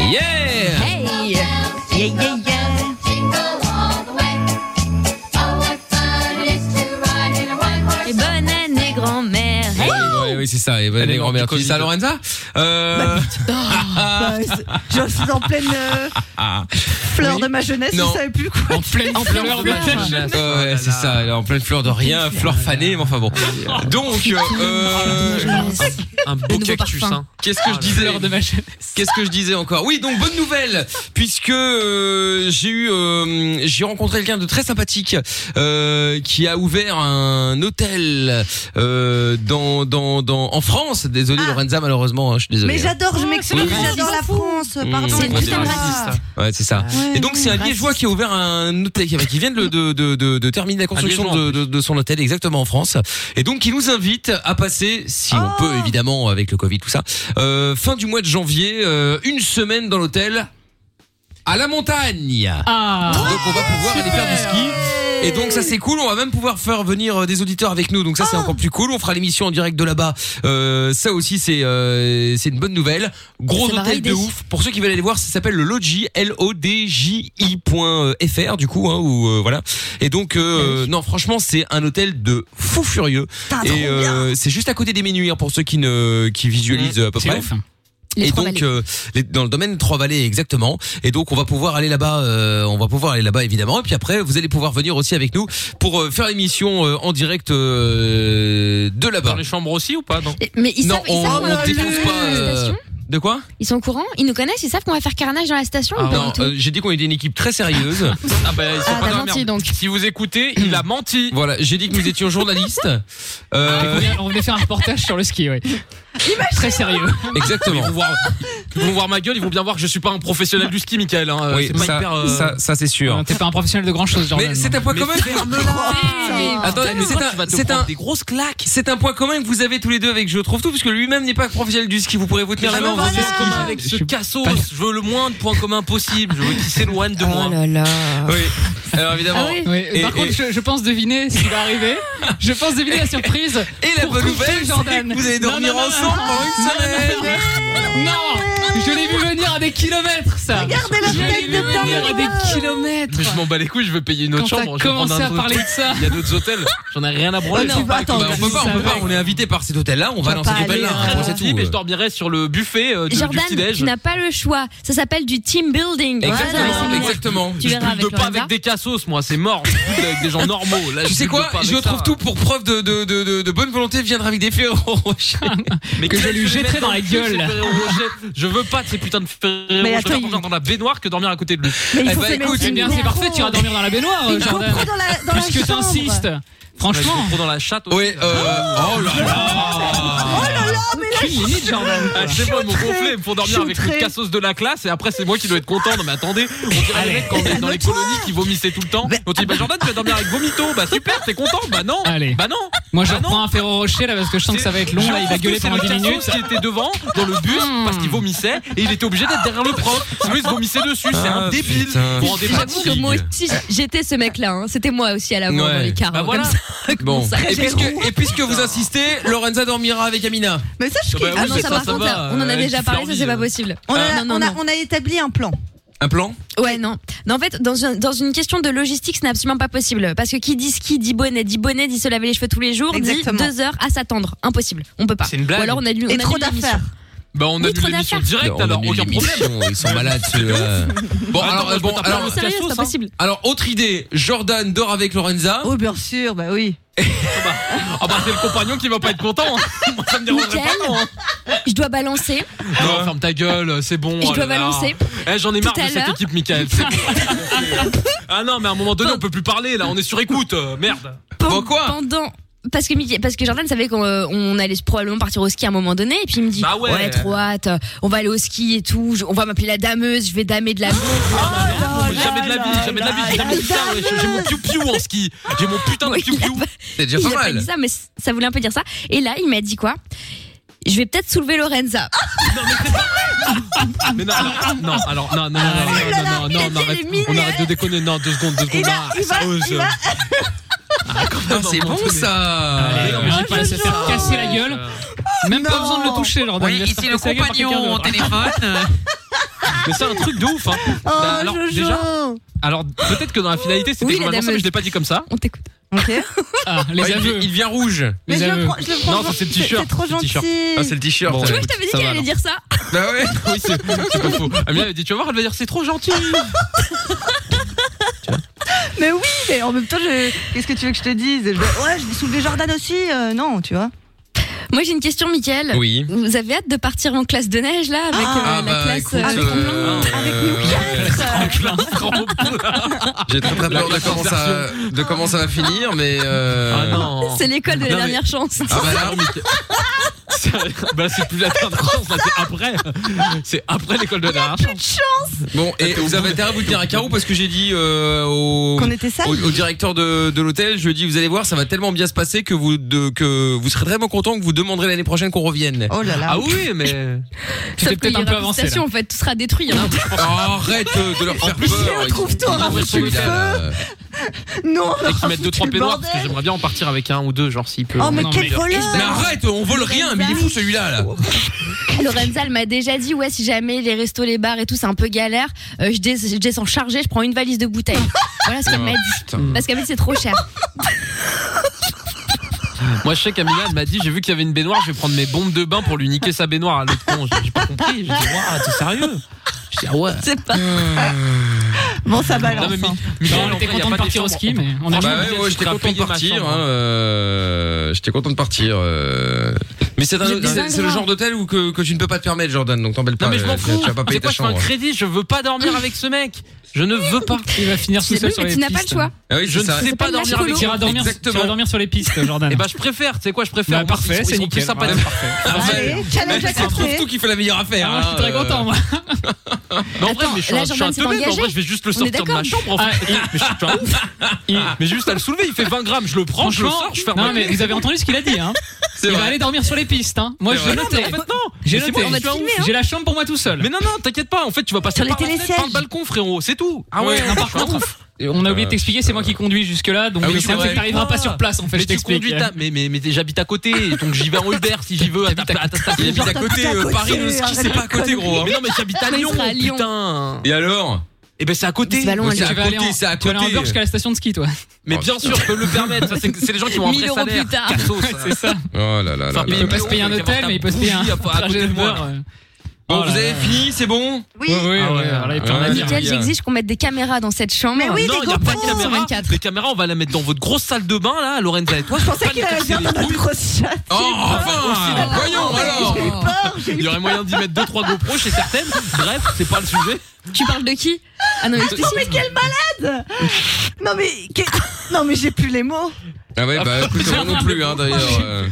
Speaker 2: Yeah.
Speaker 4: Hey
Speaker 6: Yeah, yeah, yeah.
Speaker 4: Et bonne année, grand-mère. Hey.
Speaker 2: Oui, oui, c'est ça. Et bonne année, grand-mère. Tu dis ça à Lorenza Euh,
Speaker 6: Bah, c'est- je suis en pleine euh,
Speaker 2: ah.
Speaker 6: fleur de ma jeunesse,
Speaker 2: Non.
Speaker 6: je savais plus quoi.
Speaker 3: En pleine
Speaker 2: fleur de Ouais, c'est ça, elle est en pleine fleur de rien, fleur fanée, mais enfin bon. Donc, euh, euh,
Speaker 5: Un beau cactus, hein.
Speaker 2: Qu'est-ce que je disais Qu'est-ce que je disais encore Oui, donc bonne nouvelle, puisque euh, j'ai eu, euh, j'ai rencontré quelqu'un de très sympathique euh, qui a ouvert un hôtel euh, dans, dans, dans, en France. Désolé, Lorenza, malheureusement, hein, je suis désolé.
Speaker 6: Mais j'adore, je
Speaker 2: Oui,
Speaker 6: m'excuse,
Speaker 2: oui.
Speaker 6: j'adore la France. Pardon,
Speaker 2: C'est
Speaker 6: moi,
Speaker 2: tout un
Speaker 6: j'adore.
Speaker 2: raciste. Ouais, c'est ça.
Speaker 6: Ouais,
Speaker 2: et donc
Speaker 6: oui,
Speaker 2: c'est un
Speaker 6: raciste.
Speaker 2: Liégeois qui a ouvert un hôtel, qui, qui vient de, de, de, de- de terminer la construction
Speaker 5: Liégeois,
Speaker 2: de, de- de son hôtel exactement en France, et donc qui nous invite à passer, si
Speaker 6: Oh.
Speaker 2: on peut évidemment avec le Covid tout ça, euh, fin du mois de janvier, euh, une semaine dans l'hôtel à la montagne.
Speaker 3: Ah.
Speaker 2: donc on va pouvoir aller faire du ski. Et donc ça c'est cool, on va même pouvoir faire venir euh, des auditeurs avec nous, donc ça
Speaker 3: Ah.
Speaker 2: c'est encore plus cool. On fera l'émission en direct de là-bas. Euh, ça aussi c'est euh, c'est une bonne nouvelle. Gros
Speaker 5: C'est ma
Speaker 2: hôtel
Speaker 5: idée.
Speaker 2: de ouf. Pour ceux qui veulent aller voir, ça s'appelle le Lodji, L-O-D-J-I.fr du coup, hein, ou euh, voilà. Et donc euh,
Speaker 3: Ah
Speaker 2: non franchement c'est un hôtel de fou furieux. Et euh, c'est juste à côté des Ménuires pour ceux qui ne qui visualisent à peu
Speaker 3: C'est
Speaker 2: près.
Speaker 3: ouf.
Speaker 2: et donc euh, les- dans le domaine Trois Vallées exactement. Et donc on va pouvoir aller là-bas, euh, on va pouvoir aller là-bas évidemment. Et puis après vous allez pouvoir venir aussi avec nous pour euh, faire l'émission euh, en direct euh, de là-bas. Dans les
Speaker 5: chambres aussi ou pas non
Speaker 4: Mais ils
Speaker 2: Non
Speaker 4: savent, ils
Speaker 2: on,
Speaker 4: savent qu'on
Speaker 2: on
Speaker 4: va
Speaker 2: défonce
Speaker 4: faire
Speaker 2: pas.
Speaker 4: carnage dans la
Speaker 2: euh,
Speaker 4: station
Speaker 2: de quoi
Speaker 4: Ils sont au courant Ils nous connaissent Ils savent qu'on va faire carnage dans la station ou Ah, pas
Speaker 2: Non,
Speaker 4: du tout
Speaker 2: euh, j'ai dit qu'on était une équipe très sérieuse.
Speaker 5: Ah bah, ils sont
Speaker 4: Ah,
Speaker 5: pas
Speaker 4: t'as
Speaker 5: dans la
Speaker 4: menti,
Speaker 5: merde.
Speaker 4: donc.
Speaker 5: Si vous écoutez, il a menti.
Speaker 2: Voilà, j'ai dit que nous étions journalistes. Euh,
Speaker 3: On venait faire un reportage sur le ski, ouais. Très sérieux.
Speaker 2: Exactement.
Speaker 5: Ils vont, voir, ils vont voir ma gueule, ils vont bien voir que je suis pas un professionnel du ski, Michael. Hein.
Speaker 2: Oui,
Speaker 5: C'est pas
Speaker 2: ça-
Speaker 5: hyper, euh,
Speaker 2: ça- ça, c'est sûr.
Speaker 3: T'es pas un professionnel de grand chose, Jordan.
Speaker 2: Mais c'est un point
Speaker 5: Mais
Speaker 2: commun. Attendez, mais c'est
Speaker 5: toi,
Speaker 2: un,
Speaker 5: tu vas te
Speaker 2: c'est
Speaker 5: prendre
Speaker 2: un-
Speaker 5: des grosses claques.
Speaker 2: C'est un point commun que vous avez tous les deux avec Je trouve tout, puisque lui-même n'est pas professionnel du ski. Vous pourrez vous tenir la
Speaker 5: Mais
Speaker 2: main.
Speaker 5: voilà.
Speaker 2: vous êtes-
Speaker 5: Commun avec ce cassos, je veux le moins de points communs possible. Je veux qu'il s'éloigne de moi.
Speaker 2: Oui. Alors évidemment.
Speaker 3: Oui,
Speaker 2: Et-
Speaker 3: par contre,
Speaker 2: et-
Speaker 3: je, je pense deviner ce qui va arriver. Je pense deviner la surprise.
Speaker 2: Et la
Speaker 3: pour
Speaker 2: bonne
Speaker 3: contrer
Speaker 2: nouvelle, c'est
Speaker 3: Jordan.
Speaker 2: que vous allez
Speaker 3: Non,
Speaker 2: dormir
Speaker 3: non, non, non,
Speaker 2: ensemble pendant une semaine.
Speaker 3: Non Je l'ai vu venir à des kilomètres, ça
Speaker 6: Regardez la
Speaker 3: Je l'ai
Speaker 6: taille
Speaker 3: vu
Speaker 6: de ta
Speaker 3: venir à des kilomètres
Speaker 5: Mais je m'en bats les couilles, je veux payer une autre
Speaker 3: Quand t'as
Speaker 5: chambre. je vais prendre
Speaker 3: commencé
Speaker 5: un
Speaker 3: à
Speaker 5: autre
Speaker 3: parler de
Speaker 5: hôtel.
Speaker 3: ça.
Speaker 5: Il y a d'autres hôtels. J'en ai rien à branler.
Speaker 3: Oh
Speaker 5: je
Speaker 3: non,
Speaker 5: sais pas,
Speaker 3: attends,
Speaker 5: bah,
Speaker 2: on peut pas, on peut pas, on est invité par cet hôtel-là, on va dans cet hôtel-là. hein, c'est tout.
Speaker 5: mais je dormirai sur le buffet euh, du, du
Speaker 4: Jordan,
Speaker 5: petit-déj.
Speaker 4: tu n'as pas le choix. Ça s'appelle du team building. Voilà.
Speaker 5: Exactement, exactement.
Speaker 4: Tu
Speaker 5: je
Speaker 4: verras
Speaker 5: ne
Speaker 4: avec
Speaker 5: pas
Speaker 4: Lorenza.
Speaker 5: avec des cassos, moi, c'est mort. Je boude avec des gens normaux. Là,
Speaker 2: Tu sais
Speaker 5: boude
Speaker 2: quoi
Speaker 5: pas avec
Speaker 2: Je
Speaker 5: ça.
Speaker 2: trouve tout pour preuve de, de, de, de, de bonne volonté viendra avec des fléaux au rocher.
Speaker 5: Mais
Speaker 2: que je
Speaker 5: qu'est-ce
Speaker 2: lui
Speaker 5: vais
Speaker 2: jetterai
Speaker 5: mettre
Speaker 2: dans la
Speaker 5: le cul,
Speaker 2: gueule.
Speaker 5: ce Ferrero Rocher Je veux pas de ces putains de Ferrero Rocher.
Speaker 2: Mais
Speaker 5: Je
Speaker 2: attends,
Speaker 5: préfère dormir dans la baignoire que dormir à côté de lui. Eh ben,
Speaker 3: Mais
Speaker 2: Eh
Speaker 3: il faut
Speaker 2: bah,
Speaker 3: se mettre une
Speaker 5: bien, c'est
Speaker 3: Ferrero.
Speaker 5: parfait, tu iras dormir dans la baignoire,
Speaker 3: Une
Speaker 5: Jordan.
Speaker 3: GoPro dans la- dans la
Speaker 5: Puisque
Speaker 3: chambre.
Speaker 5: t'insistes. Franchement.
Speaker 3: Ouais, je
Speaker 5: dans la chatte
Speaker 2: Oui, euh, oh là là
Speaker 6: Oh là là, mais là,
Speaker 5: Quelle limite, Jordan ah, Je sais pas, ils m'ont
Speaker 6: Choutré.
Speaker 5: gonflé, ils me font dormir avec
Speaker 6: Choutré.
Speaker 5: les cassos de la classe et après c'est moi qui dois être content. Non mais attendez, on dirait les mecs quand on est dans les colonies qui vomissaient tout le temps. On dit bah Jordan, tu vas dormir avec vomito, bah super, t'es content Bah non
Speaker 3: Allez.
Speaker 5: Bah non
Speaker 3: Moi, je reprends un Ferro Rocher là parce que je sens que ça va être long.
Speaker 5: Je
Speaker 3: Là, il va
Speaker 5: pense
Speaker 3: gueuler
Speaker 5: que c'est
Speaker 3: pendant
Speaker 5: le
Speaker 3: 10
Speaker 5: cassos
Speaker 3: minutes. Euh, Hmm.
Speaker 5: qui était devant dans le bus parce qu'il vomissait et il était obligé d'être derrière le prof. Sinon il se vomissait dessus, c'est
Speaker 2: Ah,
Speaker 5: un débile.
Speaker 2: putain.
Speaker 5: Vous vous rendez pas
Speaker 4: J'avoue que moi
Speaker 5: compte
Speaker 4: aussi, j'étais ce mec-là. hein. C'était moi aussi à l'avant
Speaker 2: Ouais.
Speaker 4: dans les cars.
Speaker 2: Bah
Speaker 4: hein,
Speaker 2: voilà.
Speaker 4: comme ça.
Speaker 2: Bon,
Speaker 4: ça
Speaker 2: et
Speaker 4: reste
Speaker 2: puisque,
Speaker 4: drôle.
Speaker 2: et puisque vous insistez, Lorenza dormira avec Amina.
Speaker 6: Mais sache
Speaker 2: Ah
Speaker 6: que.
Speaker 2: bah oui,
Speaker 4: Ah non,
Speaker 2: mais
Speaker 4: ça,
Speaker 2: ça,
Speaker 4: par
Speaker 2: ça
Speaker 4: contre,
Speaker 2: va,
Speaker 4: on en
Speaker 2: euh,
Speaker 4: avait
Speaker 2: tu
Speaker 4: déjà
Speaker 2: fais
Speaker 4: parlé,
Speaker 2: envie,
Speaker 4: ça c'est pas
Speaker 2: euh.
Speaker 4: possible. Ah,
Speaker 6: On a,
Speaker 4: non, non,
Speaker 6: on a-
Speaker 4: non.
Speaker 6: on a établi un plan.
Speaker 2: Un plan
Speaker 4: Ouais, non. Non, en fait, dans, un- dans une question de logistique, ce n'est absolument pas possible. Parce que qui dit ski dit bonnet, dit bonnet, dit se laver les cheveux tous les jours,
Speaker 6: Exactement.
Speaker 4: dit deux heures à s'attendre. Impossible. On peut pas.
Speaker 2: C'est une blague.
Speaker 4: Ou alors on a dû.
Speaker 6: Et trop d'affaires.
Speaker 5: Bah on
Speaker 4: Oui,
Speaker 5: a
Speaker 4: trop
Speaker 5: l'émission
Speaker 4: d'affaires.
Speaker 5: directe
Speaker 2: On
Speaker 5: alors
Speaker 2: annule
Speaker 5: aucun problème.
Speaker 2: l'émission, Ils sont malades. ceux-là. Bon,
Speaker 5: Attends,
Speaker 2: alors,
Speaker 5: moi, je
Speaker 2: bon,
Speaker 5: me tape
Speaker 2: alors,
Speaker 5: pas
Speaker 4: Sérieux, c'est pas
Speaker 5: Cassos, hein.
Speaker 4: possible.
Speaker 2: alors, autre idée. Jordan dort avec Lorenza.
Speaker 6: Oh, bien sûr, bah oui.
Speaker 5: Ah bah c'est le compagnon qui va pas être content. hein. Moi ça me dérangerait
Speaker 4: Mickaël,
Speaker 5: pas. non, hein.
Speaker 4: Je dois balancer.
Speaker 5: Non, ferme ta gueule, c'est bon.
Speaker 4: Je
Speaker 5: oh là
Speaker 4: dois
Speaker 5: là.
Speaker 4: balancer.
Speaker 5: Eh, J'en ai
Speaker 4: Tout
Speaker 5: marre
Speaker 4: à
Speaker 5: de cette
Speaker 4: l'heure.
Speaker 5: équipe, Michael. c'est bon. ah non, mais à un moment donné, on peut plus parler là, on est sur écoute. euh, merde.
Speaker 4: Pen-
Speaker 5: Bon, quoi
Speaker 4: Pendant. Parce que, Mickey- parce que Jordan savait qu'on euh, on allait probablement partir au ski à un moment donné et puis il me dit
Speaker 5: Bah ouais.
Speaker 4: trop hâte euh, on va aller au ski et tout je- on va m'appeler la dameuse je vais damer de la Oh
Speaker 5: jamais de la vie, jamais de la vie, j'ai jamais dit ça. ouais, J'ai mon piou-piou en ski. J'ai mon putain de piou-piou.
Speaker 2: C'est déjà
Speaker 4: il a
Speaker 2: pas
Speaker 4: pas dit
Speaker 2: mal.
Speaker 4: ça mais c- ça voulait un peu dire ça et là il m'a dit quoi je vais peut-être soulever Lorenza
Speaker 5: Mais non, alors, non, alors, non,
Speaker 4: Oh
Speaker 5: non, non, non, non, non, non, arrête. On arrête de déconner. Non, deux secondes, deux secondes. non, sérieux, je-
Speaker 2: Ah, c'est bon ça.
Speaker 3: Allez, non, mais j'ai pas laissé faire casser la gueule.
Speaker 2: Ah,
Speaker 3: Même pas besoin de le toucher, Jordan.
Speaker 2: Oui,
Speaker 3: Il va se faire
Speaker 2: ici le
Speaker 3: casser la gueule par quelqu'un
Speaker 2: compagnon au
Speaker 3: d'autre.
Speaker 2: téléphone.
Speaker 5: Mais c'est un truc de ouf. Hein.
Speaker 6: Oh,
Speaker 5: Bah, alors,
Speaker 6: Jojo.
Speaker 5: déjà, alors peut-être que dans la finalité, c'était
Speaker 4: Oui, la
Speaker 5: globalement ça, mais
Speaker 4: dameuse.
Speaker 5: je l'ai pas dit comme ça.
Speaker 4: on t'écoute
Speaker 6: Ok.
Speaker 3: Ah, les
Speaker 2: Ouais, il,
Speaker 3: aveux.
Speaker 2: il vient rouge. Ah,
Speaker 6: Mais
Speaker 3: Les
Speaker 6: je le
Speaker 3: aveux.
Speaker 6: prends, je le prends.
Speaker 5: Non, ça, c'est le t-shirt,
Speaker 6: C'est trop
Speaker 5: c'est le
Speaker 6: gentil.
Speaker 5: t-shirt.
Speaker 2: le t-shirt.
Speaker 5: Bon,
Speaker 4: tu
Speaker 5: ouais.
Speaker 4: vois je t'avais dit
Speaker 5: ça
Speaker 4: qu'elle
Speaker 5: va,
Speaker 4: allait
Speaker 5: alors.
Speaker 4: dire ça
Speaker 2: Bah ouais.
Speaker 5: Oui, c'est c'est pas faux. Amina avait dit Tu vas voir, elle va dire C'est trop gentil.
Speaker 6: Mais oui, mais en même temps, je... qu'est-ce que tu veux que je te dise Je vais- Ouais, je vais soulever Jordan aussi. euh, non, tu vois.
Speaker 4: moi j'ai une question Mickaël
Speaker 2: Oui.
Speaker 4: vous avez hâte de partir en classe de neige là avec
Speaker 6: Ah.
Speaker 4: euh,
Speaker 5: Ah
Speaker 4: la
Speaker 5: bah,
Speaker 4: classe
Speaker 2: écoute,
Speaker 4: euh,
Speaker 2: euh,
Speaker 6: avec
Speaker 2: euh, J'ai très très
Speaker 5: La
Speaker 2: peur de
Speaker 5: classe
Speaker 2: comment, ça, de comment ça va finir, mais. euh,
Speaker 5: Ah non.
Speaker 4: c'est l'école de la
Speaker 5: Non, mais-
Speaker 4: dernière chance
Speaker 2: Ah bah là,
Speaker 5: Sérieux bah, c'est plus la dernière chance, là, c'est après. C'est après l'école de la
Speaker 2: Bon, et vous avez intérêt à vous tenir à carreau parce que j'ai dit euh, au,
Speaker 6: Qu'on était sales
Speaker 2: au, au directeur de, de l'hôtel, je lui ai dit vous allez voir, ça va tellement bien se passer que vous de, que vous serez vraiment content que vous demanderez l'année prochaine qu'on revienne.
Speaker 6: Oh là là.
Speaker 5: Ah oui, mais.
Speaker 3: Tu t'es peut-être un peu avancé.
Speaker 4: en fait tout sera détruit hein.
Speaker 2: Oh,
Speaker 5: Ah.
Speaker 2: arrête euh, de leur faire
Speaker 5: plus,
Speaker 2: peur.
Speaker 6: trouve-toi un
Speaker 2: Ils sont
Speaker 5: ramassis de
Speaker 2: là, là.
Speaker 6: Non.
Speaker 5: Et qu'ils mettent deux trois
Speaker 6: le
Speaker 5: peignoirs
Speaker 6: bordel.
Speaker 5: parce que j'aimerais bien en partir avec un ou deux, genre s'il peut.
Speaker 6: Oh, mais
Speaker 3: Non,
Speaker 6: quel
Speaker 3: mais-
Speaker 2: Mais
Speaker 6: voleur
Speaker 2: arrête, on vole rien, mais il est fou celui-là là.
Speaker 4: Lorenza, elle m'a déjà dit, ouais, si jamais les restos, les bars et tout, c'est un peu galère, euh, je, dés- je descends chargé, je prends une valise de bouteilles. Voilà ce qu'elle m'a dit. Parce qu'elle m'a dit, c'est trop cher.
Speaker 5: Moi, je sais qu'Amina elle m'a dit J'ai vu qu'il y avait une baignoire, je vais prendre mes bombes de bain pour lui niquer sa baignoire à l'autre con. J'ai j'ai pas compris. J'ai dit
Speaker 2: Ah,
Speaker 5: Waouh, t'es sérieux J'ai dit Ah ouais.
Speaker 6: C'est pas. Bon, ça balance.
Speaker 5: Non, mais Mi-
Speaker 6: hein.
Speaker 5: Michel,
Speaker 3: Non, on
Speaker 5: en vrai,
Speaker 3: était
Speaker 5: y a
Speaker 3: content de
Speaker 5: pas des
Speaker 3: partir au
Speaker 5: chambres.
Speaker 3: ski, mais on
Speaker 5: Bah
Speaker 3: a
Speaker 2: Bah
Speaker 5: ouais,
Speaker 2: ouais,
Speaker 5: ouais,
Speaker 2: ouais,
Speaker 5: je
Speaker 2: j'étais
Speaker 5: serai
Speaker 2: content de
Speaker 5: payé ma
Speaker 2: partir.
Speaker 5: chambre.
Speaker 2: hein, euh, J'étais content de partir. euh. Mais c'est un-
Speaker 4: J'ai besoin
Speaker 2: c'est
Speaker 4: de
Speaker 2: c'est le
Speaker 4: moi.
Speaker 2: genre d'hôtel où que, que tu ne peux pas te permettre, Jordan. Donc t'embelles pas.
Speaker 5: Non, mais je
Speaker 2: euh,
Speaker 5: m'en
Speaker 2: tu-
Speaker 5: fous. Ah,
Speaker 2: Tu vas pas
Speaker 5: C'est
Speaker 2: payer ta
Speaker 5: quoi, je fais un
Speaker 2: chambre. hein.
Speaker 5: crédit, je veux pas dormir avec ce mec. Je ne veux pas.
Speaker 3: Il va finir
Speaker 4: Tu
Speaker 3: tout
Speaker 4: sais
Speaker 3: seul
Speaker 4: plus,
Speaker 3: sur
Speaker 4: mais
Speaker 3: les
Speaker 4: tu n'as pas le
Speaker 3: pistes.
Speaker 4: choix.
Speaker 2: Ah oui,
Speaker 5: Je ne
Speaker 2: ça-
Speaker 5: sais pas
Speaker 4: pas
Speaker 5: dormir avec
Speaker 4: de
Speaker 3: Tu iras dormir, tu
Speaker 2: Exactement.
Speaker 3: iras dormir sur les pistes, Jordan.
Speaker 5: Et bah, je préfère, tu sais quoi, je préfère.
Speaker 3: Bah,
Speaker 5: En plus,
Speaker 3: parfait,
Speaker 5: ils sont-
Speaker 3: c'est
Speaker 5: ils sont
Speaker 3: nickel. Bah,
Speaker 5: Plus sympathiques.
Speaker 3: Ouais.
Speaker 5: Bah,
Speaker 6: Allez, challenge
Speaker 2: Ça se trouve
Speaker 6: accepté.
Speaker 2: tout qui fait la meilleure affaire.
Speaker 3: Ah, je suis
Speaker 2: hein,
Speaker 3: très
Speaker 2: euh.
Speaker 3: content, moi.
Speaker 5: Mais en vrai,
Speaker 4: Attends,
Speaker 5: mais je suis
Speaker 4: là,
Speaker 5: un- je suis
Speaker 4: Jordan
Speaker 5: un
Speaker 4: s'est
Speaker 5: teubé, mais en
Speaker 4: engagé.
Speaker 5: vrai, je vais juste le
Speaker 4: On est
Speaker 5: sortir de ma
Speaker 4: d'accord.
Speaker 5: chambre, en fait. Mais je suis un ouf. Il- Mais juste à le soulever, il fait 20 grammes, je le prends, je le
Speaker 3: Franchement,
Speaker 5: sors, je ferme
Speaker 3: non,
Speaker 5: ma
Speaker 3: mais vous avez entendu ce qu'il a dit, hein.
Speaker 2: C'est
Speaker 3: Il va
Speaker 2: vrai.
Speaker 3: aller dormir sur les pistes, hein. Moi,
Speaker 2: C'est
Speaker 3: je l'ai
Speaker 2: vrai.
Speaker 3: noté.
Speaker 5: Maintenant,
Speaker 3: J'ai
Speaker 5: Mais c'est
Speaker 3: noté.
Speaker 5: bon, je suis un ouf.
Speaker 3: J'ai la chambre pour moi tout seul.
Speaker 5: Mais non, non, t'inquiète pas, en fait, tu vas passer
Speaker 6: Sur les
Speaker 5: par, la fenêtre,
Speaker 6: télésièges.
Speaker 5: par le balcon, frérot, c'est tout. tout. Ah ouais,
Speaker 3: Non, par contre, on a oublié de t'expliquer, c'est moi qui conduis jusque-là, donc
Speaker 5: Ah oui,
Speaker 3: le
Speaker 5: c'est
Speaker 3: problème, c'est
Speaker 5: vrai.
Speaker 3: que t'arriveras pas sur place en fait,
Speaker 5: Mais tu
Speaker 3: je t'explique.
Speaker 5: conduis ta- mais mais, mais j'habite à côté, donc j'y vais en Uber si j'y veux. T'habites à, Ah,
Speaker 2: J'habite à côté, euh, Paris, le ski, c'est pas à côté, gros. hein.
Speaker 5: Mais non, mais j'habite à
Speaker 2: Mais il
Speaker 5: Lyon,
Speaker 2: sera à Lyon.
Speaker 5: putain.
Speaker 2: Et alors
Speaker 5: Eh ben c'est à côté.
Speaker 3: C'est pas loin,
Speaker 5: Mais c'est
Speaker 3: tu
Speaker 5: à
Speaker 3: vas aller
Speaker 5: côté,
Speaker 3: en-
Speaker 5: c'est à
Speaker 3: Tu vas aller en
Speaker 5: côté. Oh.
Speaker 3: Burj qu'à la station de ski, toi.
Speaker 5: Mais bien sûr, je peux le permettre. Ça, c'est c'est les gens qui ont un
Speaker 3: 1000
Speaker 5: vrai
Speaker 3: euros
Speaker 5: salaire.
Speaker 3: plus tard.
Speaker 5: Cassos,
Speaker 3: Ouais, c'est ça.
Speaker 2: Oh là là là
Speaker 3: Il
Speaker 2: là
Speaker 3: peut pas se
Speaker 2: là.
Speaker 3: payer un
Speaker 5: il va
Speaker 3: hôtel,
Speaker 5: avoir
Speaker 3: mais il peut se
Speaker 5: ta
Speaker 3: payer un
Speaker 5: bougie à- à côté
Speaker 3: trajet
Speaker 5: de
Speaker 3: de
Speaker 5: moi.
Speaker 3: beurre.
Speaker 2: Bon,
Speaker 3: Oh là
Speaker 2: vous avez
Speaker 3: là.
Speaker 2: fini, c'est bon
Speaker 3: Oui. Ouais,
Speaker 2: ah
Speaker 3: Ah ouais, ouais, alors là, il peut rien dire.
Speaker 4: Mickaël, j'exige qu'on mette des caméras dans cette chambre.
Speaker 5: Mais oui, Hein. Non, des y a pas de GoPros. caméra.
Speaker 4: 24.
Speaker 5: Les caméras, on va la mettre dans votre grosse salle de bain, là, Lorenza et toi.
Speaker 6: Je pensais qu'il allait dire dans notre grosse chatte.
Speaker 5: Oh, enfin Voyons, alors
Speaker 6: J'ai eu peur, j'ai eu
Speaker 5: Il y aurait moyen d'y mettre 2-3 GoPro chez certaines. Bref, c'est pas le sujet.
Speaker 4: Tu parles de qui Ah non, mais
Speaker 6: Non mais quelle malade Non mais que- non mais j'ai plus les mots.
Speaker 2: Ah ouais, bah écoute, moi non plus, hein, d'ailleurs. euh.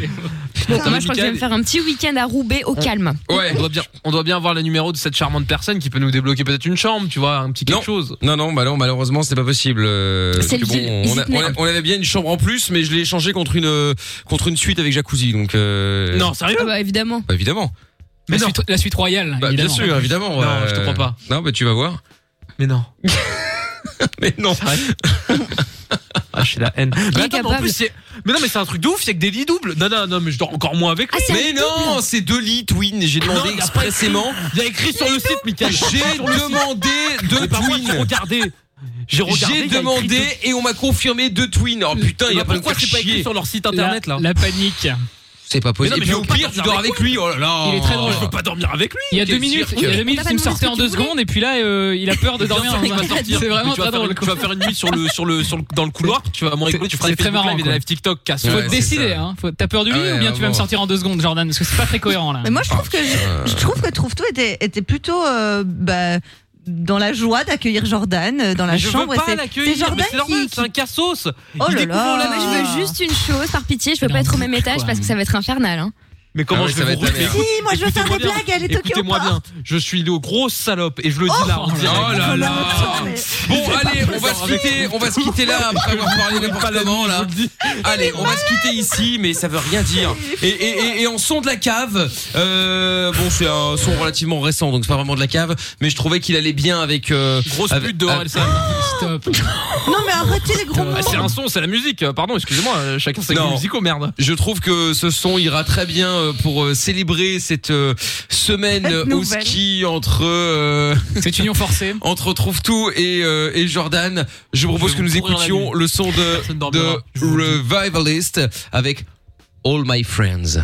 Speaker 4: Putain, moi, je crois que je vais me faire un petit week-end à Roubaix au calme.
Speaker 5: Ouais. On doit bien, on doit bien avoir le numéro de cette charmante personne qui peut nous débloquer peut-être une chambre, tu vois, un petit quelque chose.
Speaker 2: Non, non, bah non, malheureusement, c'est pas possible. euh, parce
Speaker 5: C'est
Speaker 2: que
Speaker 5: le deal,
Speaker 2: bon, on, a-
Speaker 5: hésite, mais-
Speaker 2: on a- on avait bien une chambre en plus, mais je l'ai échangée contre une euh, contre une suite avec jacuzzi, donc. euh,
Speaker 4: Ah bah, évidemment.
Speaker 2: Bah, évidemment.
Speaker 3: La suite, la suite royale.
Speaker 2: Bah, bien
Speaker 3: évidemment.
Speaker 2: sûr, évidemment.
Speaker 5: Non,
Speaker 2: euh,
Speaker 5: je te crois pas.
Speaker 2: Non, bah tu vas voir.
Speaker 5: Mais non.
Speaker 2: mais non.
Speaker 5: Ah, j'ai la haine.
Speaker 2: Il
Speaker 5: Mais
Speaker 2: est
Speaker 5: attends, mais en
Speaker 2: capable.
Speaker 5: plus, c'est- mais non, mais c'est un truc de ouf, c'est que des lits doubles. Non, non, non, mais je dors encore moins avec
Speaker 2: Ah,
Speaker 5: lui.
Speaker 2: c'est un
Speaker 5: mais
Speaker 2: lit double.
Speaker 5: non, c'est deux lits twin. J'ai
Speaker 2: Non, il
Speaker 5: demandé
Speaker 2: y a pas
Speaker 5: expressément.
Speaker 2: écrit.
Speaker 5: Il y a écrit sur le site, Michael.
Speaker 2: J'ai demandé deux
Speaker 5: twin. J'ai regardé. J'ai regardé. il y a écrit
Speaker 2: demandé
Speaker 5: deux-
Speaker 2: et on m'a confirmé deux twins. Oh putain, il y a
Speaker 5: Bah,
Speaker 2: pas
Speaker 5: pourquoi
Speaker 2: de
Speaker 5: c'est pas écrit sur leur site internet là
Speaker 3: La panique.
Speaker 2: C'est pas possible. Et puis au pire, tu dors avec lui. Oh là là.
Speaker 3: Il est très drôle.
Speaker 5: Je veux pas dormir avec lui.
Speaker 3: Il y a deux
Speaker 5: Quel
Speaker 3: minutes,
Speaker 5: cirque.
Speaker 3: il y a deux minutes, il me sortait en deux secondes et puis là, euh, il a peur de
Speaker 5: Bien
Speaker 3: dormir.
Speaker 5: sûr
Speaker 3: dans
Speaker 5: qu'il
Speaker 3: un-
Speaker 5: va sortir.
Speaker 3: C'est vraiment
Speaker 5: Mais tu vas
Speaker 3: très
Speaker 5: faire
Speaker 3: drôle.
Speaker 5: une- Tu vas faire une nuit sur le, sur le, sur le, dans le couloir, tu vas m'en rigoler, tu feras
Speaker 3: C'est
Speaker 5: des
Speaker 3: très
Speaker 5: Facebook
Speaker 3: marrant,
Speaker 5: Live et des
Speaker 3: quoi.
Speaker 5: live TikTok, casse.
Speaker 3: Faut te décider, hein. Faut- T'as peur du lit
Speaker 2: Ah
Speaker 5: Ouais,
Speaker 3: ou bien tu vas
Speaker 5: vraiment.
Speaker 3: me sortir en deux secondes, Jordan, parce que c'est pas très cohérent là.
Speaker 6: Mais moi je trouve que
Speaker 5: Euh.
Speaker 6: je trouve que trouve tout était était plutôt euh, bah, dans la joie d'accueillir Jordan euh, dans la
Speaker 5: Mais je veux
Speaker 6: chambre.
Speaker 5: pas
Speaker 6: C'est-
Speaker 5: l'accueillir,
Speaker 6: c'est Jordan
Speaker 5: mais c'est normal,
Speaker 6: qui-
Speaker 5: c'est un cassos.
Speaker 6: Oh là
Speaker 4: Moi,
Speaker 6: là.
Speaker 4: je veux juste une chose, par pitié, je veux pas être au même étage parce que ça va être infernal. Hein.
Speaker 5: Mais comment
Speaker 2: Ah ouais,
Speaker 5: je
Speaker 2: ça va
Speaker 5: vais
Speaker 2: être
Speaker 5: vous
Speaker 2: la
Speaker 5: refaire
Speaker 2: merde.
Speaker 4: Si, moi, je veux faire
Speaker 5: Écoutez-moi
Speaker 4: des
Speaker 5: bien,
Speaker 4: blagues, elle est au
Speaker 5: Écoutez-moi bien, je suis une grosse salope et je le dis là en direct.
Speaker 2: Oh là là. Bon, allez, on va se quitter, on va se quitter là après avoir parlé n'importe comment là. Allez, on va se quitter ici, mais ça veut rien dire. Et, et, et, et en son de la cave, euh, bon, c'est un son relativement récent, donc c'est pas vraiment de la cave, mais je trouvais qu'il allait bien avec. Euh, Grosse
Speaker 5: pute de Orelsan.
Speaker 3: Stop.
Speaker 6: Non mais arrêtez les gros mots.
Speaker 5: Ah, c'est un son, c'est la musique. euh, Pardon, excusez-moi, euh, chacun ses
Speaker 2: Non.
Speaker 5: goûts musicaux, merde.
Speaker 2: Je trouve que ce son ira très bien euh, pour euh, célébrer cette euh, semaine
Speaker 5: Cette
Speaker 2: au
Speaker 5: nouvelle.
Speaker 2: ski entre euh,
Speaker 3: cette union forcée
Speaker 2: entre trouve tout et euh, et Jordan. Je vous propose
Speaker 5: Je
Speaker 2: que
Speaker 5: vais
Speaker 2: nous
Speaker 5: vous courir la
Speaker 2: écoutions
Speaker 5: nuit.
Speaker 2: le son de
Speaker 5: Personne dormira,
Speaker 2: de Revivalist avec All My Friends.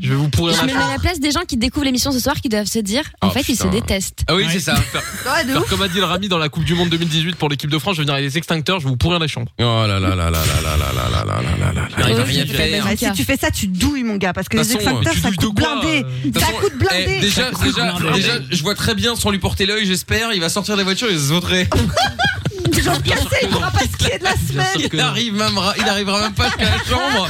Speaker 5: Je vais vous pourrir
Speaker 4: Je me mets à la place des gens qui découvrent l'émission ce soir qui doivent se dire en
Speaker 5: Ah,
Speaker 4: fait, ils se
Speaker 5: putain.
Speaker 4: détestent.
Speaker 2: Ah oui, c'est ça. Faire,
Speaker 4: Ah,
Speaker 6: Ouais, de
Speaker 5: faire
Speaker 6: ouf.
Speaker 5: comme a dit le Rami dans la Coupe du Monde 2018 pour l'équipe de France, je vais venir avec des extincteurs, je vais vous pourrir les chambres.
Speaker 2: Oh là là là là là là là là là là là là là.
Speaker 5: Il va rien
Speaker 6: Ouais, Ah, si tu fais ça, tu douilles mon gars parce que
Speaker 2: De
Speaker 6: les
Speaker 2: toute façon,
Speaker 6: extincteurs
Speaker 2: tu
Speaker 6: ça
Speaker 2: douilles de
Speaker 6: coûte
Speaker 2: quoi,
Speaker 6: blindé,
Speaker 2: De toute
Speaker 6: ça
Speaker 2: façon,
Speaker 6: coûte blindé.
Speaker 2: eh, déjà, déjà, déjà, je vois très bien sans lui porter l'œil, j'espère. Il va sortir de la voiture, il se sauterait.
Speaker 6: J'en cassé, il pourra pas skier de la semaine.
Speaker 2: Il arrive même, ra- il arrivera même pas jusqu'à la chambre.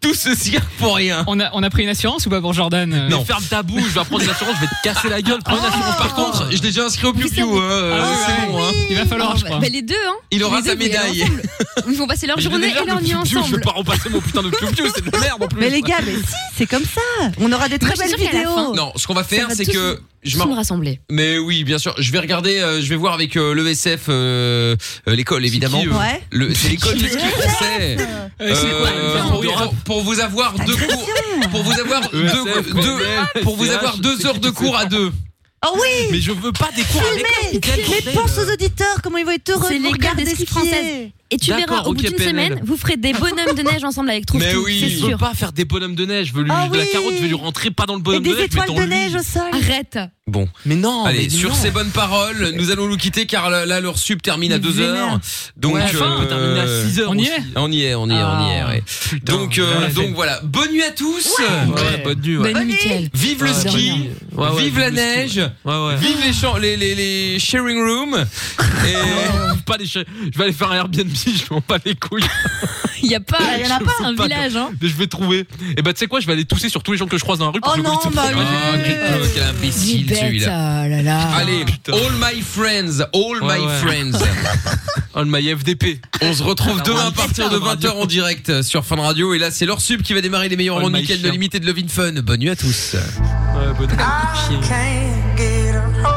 Speaker 2: Tout ce cirque pour rien.
Speaker 3: On a, on a pris une assurance ou pas pour Jordan euh,
Speaker 5: Mais ferme ta bouche, je vais prendre une assurance, je vais te casser Ah, la gueule. Prends une assurance par contre.
Speaker 2: Je l'ai déjà inscrit au Piu Piu.
Speaker 5: Ah ouais,
Speaker 2: c'est
Speaker 5: ouais.
Speaker 2: bon, hein.
Speaker 3: Il va falloir,
Speaker 4: Oh,
Speaker 3: je
Speaker 4: bah,
Speaker 3: crois.
Speaker 4: bah, les deux, hein.
Speaker 2: Il aura
Speaker 4: Les
Speaker 2: sa
Speaker 4: deux, vous allez
Speaker 2: médaille.
Speaker 4: ensemble. Ils vont passer leur
Speaker 5: Mais j'ai
Speaker 4: journée
Speaker 5: déjà
Speaker 4: et leur
Speaker 5: le
Speaker 4: nuit
Speaker 5: Piu Piu, Je
Speaker 4: ensemble.
Speaker 5: vais pas repasser mon putain de piou piou, c'est de la merde en plus.
Speaker 6: Mais les gars, mais si, c'est comme ça. On aura des très
Speaker 4: Moi, je
Speaker 6: belles
Speaker 4: suis sûre qu'à la fin-
Speaker 6: vidéos.
Speaker 2: Non, ce qu'on va faire,
Speaker 4: va
Speaker 2: c'est
Speaker 4: tous
Speaker 2: que. Je
Speaker 4: Tous nous
Speaker 2: m'en-
Speaker 4: rassembler.
Speaker 2: Mais oui, bien sûr. Je vais regarder, euh, je vais voir avec euh, l'ESF, euh, euh, l'école évidemment.
Speaker 5: qui, eux
Speaker 6: Ouais.
Speaker 2: Le- C'est l'école du ski français.
Speaker 5: Euh, c'est quoi,
Speaker 2: Euh,
Speaker 5: le
Speaker 2: pour-
Speaker 5: verbe
Speaker 2: pour, pour vous avoir deux cours, pour vous avoir deux, deux- pour vous avoir deux heures de cours à deux.
Speaker 6: Oh oui
Speaker 5: Mais je veux pas des cours avec
Speaker 6: Filmez Mais pense aux auditeurs, comment ils vont être heureux
Speaker 4: C'est
Speaker 6: de
Speaker 4: les gars
Speaker 6: regarder
Speaker 4: des skis
Speaker 6: skier.
Speaker 4: françaises. Et tu
Speaker 5: D'accord,
Speaker 4: verras, au bout
Speaker 5: ok,
Speaker 4: d'une
Speaker 5: PNL.
Speaker 4: semaine, vous ferez des bonhommes de neige ensemble avec Trouve
Speaker 2: Mais
Speaker 4: Tout,
Speaker 2: oui.
Speaker 4: c'est
Speaker 5: Je veux
Speaker 4: sûr.
Speaker 5: pas faire des bonhommes de neige, je veux lui
Speaker 4: Ah
Speaker 5: de la
Speaker 4: oui.
Speaker 5: carotte, je veux lui rentrer pas dans le
Speaker 6: Et
Speaker 5: bonhomme de
Speaker 6: des
Speaker 5: neige, mais
Speaker 6: étoiles
Speaker 5: dans
Speaker 6: de
Speaker 5: lui.
Speaker 6: neige au sol.
Speaker 4: Arrête.
Speaker 2: Bon.
Speaker 5: Mais non,
Speaker 2: Allez,
Speaker 5: mais
Speaker 2: sur
Speaker 5: non.
Speaker 2: ces bonnes paroles, nous allons nous quitter car euh, là, là, leur sub termine à
Speaker 5: Il est
Speaker 2: 2
Speaker 5: vénère.
Speaker 2: heures. Donc euh,
Speaker 5: Ouais, enfin, on peut terminer à 6 heures
Speaker 3: On y
Speaker 5: aussi.
Speaker 3: est
Speaker 2: Ah, On y est, on y est, on y est. ouais. donc euh,
Speaker 5: on l'a fait.
Speaker 2: donc voilà, bonne nuit à tous.
Speaker 5: Ouais, bonne nuit. ouais.
Speaker 4: Bonne nuit, Mickaël.
Speaker 2: Vive le
Speaker 5: Ouais.
Speaker 2: ski,
Speaker 5: Ouais, ouais,
Speaker 2: vive la
Speaker 5: le ski, ouais.
Speaker 2: neige,
Speaker 5: Ouais, ouais.
Speaker 2: vive les, champs- les, les, les sharing rooms. Et
Speaker 5: Pas les chiens. Je vais aller faire un Airbnb, je m'en bats les couilles.
Speaker 4: Il y a pas, il y en a pas
Speaker 5: Je
Speaker 4: un
Speaker 5: sais pas,
Speaker 4: village, hein.
Speaker 5: Mais je vais trouver. Et bah, tu sais quoi, je vais aller tousser sur tous les gens que je croise dans la rue pour
Speaker 6: Oh
Speaker 5: que je
Speaker 6: non,
Speaker 5: goûte.
Speaker 6: bah
Speaker 2: Ah, quel, quel imbécile celui-là.
Speaker 4: oh là là.
Speaker 2: Allez,
Speaker 5: Putain.
Speaker 2: all my friends, all
Speaker 5: Ouais,
Speaker 2: my
Speaker 5: ouais.
Speaker 2: friends.
Speaker 5: On my FDP.
Speaker 2: On se retrouve demain à partir de
Speaker 5: Fun Radio.
Speaker 2: 20h en direct euh, sur Fun Radio. Et là, c'est leur sub qui va démarrer les meilleurs
Speaker 5: All
Speaker 2: moments de
Speaker 5: my
Speaker 2: Mickaël de
Speaker 5: chien.
Speaker 2: Limite et de Levin Fun. Bonne nuit à tous.
Speaker 5: Ouais, bonne nuit.
Speaker 9: can't get her